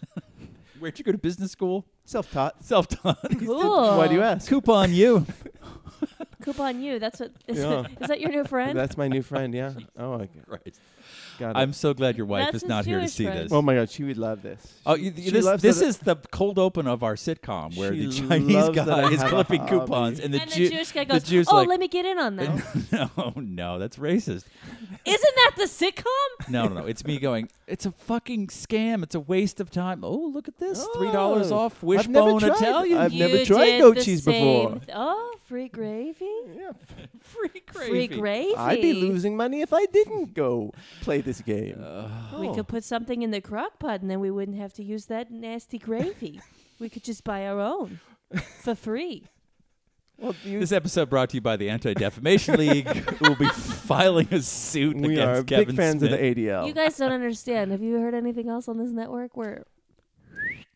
C: Where'd you go to business school?
B: Self-taught.
C: Self taught.
B: (laughs)
D: Cool.
B: Why do you ask?
C: Coupon (laughs) you.
D: Coupon you. That's what. Is,
B: Yeah.
D: is
B: (laughs)
D: that your new friend?
B: That's my new friend,
C: (laughs)
B: yeah. Oh, I got it.
C: I'm so glad your wife
D: That's
C: is
D: his
C: not here to
D: Jewish
C: see
D: friend.
C: this.
B: oh my god, she would love this.
C: Oh,
B: She-
C: you, you-
B: she
C: this
B: loves
C: this
B: that-
C: is the cold open of our sitcom where the
B: She
C: Chinese
B: loves that I
C: guy is
B: have a
C: clipping
B: hobby.
C: coupons and the,
D: and the
C: Jew-
D: Jewish guy
C: the
D: goes,
C: Jew's
D: "Oh,
C: like,
D: let me get
B: (laughs)
D: in on that."
C: (laughs) no, no, that's racist.
D: Isn't that the sitcom?
C: No, no, no. It's me going. It's a fucking scam. It's a waste of time. Oh, look at this. Three dollars
B: Oh,
C: off
B: I've never
C: Wishbone
B: tried-
C: Italian.
B: I've
D: You
B: never tried
D: did
B: goat
D: the
B: cheese
D: same
B: before.
D: th- oh, free gravy.
B: Yeah.
C: free
D: Free gravy.
B: I'd be losing money if I didn't go play this game.
D: We
B: Oh.
D: could put something in the crock pot and then we wouldn't have to use that nasty gravy. we could just buy our own for free.
B: Well, you,
C: This episode brought to you by the
B: (laughs)
C: Anti Defamation League, who will be filing a suit
B: we
C: against
B: are
C: Kevin
B: big fans
C: Smith.
B: of the ADL.
D: You guys don't understand. Have you heard anything else on this network? We're (laughs)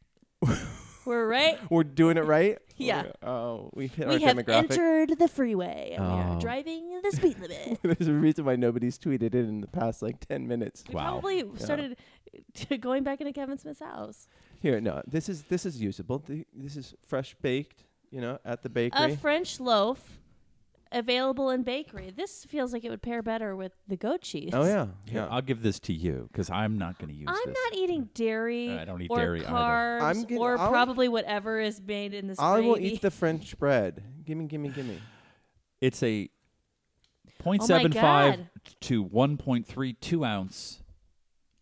D: We're right.
B: We're doing it right.
D: Yeah.
B: We're- Oh, we've hit
D: we
B: our
D: have
B: demographic.
D: entered the freeway and we are
C: Oh.
D: driving the speed limit.
B: (laughs) There's a reason why nobody's tweeted it in the past like ten minutes.
D: We
C: Wow.
D: probably started (laughs) going back into Kevin Smith's house.
B: Here, no, this is this is usable. Th- This is fresh baked, you know, at the bakery.
D: A French loaf available in bakery. This feels like it would pair better with the goat cheese.
B: oh yeah,
C: Here,
B: yeah.
C: I'll give this to you because I'm not going to use
D: I'm
C: this.
D: not
B: e-
D: eating dairy
C: Uh, I don't eat
D: or
C: dairy either.
D: carbs
B: I'm getting-
D: or
B: I'll-
D: probably whatever is made in this
B: I will
D: gravy.
B: eat the French bread. Gimme, gimme, gimme.
C: It's a
B: Oh
D: my
C: 0.75
D: God.
C: to 1.32 ounce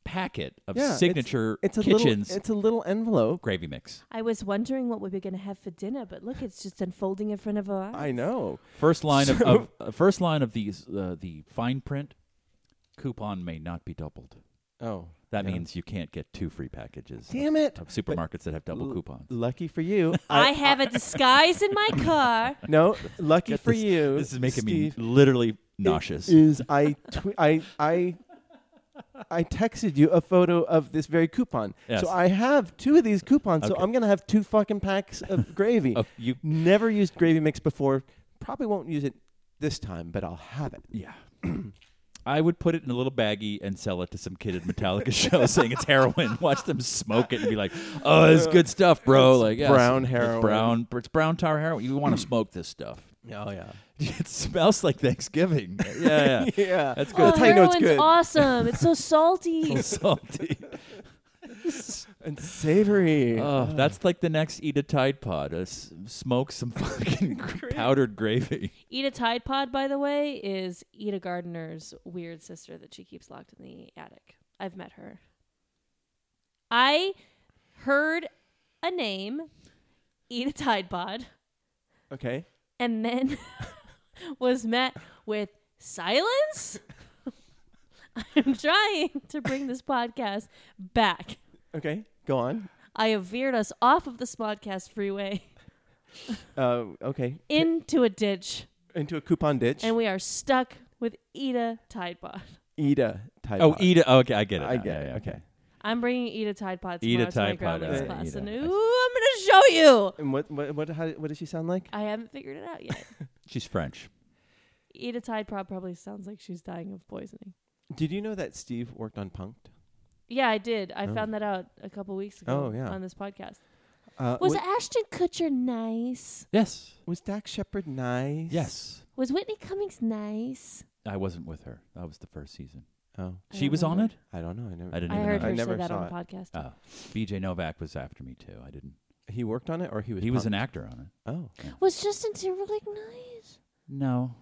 C: packet of
B: Yeah, it's-
C: signature
B: It's a
C: kitchens
B: little. It's a little envelope.
C: gravy mix.
D: I was wondering what we were going to have for dinner, but look, it's just unfolding in front of our eyes.
B: I know.
C: First line of, of uh, first line of these uh, the fine print coupon may not be doubled.
B: Oh,
C: That
B: yeah.
C: means you can't get two free packages. of-
B: Damn it!
C: Of supermarkets that have double
B: L-
C: coupons.
B: Lucky for you,
D: I, have a disguise in my car.
C: (laughs)
B: No, lucky
C: Get
B: for
C: this-
B: you.
C: This is making
B: Steve,
C: me literally nauseous.
B: Is I twe- I I I texted you a photo of this very coupon.
C: Yes.
B: So I have two of these coupons. So
C: Okay.
B: I'm gonna have two fucking packs
C: (laughs)
B: of gravy.
C: oh, you,
B: Never used gravy mix before. Probably won't use it this time, but I'll have it.
C: yeah. (clears throat) I would put it in a little baggie and sell it to some kid at
B: (laughs)
C: Metallica show saying it's heroin. (laughs) Watch them smoke it and be like, "Oh, it's good stuff, bro." like yes,
B: brown
C: it's
B: heroin.
C: brown, it's brown tar heroin.
B: (clears throat)
C: You want to smoke this stuff? (laughs)
B: Oh yeah.
C: It smells like Thanksgiving. Yeah, yeah.
B: (laughs) Yeah.
C: that's
D: Oh,
C: good.
B: That's how you know it's (laughs)
D: heroin's
B: good.
D: awesome.
B: (laughs)
D: It's so salty.
C: It's (laughs) salty.
B: And savory.
C: Oh, that's like the next eat a Tide Pod. Uh, s- smoke some (laughs) fucking powdered gravy.
D: Eat a Tide Pod, by the way, is Eda Gardner's weird sister that she keeps locked in the attic. I've met her. I heard a name, Eat a Tide Pod,
B: okay.
D: (laughs) and then was met with silence. (laughs) I'm trying to bring this podcast back.
B: Okay, go on.
D: I have veered us off of the Smodcast freeway
B: Uh, okay,
D: into a ditch,
B: into a coupon ditch.
D: and we are stuck with Eda Tide Pod.
B: Ida type.
C: Oh, eat it. Oh, okay, I get it.
B: I
C: now.
B: get
C: Yeah,
B: it.
C: yeah,
B: okay.
D: I'm bringing Eda Tide Pod
C: Eat
D: tomorrow
C: a
D: to my
C: Tide Pod,
D: grandma's
B: uh,
D: class,
C: eat a-
D: and ooh, I'm gonna show you.
B: And what what what how, what does she sound like?
D: I haven't figured it
B: (laughs)
D: out yet.
C: She's French.
D: Eda Tide Pod probably sounds like she's dying of poisoning.
B: Did you know that Steve worked on Punked?
D: Yeah, I did. I
B: Oh.
D: found that out a couple weeks ago
B: Oh, yeah.
D: on this podcast.
B: Uh,
D: Was
B: wa-
D: Ashton Kutcher nice?
C: Yes.
B: was Dax Shepard nice?
C: Yes.
D: Was Whitney Cummings nice?
C: I wasn't with her. That was the first season.
B: Oh,
D: I
C: She
D: don't
C: was on it.
D: remember.
B: I don't know. I never.
C: I didn't
D: I
C: even
D: heard
C: know.
D: her
B: I never
D: say that
B: saw
D: on
B: it.
D: the podcast.
C: Oh, BJ Novak was after me too. I didn't.
B: He worked on it, or he was.
C: He was an
B: Punk'd?
C: actor on it.
B: Oh,
D: Was Justin Timberlake nice?
C: No,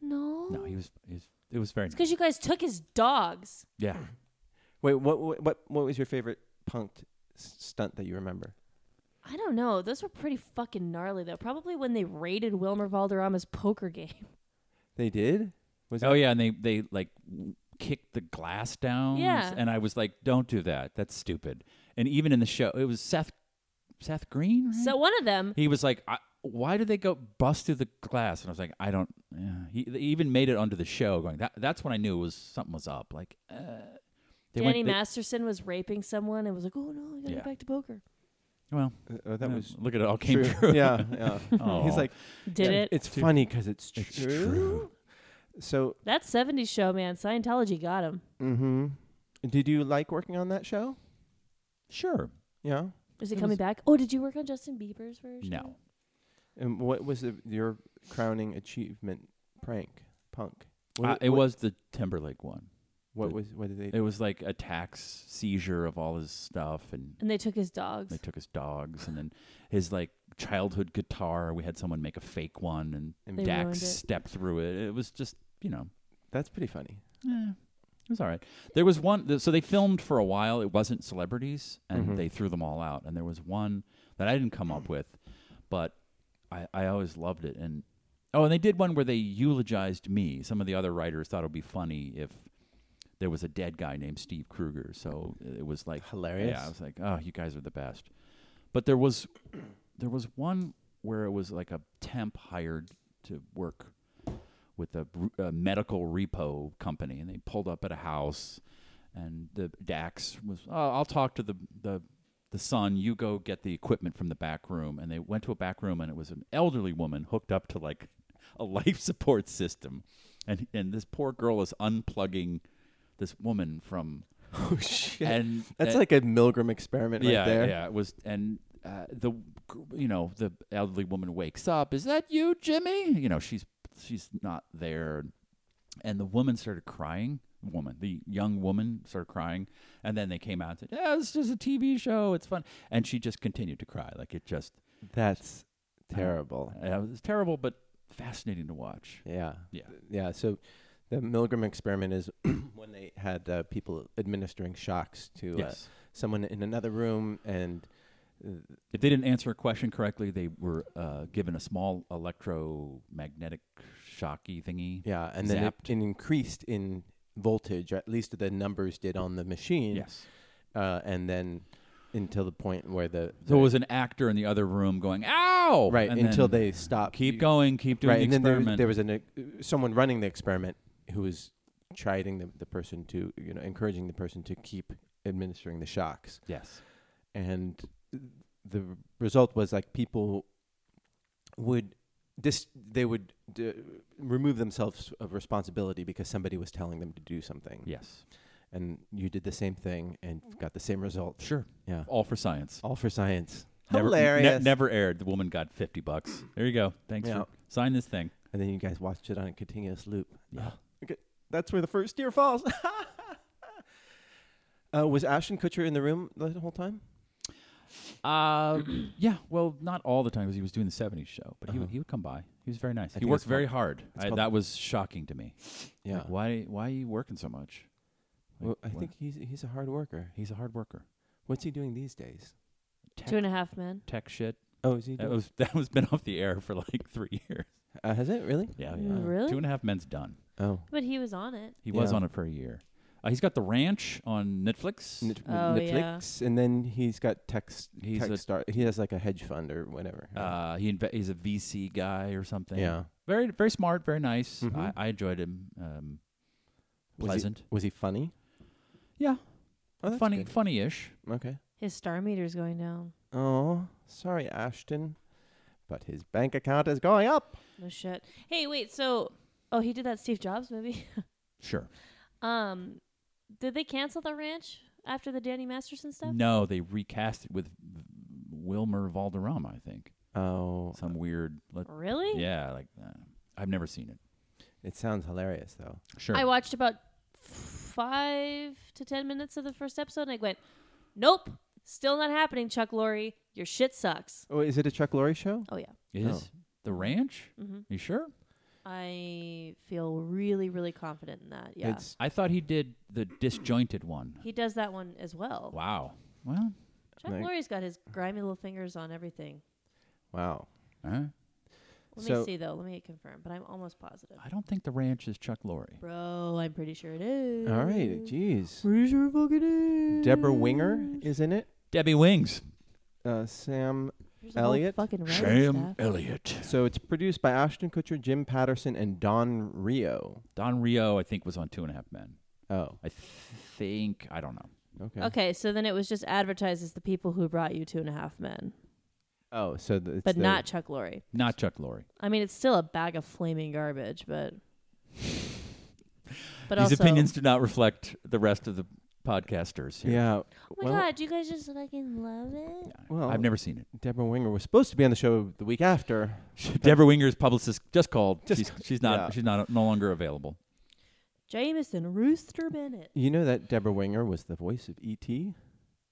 D: No.
C: no, he was. He was it was very.
D: It's because you guys took his dogs.
C: Yeah.
B: wait. What what what, what was your favorite Punked s- stunt that you remember?
D: I don't know. Those were pretty fucking gnarly though. Probably when they raided Wilmer Valderrama's poker game.
B: They did. Was
C: Oh
B: that-
C: yeah, and they they like kicked the glass down.
D: Yeah.
C: And I was like, don't do that. That's stupid. And even in the show, it was Seth Seth Green. Right?
D: So one of them,
C: he was like, I, "Why did they go bust through the glass?" And I was like, "I don't." yeah." He, they even made it onto the show. Going that, that's when I knew it was something was up. Like, uh, they
D: Danny
C: went. they-
D: Masterson was raping someone and was like, "Oh no, I gotta
C: Yeah.
D: go back to poker."
C: well,
B: Uh, that
C: yeah,
B: was
C: look at it all came
B: true.
C: true. (laughs)
B: yeah, (laughs) yeah. He's
C: Aw.
B: like,
D: Did it?
B: it's funny because it's,
C: It's
B: true.
C: true.
B: So,
D: that '70s show, man. Scientology got him.
B: mm-hmm. did you like working on that show?
C: sure.
B: Yeah.
D: Is it,
B: It
D: coming
B: was-
D: back? Oh, did you work on Justin Bieber's version?
C: No,
B: And what was the, your crowning achievement prank punk? What,
C: Uh, it
B: what-
C: was the Timberlake one.
B: What was? What did they?
C: It was like a tax seizure of all his stuff, and
D: And they took his dogs.
C: they took his dogs, and then his like childhood guitar. We had someone make a fake one, and
B: And
D: They ruined
C: Dax
D: it.
C: stepped through it. It was just you know.
B: that's pretty funny.
C: Yeah, it was all right. There was one, th- so they filmed for a while. It wasn't celebrities, and
B: Mhm.
C: they threw them all out. And there was one that I didn't come up with, but I, I always loved it. And oh, and they did one where they eulogized me. Some of the other writers thought it would be funny if there was a dead guy named Steve Kruger. So it was like
B: Hilarious.
C: Yeah, I was like, oh, you guys are the best. But there was (clears throat) there was one where it was like a temp hired to work with a, br- a medical repo company, and they pulled up at a house, and the Dax was, oh, "I'll talk to the the the son. You go get the equipment from the back room." And they went to a back room, and it was an elderly woman hooked up to like (laughs) a life support system, and and this poor girl is unplugging this woman from
B: (laughs) Oh shit!
C: and
B: that's
C: and-
B: like a Milgram experiment
C: yeah
B: right there.
C: yeah it was and. Uh, the gr- you know the elderly woman wakes up is that you jimmy you know she's she's not there and the woman started crying. Woman, the young woman started crying, and then they came out and said, "Yeah, this is a TV show. It's fun." And she just continued to cry, like it just
B: That's terrible.
C: uh, it was terrible, but fascinating to watch.
B: Yeah.
C: Yeah.
B: Yeah. So the Milgram experiment is (clears throat) when they had uh, people administering shocks to uh,
C: Yes,
B: someone in another room, and uh,
C: if they didn't answer a question correctly, they were uh, given a small electromagnetic shocky thingy.
B: yeah, and then it,
C: Zapped.
B: it increased in voltage, or at least the numbers did on the machine.
C: Yes.
B: Uh, and then until the point where the
C: So it was an actor in the other room going, "Ow!"
B: right
C: and
B: until
C: then
B: they stopped.
C: keep going, keep doing
B: Right,
C: the
B: and then there,
C: experiment.
B: was- there was an, uh, someone running the experiment who was chiding the, the person to, you know, encouraging the person to keep administering the shocks.
C: yes,
B: And the r- result was like people would dis- they would d- remove themselves of responsibility because somebody was telling them to do something.
C: yes,
B: And you did the same thing and got the same result.
C: sure,
B: Yeah.
C: all for science.
B: All for science.
C: Never, ne-
B: Oh, Hilarious.
C: never aired. The woman got fifty bucks. There you go. Thanks
B: Yeah.
C: for sign this thing.
B: And then you guys watched it on a continuous loop.
C: Yeah.
B: That's where the first tear falls. (laughs) uh, was Ashton Kutcher in the room the whole time?
C: Uh, (clears throat) yeah. Well, not all the time because he was doing the '70s show, but he,
B: Uh-huh.
C: would, he would come by. He was very nice. he
B: think
C: worked
B: it's called-
C: very hard.
B: it's
C: I,
B: called-
C: that was shocking to me.
B: Yeah.
C: Like, why? Why are you working so much?
B: Well, I
C: what?
B: think he's he's a hard worker.
C: he's a hard worker.
B: What's he doing these days?
C: Tech,
D: Two and a half men.
C: tech shit.
B: Oh, is he?
C: That
B: Doing,
C: was (laughs) that was been off the air for like three years.
B: uh, has it really?
C: Oh, Yeah.
D: Mm, Really?
C: Two and a half men's done.
B: Oh,
D: But he was on it.
C: He was
B: Yeah.
C: on it for a year. Uh, he's got The Ranch on Netflix.
B: Net-
D: Oh, yeah.
B: Netflix, and then he's got text.
C: He's
B: tech
C: a-
B: star. He has like a hedge fund or whatever.
C: uh, he inve- he's a VC guy or something.
B: yeah.
C: Very very smart, very nice.
B: Mhm.
C: I, I enjoyed him. Um,
B: Was he-
C: pleasant.
B: Was he funny?
C: Yeah.
B: Oh, that's
C: funny
B: good.
C: funny-ish.
B: Okay.
D: His star meter's going down.
B: Oh, sorry, Ashton, but his bank account is going up.
D: No shit. Hey, wait. So, oh, he did that Steve Jobs movie. (laughs)
C: Sure.
D: um, did they cancel the ranch after the Danny Masterson stuff?
C: No, they recast it with Wilmer Valderrama, I think.
B: Oh,
C: Some weird let,
D: Really?
C: Yeah, like uh, I've never seen it.
B: it sounds hilarious though.
C: Sure.
D: I watched about five to ten minutes of the first episode, and I went, "Nope, still not happening." Chuck Lorre, your shit sucks.
B: Oh, is it a Chuck Lorre show?
D: Oh yeah,
C: Is The Ranch?
D: Mhm.
C: You sure?
D: I feel really, really confident in that. Yeah,
B: It's,
C: I thought he did the disjointed one.
D: he does that one as well.
C: Wow. Well,
D: Chuck
B: Like-
D: Lorre's got his grimy little fingers on everything.
B: wow.
C: uh,
D: Let
B: So-
D: me see though. Let me confirm, but I'm almost positive.
C: I don't think The Ranch is Chuck Lorre.
D: Bro, I'm pretty sure it is.
B: All right, jeez.
D: Pretty sure it fucking is.
B: Deborah Winger is in it.
C: Debbie Wings.
B: Uh, Sam.
D: There's a whole
B: Elliot?
D: Fucking writing
C: Sam
D: staff.
C: Elliott.
B: So it's produced by Ashton Kutcher, Jim Patterson, and Don Rio.
C: Don Rio, I think, was on Two and a Half Men.
B: Oh,
C: I think I don't know.
B: okay.
D: Okay, so then it was just advertised as the people who brought you Two and a Half Men,
B: Oh, so th- it's
D: but
B: the-
D: not Chuck Lorre.
C: Not Chuck Lorre.
D: I mean, it's still a bag of flaming garbage, but but
C: These
D: also,
C: opinions do not reflect the rest of the podcasters. Here.
B: Yeah.
D: Oh my
B: well,
D: god, do you guys just fucking love it?
B: Well,
C: I've never seen
B: Deborah Winger was supposed to be on the show the week after.
C: it. Deborah Winger's publicist just called.
B: Just-
C: she's she's not
B: yeah.
C: she's not no longer available.
D: Jameson Rooster Bennett.
B: You know that Deborah Winger was the voice of E E.T.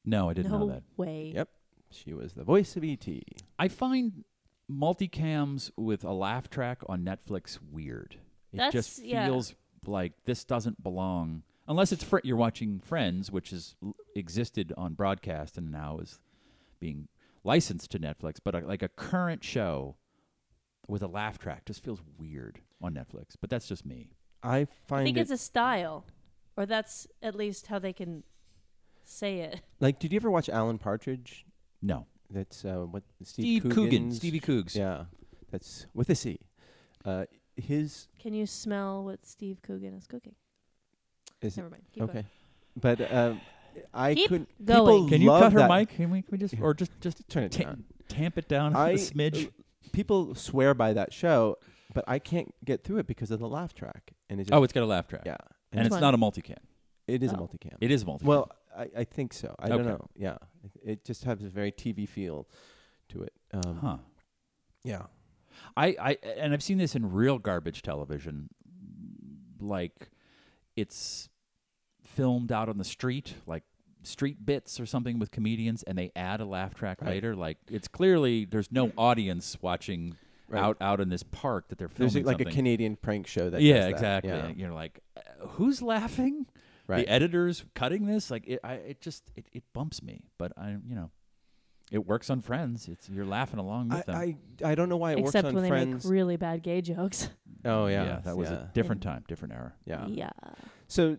C: No, I didn't
D: no
C: know that.
D: way.
B: Yep. She was the voice of E E.T.
C: I find multicams with a laugh track on Netflix weird. It
D: That's-
C: just
D: yeah.
C: feels like this doesn't belong unless it's fr- you're watching Friends, which is l- existed on broadcast and now is being licensed to Netflix. But a, like a current show with a laugh track just feels weird on Netflix. But that's just me.
B: I
D: I
B: find
D: think
B: it
D: it's a style, or that's at least how they can say it.
B: like. Did you ever watch Alan Partridge?
C: No,
B: That's uh, what Steve,
C: Steve, Coogan,
B: Coogan's-
C: Stevie Coogs.
B: Yeah, that's with a C. Uh, his
D: Can you smell what Steve Coogan is cooking?
B: is
D: Never mind. Keep
B: okay, but uh, I
D: Keep
B: couldn't.
D: going.
B: People
C: Can you
B: love
C: cut her
B: that.
C: mic? Can we, can we just or just just
B: Turn it
C: ta-
B: down.
C: tamp it down
B: I- uh,
C: a smidge?
B: People swear by that show, but I can't get through it because of the laugh track. And it's just,
C: oh, it's got a laugh track.
B: yeah,
C: and
D: Which
C: it's
D: one?
C: not a multicam.
B: it is a
D: Oh.
B: multicam.
C: It is multicam.
B: Well, I, I think so. I don't
C: Okay.
B: know. Yeah, It- it just has a very TV feel to it. Um,
C: huh?
B: Yeah.
C: I, I and I've seen this in real garbage television, like it's filmed out on the street, like street bits or something with comedians, and they add a laugh track
B: Right.
C: later. Like it's clearly there's no audience watching
B: Right.
C: out out in this park that they're filming.
B: There's like a
C: something.
B: Canadian prank show that. does
C: yeah,
B: that.
C: exactly.
B: Yeah.
C: And you're like, uh, who's laughing?
B: Right.
C: The editors cutting this, like it, I, it just it, it bumps me. But I, you know, it works on Friends. It's you're laughing along
B: I,
C: with them.
B: I I don't know why it works
D: Except when
B: on
D: they
B: Friends.
D: make really bad gay jokes.
B: oh yeah,
C: that was
B: yeah.
C: a different time, different era.
B: (laughs) yeah.
D: yeah.
B: So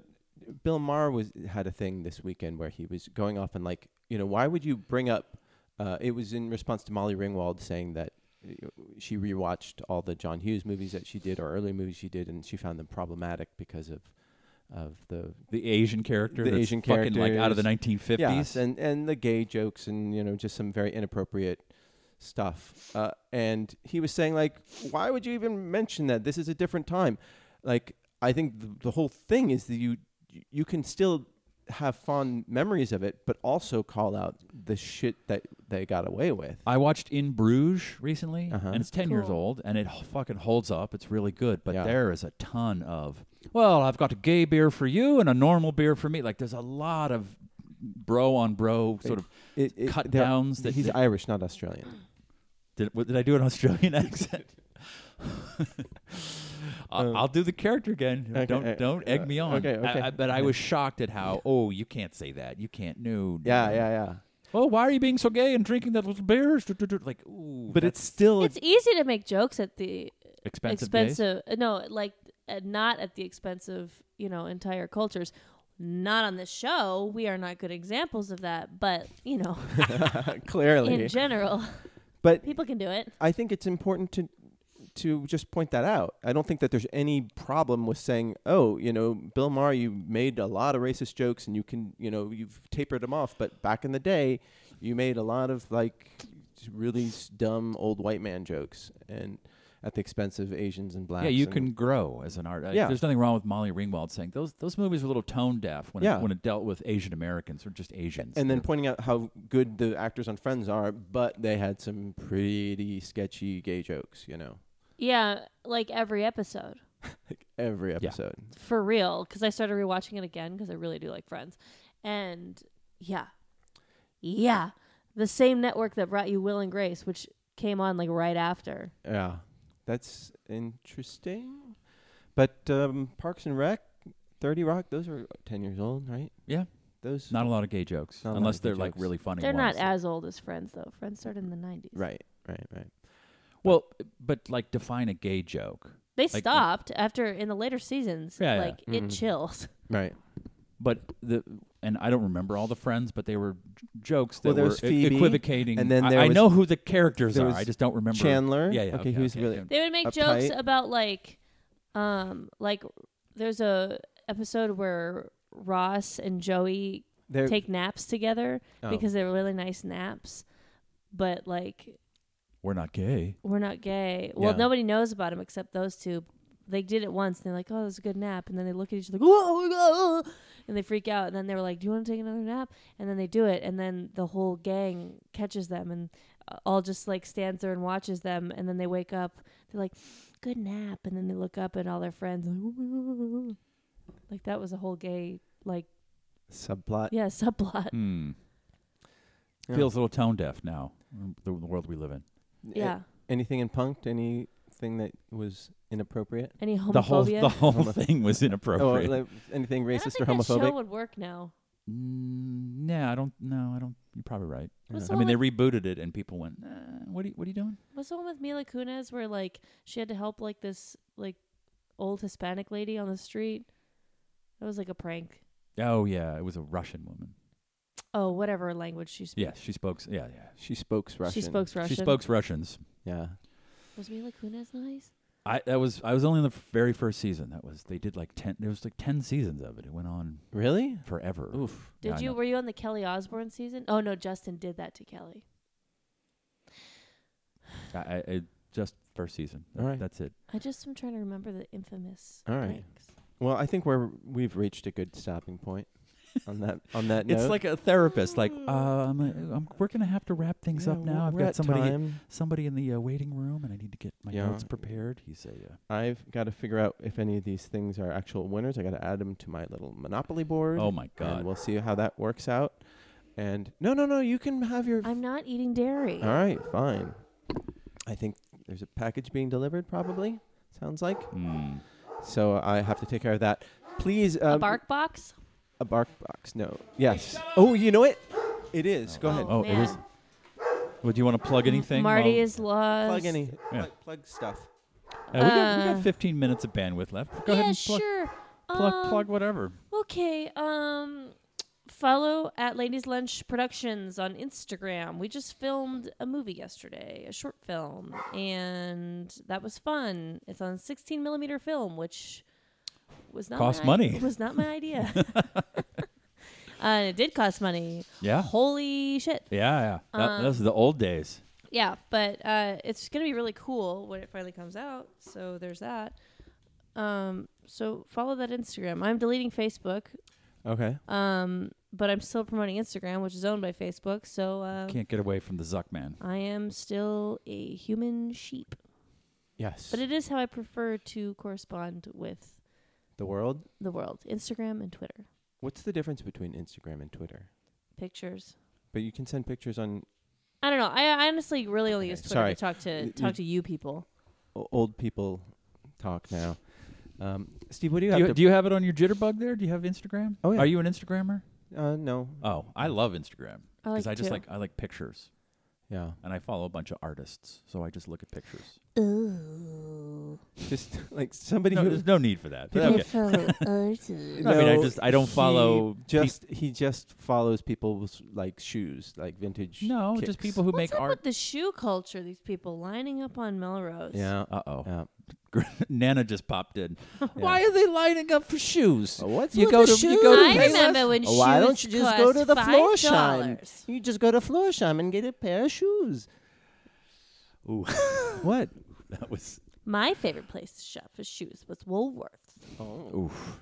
B: Bill Maher was had a thing this weekend where he was going off and like you know why would you bring up? Uh, it was in response to Molly Ringwald saying that uh, she rewatched all the John Hughes movies that she did or early movies she did and she found them problematic because of of the
C: the Asian character,
B: The
C: that's
B: Asian
C: fucking like out of the
B: characters.
C: 1950s.
B: Yes, and and the gay jokes and you know just some very inappropriate stuff. Uh, and he was saying like, why would you even mention that? This is a different time. Like I think the, the whole thing is that you you can still have fond memories of it, but also call out the shit that they got away with.
C: I watched In Bruges recently,
B: Uh-huh.
C: and it's 10 years
D: Cool.
C: old, and it h- fucking holds up. It's really good, but
B: Yeah.
C: there is a ton of well, I've got a gay beer for you and a normal beer for me. Like there's a lot of bro on bro sort of.
B: It, it,
C: cut
B: they're-
C: downs that-
B: he's
C: that-
B: Irish, not (laughs) Australian.
C: Did what, did I do an Australian (laughs) accent?
B: (laughs)
C: I'll, I'll do the character again.
B: okay, uh,
C: don't don't egg
B: uh,
C: me on.
B: okay,
C: I-
B: okay.
C: I- but I was shocked at how oh you can't say that. You can't. No. no,
B: Yeah,
C: no.
B: yeah, yeah.
C: Oh, why are you being so gay and drinking that little beer? Like, ooh,
B: But it's
C: that's
B: still
D: It's easy to make jokes at the
C: expensive. gays.
D: expensive uh, no like uh, not at the expense of you know entire cultures not on this show. We are not good examples of that, but
B: (laughs)
D: you know, in
B: Clearly,
D: general,
B: but
D: people can do it.
B: I think it's important to to just point that out. I don't think that there's any problem with saying, "Oh, you know, Bill Maher, you made a lot of racist jokes, and you can, you know, you've tapered them off." But back in the day, you made a lot of like really s- dumb old white man jokes, and at the expense of Asians and blacks.
C: Yeah, you
B: and-
C: can grow as an artist.
B: Yeah.
C: There's nothing wrong with Molly Ringwald saying those those movies were a little tone deaf when
B: Yeah.
C: it, when it dealt with Asian Americans or just Asians.
B: And then
C: They're-
B: pointing out how good the actors on Friends are, but they had some pretty sketchy gay jokes, you know,
D: Yeah, like every episode.
B: like every episode.
D: For real, cuz I started rewatching it again cuz I really do like Friends. And yeah. Yeah. The same network that brought you Will and Grace, which came on like right after.
B: Yeah, that's interesting. But um, Parks and Rec, Thirty Rock, those are ten years old, right?
C: Yeah.
B: those
C: not a lot of gay jokes
B: Not a lot
C: unless
B: of gay
C: they're like
B: jokes.
C: really funny.
D: They're not
C: ones.
D: as old as Friends though. Friends started in the 90s.
B: right, right, right.
C: well, but like define a gay joke.
D: They
C: Like-
D: stopped after in the later seasons.
C: Yeah, yeah.
D: like it chills. (laughs)
B: Right.
C: But the and I don't remember all the friends, but they were j- jokes that
B: Well, there
C: were
B: was
C: e-
B: Phoebe,
C: equivocating.
B: and then
C: I-
B: there
C: I,
B: was-
C: know who the characters
B: there
C: are.
B: was
C: I just don't remember
B: Chandler.
C: Yeah, yeah.
B: Okay, he was really-
D: They would make jokes
B: Uptight.
D: about like, um, like there's a episode where Ross and Joey
B: They're,
D: take naps together
B: Oh.
D: because they were really nice naps, but like
C: We're not gay.
D: we're not gay. Well,
B: Yeah.
D: nobody knows about them except those two. They did it once. And they're like, "Oh, that was a good nap," and then they look at each other, like, "Whoa, whoa," and they freak out. And then they were like, "Do you want to take another nap?" And then they do it. And then the whole gang catches them and uh, all just like stands there and watches them. And then they wake up. They're like, "Good nap," and then they look up and all their friends are like, "Whoa." like that was a whole gay like
B: subplot.
D: yeah subplot.
C: Hmm.
B: Yeah.
C: Feels a little tone deaf now. um, The, the world we live in.
B: A-
D: Yeah.
B: anything in Punked? Anything that was inappropriate?
D: Any homophobia?
C: The whole the whole (laughs)
B: Homoph-
C: thing was
B: Or
C: inappropriate.
B: like, anything
D: I don't
B: racist or
D: think that show
B: homophobic?
D: would work now.
C: Mm, nah, I don't. No, I don't. You're probably right.
D: What's
C: I
D: the
C: mean,
D: one
C: they
D: with-
C: rebooted it, and people went, uh, "What are you? What are you doing?"
D: What's the one with Mila Kunis where like she had to help like this like old Hispanic lady on the street? That was like a prank.
C: Oh yeah, it was a Russian woman.
D: Oh, whatever language she speaks.
C: Yeah, she spoke. Yeah, yeah.
B: She spoke Russian.
D: She spoke Russian.
C: She spoke Russians.
B: Yeah.
D: Was Mila Kunis nice?
C: I that was I was only in the very first season. That was they did like ten. There was like ten seasons of it. It went on
B: Really?
C: forever.
B: Oof.
D: Did
C: Yeah, I
D: you?
C: know.
D: Were you on the Kelly Osbourne season? Oh no, Justin did that to Kelly.
C: I, I, I just first season.
B: All right.
C: That's it.
D: I just am trying to remember the infamous.
B: All right.
D: pranks.
B: Well, I think we're we've reached a good stopping point on that on that note.
C: (laughs) It's like a therapist. Like
D: Mm.
C: um, I'm, we're gonna have to wrap things
B: Yeah,
C: up now. I've
B: we're
C: got
B: at
C: somebody
B: time.
C: somebody in the uh, waiting room, and I need to get my
B: Yeah.
C: notes prepared. He's a uh,
B: I've got to figure out if any of these things are actual winners. I got to add them to my little Monopoly board.
C: oh my god.
B: And we'll see how that works out. And no, no, no, you can have your.
D: I'm not eating dairy.
B: All right, fine. I think there's a package being delivered, probably. Sounds like.
C: Hmm.
B: So I have to take care of that. Please. Um,
D: a bark box.
B: A bark box. No. Yes. Oh, you know it. It is. Go
D: Oh.
B: ahead.
C: Oh, it
D: man.
C: is. Well, do you want to plug anything?
D: Marty
C: while-
D: is lost.
B: Plug any.
C: Yeah.
B: Plug, plug stuff.
C: Uh, we, got, we
D: Uh,
C: got 15 minutes of bandwidth left. Go
D: yeah,
C: ahead and plug,
D: sure.
C: plug,
D: Um,
C: plug whatever.
D: Okay. Um, follow at Ladies Lunch Productions on Instagram. We just filmed a movie yesterday, a short film, and that was fun. It's on 16 millimeter film, which was not
C: Cost
D: my,
C: money.
D: (laughs) Was not my idea. Uh, it did cost money.
C: Yeah.
D: Holy shit.
C: Yeah, yeah. That,
D: uh,
C: those are the old days.
D: Yeah, but uh, it's gonna be really cool when it finally comes out. So there's that. Um, so follow that Instagram. I'm deleting Facebook.
B: Okay.
D: Um, but I'm still promoting Instagram, which is owned by Facebook. So uh,
C: Can't get away from the Zuckman.
D: I am still a human sheep.
B: Yes.
D: But it is how I prefer to correspond with
B: the world.
D: the world Instagram and Twitter.
B: What's the difference between Instagram and Twitter?
D: Pictures.
B: But you can send pictures on
D: I don't know. I, I honestly really only
B: Okay,
D: use Twitter
B: sorry.
D: to talk to
B: You-
D: talk
B: you-
D: to you people.
B: o- old people talk now. Um, Steve, what do you
C: Do
B: have
C: you,
B: to?
C: do you have it on your jitterbug there? Do you have Instagram?
B: Oh, yeah.
C: Are you an Instagrammer?
B: uh, no,
C: Oh, I love Instagram
D: I
C: because (laughs)
D: like
C: I just
D: to.
C: like I like pictures.
B: Yeah.
C: and I follow a bunch of artists, so I just look at pictures.
F: Ooh.
B: Just (laughs) like somebody
C: (laughs) No,
B: who
C: there's no need for that. but okay.
F: Different artists.
C: No, I mean, I
B: No,
C: (laughs) just I don't
B: he
C: follow peop-
B: just he just follows people's like shoes, like vintage.
C: No, just
B: kicks.
C: people who
D: What's
C: make
D: up
C: art.
D: with the shoe culture? These people lining up on Melrose.
B: Yeah.
C: Uh oh,
B: yeah.
C: Nana just popped (laughs) in. Why are they lining up for shoes?
B: Oh, What's
C: You with go the to- you go to
D: I
C: Payless?
D: remember when shoes
B: Why don't you just
D: cost
B: go to the
D: $5.
B: floor shine? You just go to Floorsham and get a pair of shoes.
C: Ooh,
B: What?
C: that was
D: My favorite place to shop for shoes was Woolworths.
B: Oof.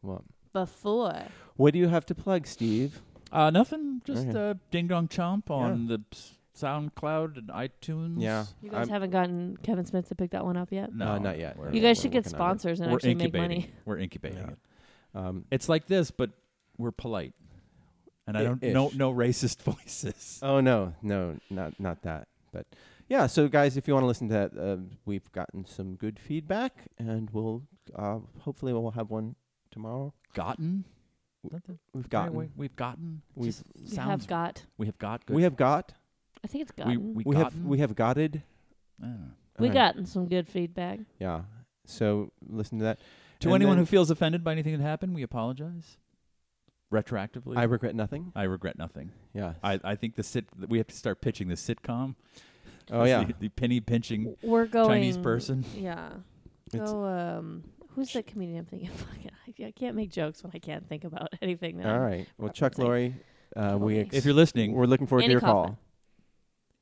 B: What?
D: Before
B: Oh. What do you have to plug, Steve?
C: uh, nothing. Just
B: Okay.
C: uh, ding dong chomp on the s- SoundCloud and iTunes.
B: Yeah.
D: you guys
B: I'm-
D: haven't gotten Kevin Smith to pick that one up yet.
C: no,
B: Uh, not yet.
C: we're-
D: You
B: Yeah,
D: guys
B: we're
D: should get
B: working on it.
D: sponsors and
C: we're
D: actually make
C: incubating.
D: money. (laughs)
C: We're incubating
B: Yeah.
C: it.
B: Um,
C: It's like this, but we're polite, and I
B: I-
C: don't no
B: ish.
C: no racist (laughs) voices.
B: oh no, no, not not that. But yeah, so guys, if you want to listen to that, uh, we've gotten some good feedback, and we'll uh, hopefully we'll have one tomorrow.
C: gotten.
B: We've gotten.
C: We've gotten.
B: We've-
C: Just
D: You
C: sounds.
D: have got.
C: we have got. Good.
B: We have got.
D: I think it's
C: We, we,
D: gotten. We,
B: We have
C: gotten?
B: we have gotted.
C: I don't know.
B: Alright.
D: gotten some good feedback.
B: Yeah. So listen to that.
C: To
B: And
C: anyone
B: then-
C: who feels offended by anything that happened, we apologize. Retroactively,
B: I regret nothing.
C: I regret nothing. (laughs)
B: Yeah.
C: I, I think the sit we have to start pitching the sitcom.
B: oh yeah.
C: (laughs) the, the penny pinching
D: We're going
C: Chinese person.
D: Yeah.
B: It's-
D: Go. Um. Who's that comedian I'm thinking? of? (laughs) Fucking, I, I can't make jokes when I can't think about (laughs) anything. Now.
B: All right. Well,
D: That's
B: Chuck
D: insane.
B: Lorre, uh, we
D: Totally.
B: ex-
C: If you're listening,
B: we're looking forward
D: Annie
B: to your
D: Kaufman.
B: call.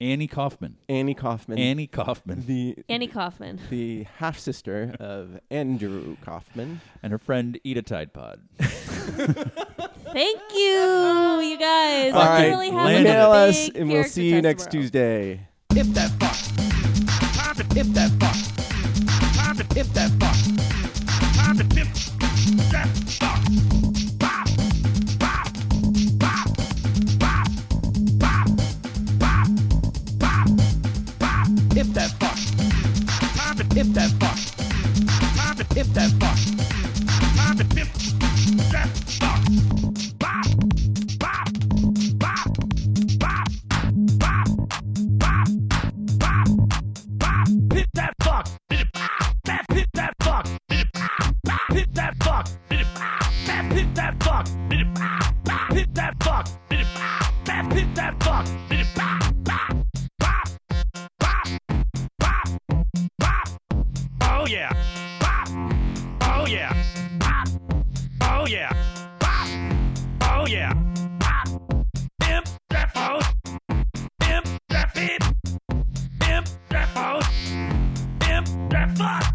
C: Annie Kaufman,
B: Annie Kaufman,
C: Annie
B: (laughs)
C: Kaufman,
B: the
D: Annie Kaufman.
B: the half sister of Andrew Kaufman.
C: and her friend eat a Tide Pod.
D: Thank you, you guys.
B: All
D: I'm
B: right,
D: really having a
B: email us,
D: big
B: and we'll
D: character
B: see you
D: test
B: next
D: tomorrow.
B: Tuesday.
E: If that box. Time to tip that box. Time to tip that box. Time to tip that box. Bop, bop, bop, bop, bop, bop, bop, bop. Tip that box. Time to tip that box. Time to tip that box. Time to tip that box. Bop, bop, bop, bop, bop, bop bop, bop, hit that fuck, hit it, bop, that hit that fuck, hit it, bop, bop, hit that fuck, hit it, bop, that hit that fuck, hit it, bop, bop, hit that fuck, hit it, bop, that hit that fuck, hit it, bop, bop, bop, bop, bop, bop, oh yeah, bop, oh yeah, bop, oh yeah, bop, oh yeah, bop, imp that phone, imp that beat. Imp that house. Imp that fuck.